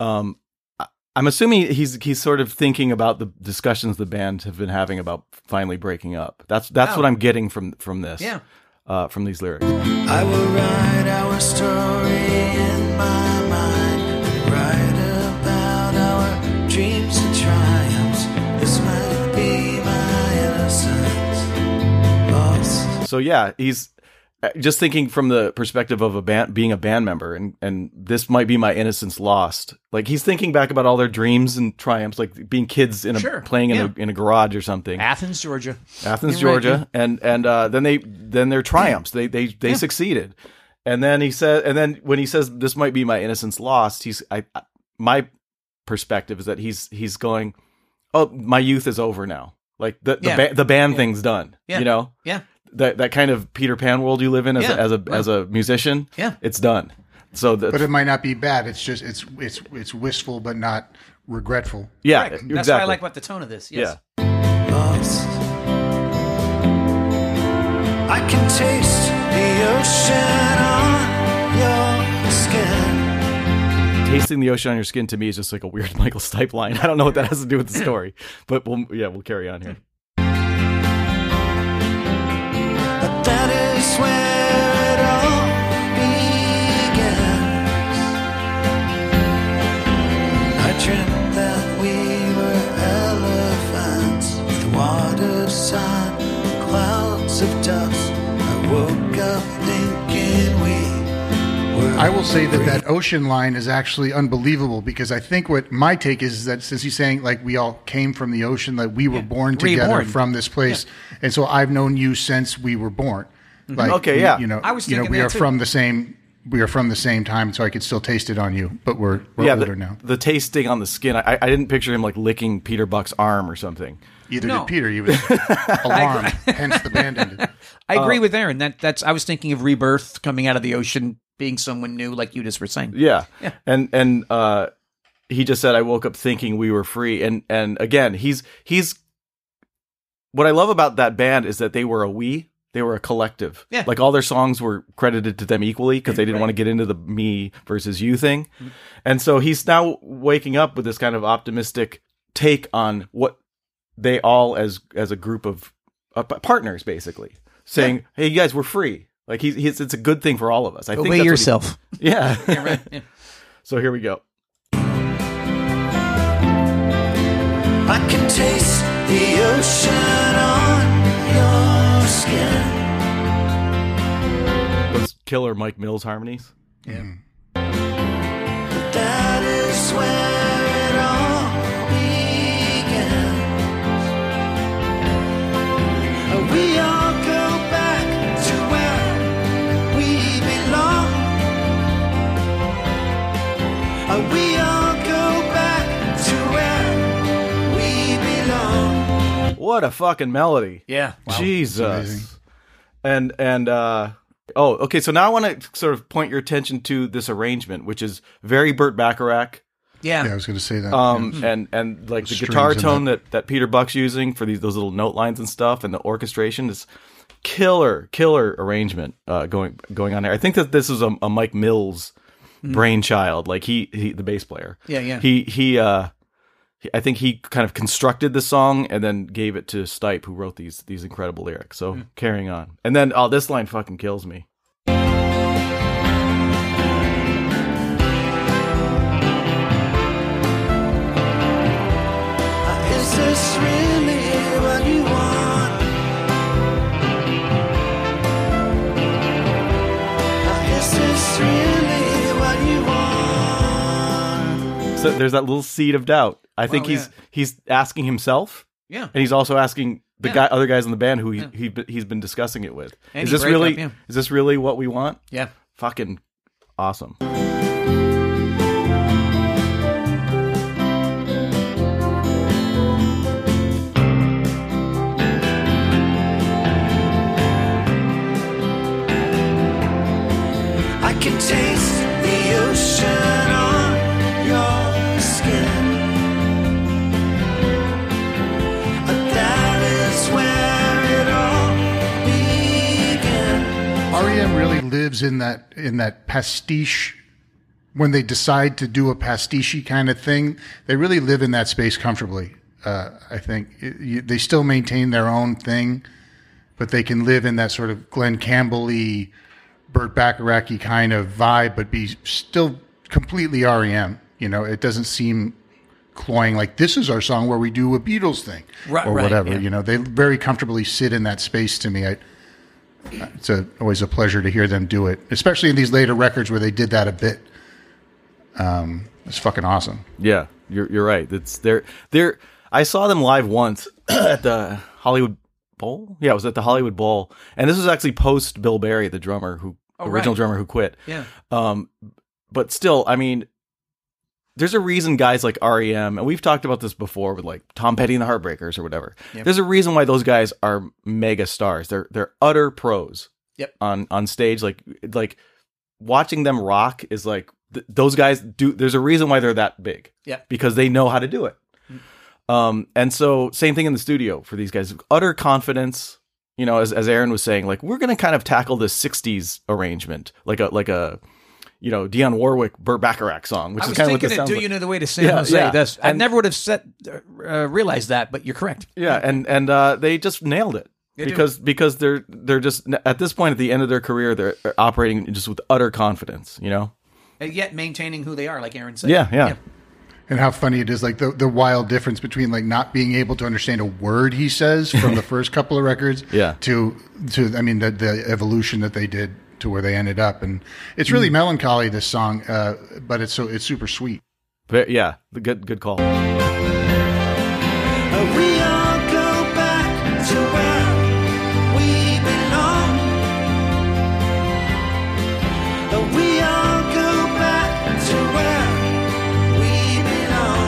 [SPEAKER 1] um I- I'm assuming he's he's sort of thinking about the discussions the band have been having about finally breaking up. That's that's what I'm getting from from this.
[SPEAKER 5] Oh. Yeah.
[SPEAKER 1] Uh, from these lyrics.
[SPEAKER 8] I will write our story in my mind. Write about our dreams and triumphs. This might be my innocence. Lost.
[SPEAKER 1] So yeah, he's uh, just thinking from the perspective of a band being a band member and and this might be my innocence lost. Like he's thinking back about all their dreams and triumphs like being kids in a
[SPEAKER 5] Sure,
[SPEAKER 1] playing in
[SPEAKER 5] yeah.
[SPEAKER 1] a in a garage or something.
[SPEAKER 5] Athens, Georgia.
[SPEAKER 1] Athens,
[SPEAKER 5] You're right,
[SPEAKER 1] Georgia, and and uh, then they then their triumphs. They they they succeeded, and then he said, and then when he says this might be my innocence lost, he's I, I my perspective is that he's he's going, oh my youth is over now. Like the the,
[SPEAKER 5] Yeah.
[SPEAKER 1] ba- the band thing's done.
[SPEAKER 5] Yeah.
[SPEAKER 1] You know
[SPEAKER 5] Yeah.
[SPEAKER 1] that that kind of Peter Pan world you live in as a,
[SPEAKER 5] Yeah.
[SPEAKER 1] as a as a musician.
[SPEAKER 5] Yeah.
[SPEAKER 1] it's done. So the,
[SPEAKER 2] But it might not be bad. It's just it's it's it's wistful but not regretful.
[SPEAKER 1] yeah,
[SPEAKER 5] Correct.
[SPEAKER 1] exactly.
[SPEAKER 5] That's why I like what the tone of this. Yes.
[SPEAKER 1] Yeah.
[SPEAKER 8] lost. I can taste the ocean on your skin.
[SPEAKER 1] tasting the ocean on your skin to me is just like a weird Michael Stipe line. I don't know what that has to do with the story, but we'll yeah we'll carry on here.
[SPEAKER 8] But that is where it all begins. I dreamt that we were elephants with water, sun, clouds of dust. I woke up thinking we were.
[SPEAKER 2] I will say that that ocean line is actually unbelievable because I think what my take is, that since he's saying like we all came from the ocean, that we were born together
[SPEAKER 5] Reborn.
[SPEAKER 2] from this place, and so I've known you since we were born. Like,
[SPEAKER 1] Okay,
[SPEAKER 2] you-
[SPEAKER 1] yeah.
[SPEAKER 2] you know,
[SPEAKER 5] I was
[SPEAKER 2] you know,
[SPEAKER 5] thinking
[SPEAKER 2] we
[SPEAKER 5] that
[SPEAKER 2] are
[SPEAKER 5] too.
[SPEAKER 2] from the same, we are from the same time, so I could still taste it on you, but we're we're
[SPEAKER 1] yeah,
[SPEAKER 2] older
[SPEAKER 1] the,
[SPEAKER 2] now.
[SPEAKER 1] the tasting on the skin. I, I didn't picture him like licking Peter Buck's arm or something.
[SPEAKER 2] Either
[SPEAKER 5] No.
[SPEAKER 2] did Peter, he was alarmed, hence the band ended.
[SPEAKER 5] I
[SPEAKER 1] Uh,
[SPEAKER 5] agree with Aaron. That that's I was thinking of rebirth coming out of the ocean, being someone new, like you just were saying.
[SPEAKER 1] Yeah. And and uh he just said I woke up thinking we were free and and again, he's he's what I love about that band is that they were a we, they were a collective.
[SPEAKER 5] Yeah.
[SPEAKER 1] Like all their songs were credited to them equally because they didn't want to get into the me versus you thing.
[SPEAKER 5] Mm-hmm.
[SPEAKER 1] And so he's now waking up with this kind of optimistic take on what they all as as a group of uh, p- partners basically saying, "Hey, you guys, we're free." Like he's, he's it's a good thing for all of us. I think
[SPEAKER 5] Obey
[SPEAKER 1] that's what he-
[SPEAKER 5] yourself.
[SPEAKER 1] yeah.
[SPEAKER 5] yeah.
[SPEAKER 1] So here we go.
[SPEAKER 8] I can taste the ocean on your skin.
[SPEAKER 1] Those killer Mike Mills harmonies.
[SPEAKER 2] Mm.
[SPEAKER 8] That is where it all begins. We all go back to where we belong. We all go back to where we belong.
[SPEAKER 1] What a fucking melody.
[SPEAKER 5] Yeah. Wow.
[SPEAKER 2] amazing.
[SPEAKER 1] Jesus. And and uh oh, okay, so now I want to sort of point your attention to this arrangement, which is very Burt Bacharach.
[SPEAKER 5] Yeah.
[SPEAKER 2] Yeah, I was going to say that.
[SPEAKER 1] Um and and like the
[SPEAKER 2] Strings
[SPEAKER 1] guitar
[SPEAKER 2] in
[SPEAKER 1] tone that. That, Peter Buck's using for these those little note lines and stuff and the orchestration is killer, killer arrangement uh going going on there. I think that this is a, a Mike Mills brainchild. Like he, he the bass player.
[SPEAKER 5] Yeah, yeah.
[SPEAKER 1] He he uh I think he kind of constructed the song and then gave it to Stipe, who wrote these these incredible lyrics. So carrying on, and then oh, this line fucking kills me.
[SPEAKER 8] Is this really what you want? Is this really what you want?
[SPEAKER 1] So there's that little seed of doubt. I think
[SPEAKER 5] Wow,
[SPEAKER 1] he's
[SPEAKER 5] yeah.
[SPEAKER 1] he's asking himself,
[SPEAKER 5] Yeah.
[SPEAKER 1] and he's also asking the
[SPEAKER 5] Yeah.
[SPEAKER 1] guy, other guys in the band who he, he he's been discussing it with.
[SPEAKER 5] Any
[SPEAKER 1] is this
[SPEAKER 5] breakup,
[SPEAKER 1] really
[SPEAKER 5] yeah.
[SPEAKER 1] is this really what we want?
[SPEAKER 5] Yeah.
[SPEAKER 1] Fucking awesome.
[SPEAKER 8] I can taste the ocean on your skin. But that is where it all began.
[SPEAKER 2] REM E really lives in that in that pastiche. When they decide to do a pastiche kind of thing, they really live in that space comfortably. Uh, I think It- you- they still maintain their own thing, but they can live in that sort of Glenn Campbell-y, Burt Bacharach-y kind of vibe, but be still completely REM. You know, it doesn't seem cloying like this is our song where we do a Beatles thing
[SPEAKER 5] Right,
[SPEAKER 2] or
[SPEAKER 5] right,
[SPEAKER 2] whatever.
[SPEAKER 5] yeah.
[SPEAKER 2] You know, they very comfortably sit in that space to me. I, it's a, always a pleasure to hear them do it, especially in these later records where they did that a bit. Um, it's fucking awesome.
[SPEAKER 1] Yeah, you're you're right. It's they're they're. I saw them live once at the Hollywood Bowl. Yeah, it was at the Hollywood Bowl, and this was actually post Bill Berry, the drummer who
[SPEAKER 5] Oh,
[SPEAKER 1] original
[SPEAKER 5] right.
[SPEAKER 1] drummer who quit.
[SPEAKER 5] Yeah.
[SPEAKER 1] Um, but still, I mean, there's a reason guys like REM, and we've talked about this before with like Tom Petty and the Heartbreakers or whatever. There's a reason why those guys are mega stars. They're they're utter pros.
[SPEAKER 5] Yep.
[SPEAKER 1] On on stage, like like watching them rock is like th- those guys do. There's a reason why they're that big.
[SPEAKER 5] Yeah.
[SPEAKER 1] Because they know how to do it. Um, and so same thing in the studio for these guys. Utter confidence. You know, as as Aaron was saying, like we're gonna kind of tackle this '60s arrangement, like a like a you know Dionne Warwick Burt Bacharach song, which
[SPEAKER 5] I
[SPEAKER 1] is
[SPEAKER 5] was
[SPEAKER 1] kind of what
[SPEAKER 5] thinking
[SPEAKER 1] this sounds
[SPEAKER 5] of Do
[SPEAKER 1] like.
[SPEAKER 5] You Know the Way to San
[SPEAKER 1] Yeah,
[SPEAKER 5] Jose?
[SPEAKER 1] yeah.
[SPEAKER 5] That's, I
[SPEAKER 1] And-
[SPEAKER 5] never would have said, uh, realized that, but you're correct.
[SPEAKER 1] Yeah, and and uh, they just nailed it
[SPEAKER 5] do.
[SPEAKER 1] because because they're they're just at this point at the end of their career they're uh, operating just with utter confidence. You know.
[SPEAKER 5] And yet maintaining who they are, like Aaron said.
[SPEAKER 1] Yeah, yeah.
[SPEAKER 2] And how funny it is, like the, the wild difference between like not being able to understand a word he says from the first couple of records,
[SPEAKER 1] Yeah.
[SPEAKER 2] to to I mean the the evolution that they did to where they ended up, and it's
[SPEAKER 1] Mm.
[SPEAKER 2] really melancholy this song, uh, but it's so it's super sweet.
[SPEAKER 1] But yeah, the good good call.
[SPEAKER 8] But we all go back to where we belong. But we all go back to where we belong.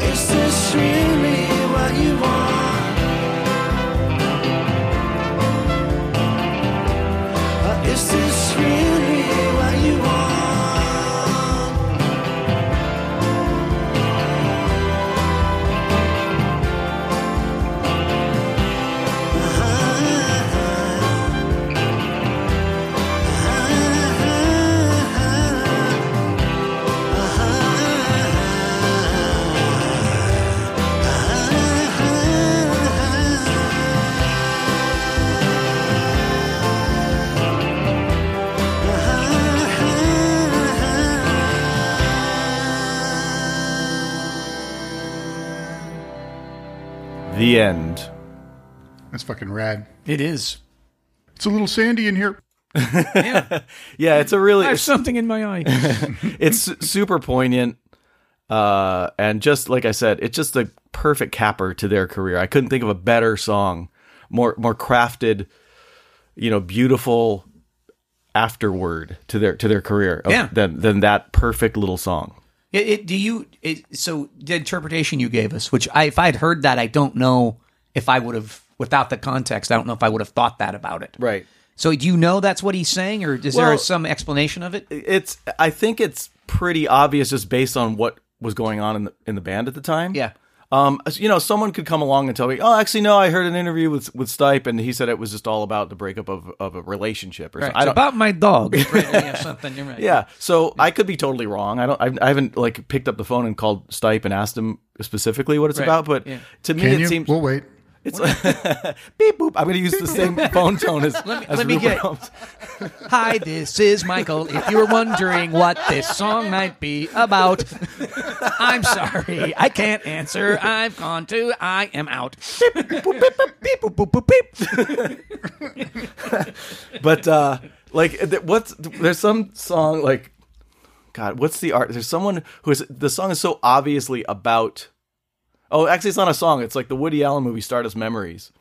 [SPEAKER 8] Is this really what you want? Is this really what you want? Uh-huh.
[SPEAKER 1] The end.
[SPEAKER 2] That's fucking rad.
[SPEAKER 5] It is.
[SPEAKER 2] It's a little sandy in here.
[SPEAKER 1] Yeah, it's a really
[SPEAKER 5] I have something in my eye.
[SPEAKER 1] it's su- super poignant uh and just like i said it's just the perfect capper to their career i couldn't think of a better song more more crafted you know beautiful afterward to their to their career of-
[SPEAKER 5] Yeah.
[SPEAKER 1] than than that perfect little song
[SPEAKER 5] It, it, do you? It, so the interpretation you gave us, which I, if I'd heard that, I don't know if I would have, without the context, I don't know if I would have thought that about it.
[SPEAKER 1] right
[SPEAKER 5] So do you know that's what he's saying, or is there
[SPEAKER 1] Well-
[SPEAKER 5] some explanation of it?
[SPEAKER 1] it's i think it's pretty obvious just based on what was going on in the in the band at the time
[SPEAKER 5] Yeah.
[SPEAKER 1] Um, you know, someone could come along and tell me, "Oh, actually, no. I heard an interview with with Stipe, and he said it was just all about the breakup of, of a relationship." Or
[SPEAKER 5] Right.
[SPEAKER 1] something. I
[SPEAKER 5] It's
[SPEAKER 1] don't,
[SPEAKER 5] about my dog. Right, yeah, something. You're right.
[SPEAKER 1] Yeah. So I could be totally wrong. I don't. I, I haven't like picked up the phone and called Stipe and asked him specifically what it's
[SPEAKER 5] Right.
[SPEAKER 1] about. But
[SPEAKER 5] Yeah.
[SPEAKER 1] to me,
[SPEAKER 2] Can
[SPEAKER 1] it
[SPEAKER 2] you?
[SPEAKER 1] seems
[SPEAKER 2] we'll wait.
[SPEAKER 1] it's beep boop. I'm going to use the same phone tone as
[SPEAKER 5] Let me-
[SPEAKER 1] as
[SPEAKER 5] let me
[SPEAKER 1] Rupert
[SPEAKER 5] get-
[SPEAKER 1] Holmes.
[SPEAKER 5] Hi, this is Michael. If you were wondering what this song might be about, I'm sorry. I can't answer. I've gone to. I am out. Beep, boop, boop, boop, beep, boop, boop, boop, beep.
[SPEAKER 1] But uh, like, th- what's there's some song like, God, what's the art? There's someone who is the song is so obviously about Oh, actually, it's not a song. It's like the Woody Allen movie Stardust Memories,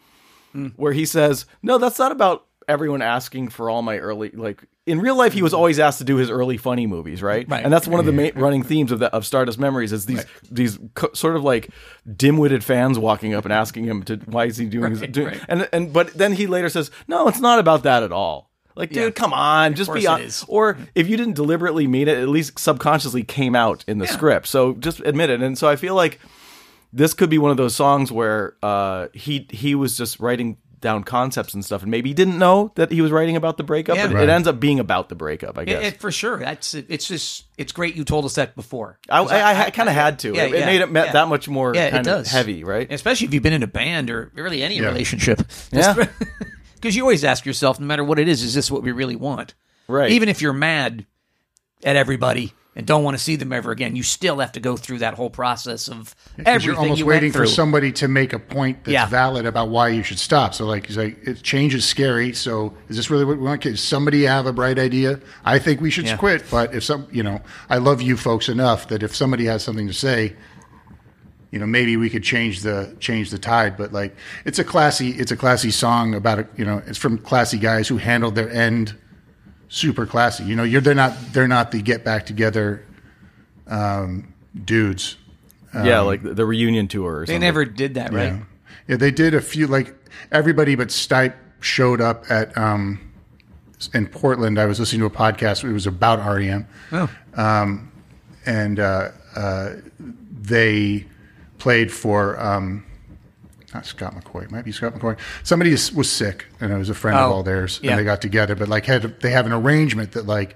[SPEAKER 5] Hmm.
[SPEAKER 1] where he says, "No, that's not about everyone asking for all my early like." In real life, he was always asked to do his early funny movies, right?
[SPEAKER 5] Hmm. Right.
[SPEAKER 1] And that's one of the main running themes of the, of Stardust Memories is these these co- sort of like dim-witted fans walking up and asking him to why is he doing his doing and and but then he later says, "No, it's not about that at all." Like, dude,
[SPEAKER 5] Yeah.
[SPEAKER 1] come on, just
[SPEAKER 5] course
[SPEAKER 1] be
[SPEAKER 5] it
[SPEAKER 1] on.
[SPEAKER 5] is. Mm-hmm.
[SPEAKER 1] Or if you didn't deliberately mean it, at least subconsciously came out in the script. So just admit it. And so I feel like this could be one of those songs where uh, he he was just writing down concepts and stuff, and maybe he didn't know that he was writing about the breakup.
[SPEAKER 5] Yeah.
[SPEAKER 1] and
[SPEAKER 5] Right.
[SPEAKER 1] It ends up being about the breakup, I
[SPEAKER 5] It,
[SPEAKER 1] guess.
[SPEAKER 5] it- for sure. That's it's just it's great you told us that before.
[SPEAKER 1] I, I, I kind of had to.
[SPEAKER 5] yeah,
[SPEAKER 1] it, it
[SPEAKER 5] yeah,
[SPEAKER 1] made it ma-
[SPEAKER 5] yeah.
[SPEAKER 1] that much more
[SPEAKER 5] Yeah, it
[SPEAKER 1] kind of
[SPEAKER 5] does.
[SPEAKER 1] heavy, right?
[SPEAKER 5] Especially if you've been in a band or really any
[SPEAKER 2] Yeah.
[SPEAKER 5] relationship.
[SPEAKER 1] Yeah.
[SPEAKER 5] Because you always ask yourself, no matter what it is, is this what we really want?
[SPEAKER 1] Right.
[SPEAKER 5] Even if you're mad at everybody and don't want to see them ever again, you still have to go through that whole process of
[SPEAKER 2] Because
[SPEAKER 5] everything
[SPEAKER 2] you're almost
[SPEAKER 5] you went
[SPEAKER 2] waiting for
[SPEAKER 5] through.
[SPEAKER 2] somebody to make a point that's
[SPEAKER 5] Yeah.
[SPEAKER 2] valid about why you should stop. So, like, he's like, it, change is scary. So, is this really what we want? Does somebody have a bright idea? I think we should
[SPEAKER 5] Yeah.
[SPEAKER 2] quit. But if some, you know, I love you folks enough that if somebody has something to say, you know, maybe we could change the change the tide. But like, it's a classy, it's a classy song about a, you know, it's from classy guys who handled their end super classy. You know, you're they're not they're not the get back together um, dudes.
[SPEAKER 1] yeah,
[SPEAKER 5] um,
[SPEAKER 1] like the, the reunion tour. Or
[SPEAKER 5] They
[SPEAKER 1] something.
[SPEAKER 5] never did that, right?
[SPEAKER 2] Yeah. Yeah, they did a few like everybody but Stipe showed up at um in Portland. I was listening to a podcast. It was about REM.
[SPEAKER 5] Oh.
[SPEAKER 2] Um, and uh, uh, they played for um not Scott McCoy. It might be Scott McCoy. Somebody is- was sick and it was a friend of
[SPEAKER 5] Oh,
[SPEAKER 2] all theirs
[SPEAKER 5] yeah.
[SPEAKER 2] and they got together but like had they have an arrangement that like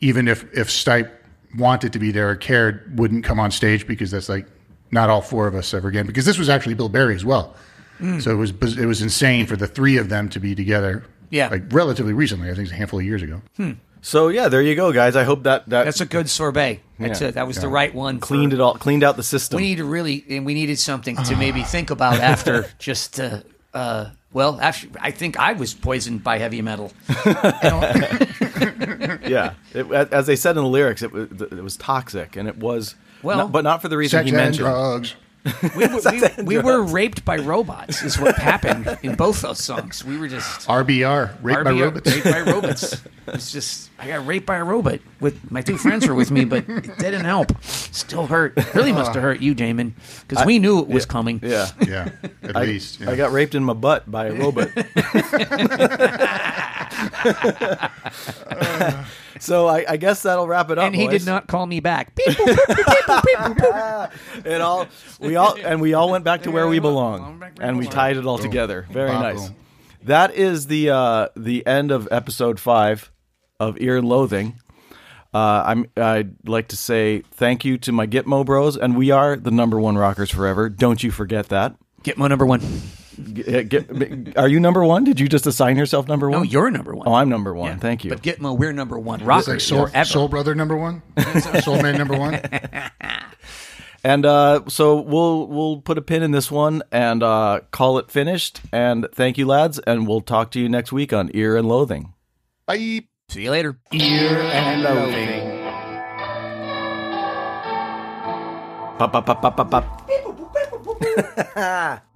[SPEAKER 2] even if if Stipe wanted to be there or cared, wouldn't come on stage because that's like not all four of us ever again. Because this was actually Bill Berry as well,
[SPEAKER 5] Mm.
[SPEAKER 2] so it was biz- it was insane for the three of them to be together.
[SPEAKER 5] Yeah.
[SPEAKER 2] like relatively recently, I think it's a handful of years ago.
[SPEAKER 1] So yeah, there you go, guys. I hope that that
[SPEAKER 5] That's a good sorbet. That's
[SPEAKER 1] Yeah.
[SPEAKER 5] it. That was the right one. for-
[SPEAKER 1] cleaned it all, cleaned out the system.
[SPEAKER 5] We need to really, and we needed something to maybe think about after just to, uh, well, actually, I think I was poisoned by heavy metal.
[SPEAKER 1] yeah, it, as they said in the lyrics, it was it was toxic, and it was
[SPEAKER 5] Well-
[SPEAKER 1] but not for the reason
[SPEAKER 2] Sex
[SPEAKER 1] he
[SPEAKER 2] and
[SPEAKER 1] mentioned.
[SPEAKER 2] drugs.
[SPEAKER 5] We, were- we, we were raped by robots, is what happened in both those songs. We were just
[SPEAKER 1] Oh,
[SPEAKER 2] RBR, raped by
[SPEAKER 5] RBR
[SPEAKER 2] robots.
[SPEAKER 5] raped by robots. It's just I got raped by a robot. With my two friends were with me, but it didn't help. Still hurt. Really must have hurt you, Damon, because we knew it was coming.
[SPEAKER 1] Yeah,
[SPEAKER 2] Yeah, at least. yeah.
[SPEAKER 1] I got raped in my butt by a robot. so I, I guess that'll wrap it up.
[SPEAKER 5] And he
[SPEAKER 1] boys.
[SPEAKER 5] did not call me back. Beep, boop, boop, boop, boop, boop, boop.
[SPEAKER 1] It all we all and we all went back to where we belong, and we tied it all together. Very
[SPEAKER 2] Boom.
[SPEAKER 1] nice. That is the uh, the end of episode five of Ear Loathing. Uh, I'm, I'd like to say thank you to my Gitmo bros, and we are the number one rockers forever. Don't you forget that.
[SPEAKER 5] Get my number one.
[SPEAKER 1] G- uh, Git- are you number one? Did you just assign yourself number one?
[SPEAKER 5] No, you're number one.
[SPEAKER 1] Oh, I'm number one.
[SPEAKER 5] Yeah.
[SPEAKER 1] Thank you.
[SPEAKER 5] But Gitmo, we're number one.
[SPEAKER 2] It's
[SPEAKER 5] Rockers
[SPEAKER 2] like soul,
[SPEAKER 5] forever.
[SPEAKER 2] soul brother number one, soul man number one.
[SPEAKER 1] And uh, so we'll we'll put a pin in this one and uh, call it finished. And thank you, lads. And we'll talk to you next week on Ear and Loathing.
[SPEAKER 2] Bye.
[SPEAKER 5] See you later.
[SPEAKER 4] Ear and loathing.
[SPEAKER 1] Pop, pop, pop, pop, pop, pop.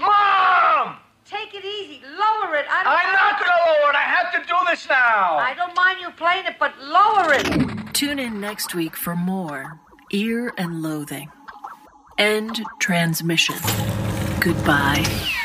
[SPEAKER 7] Mom!
[SPEAKER 10] Take it easy. Lower it. I don't,
[SPEAKER 7] I'm not gonna lower it. I have to do this now.
[SPEAKER 10] I don't mind you playing it, but lower it.
[SPEAKER 9] Tune in next week for more Ear and Loathing. End transmission. Goodbye.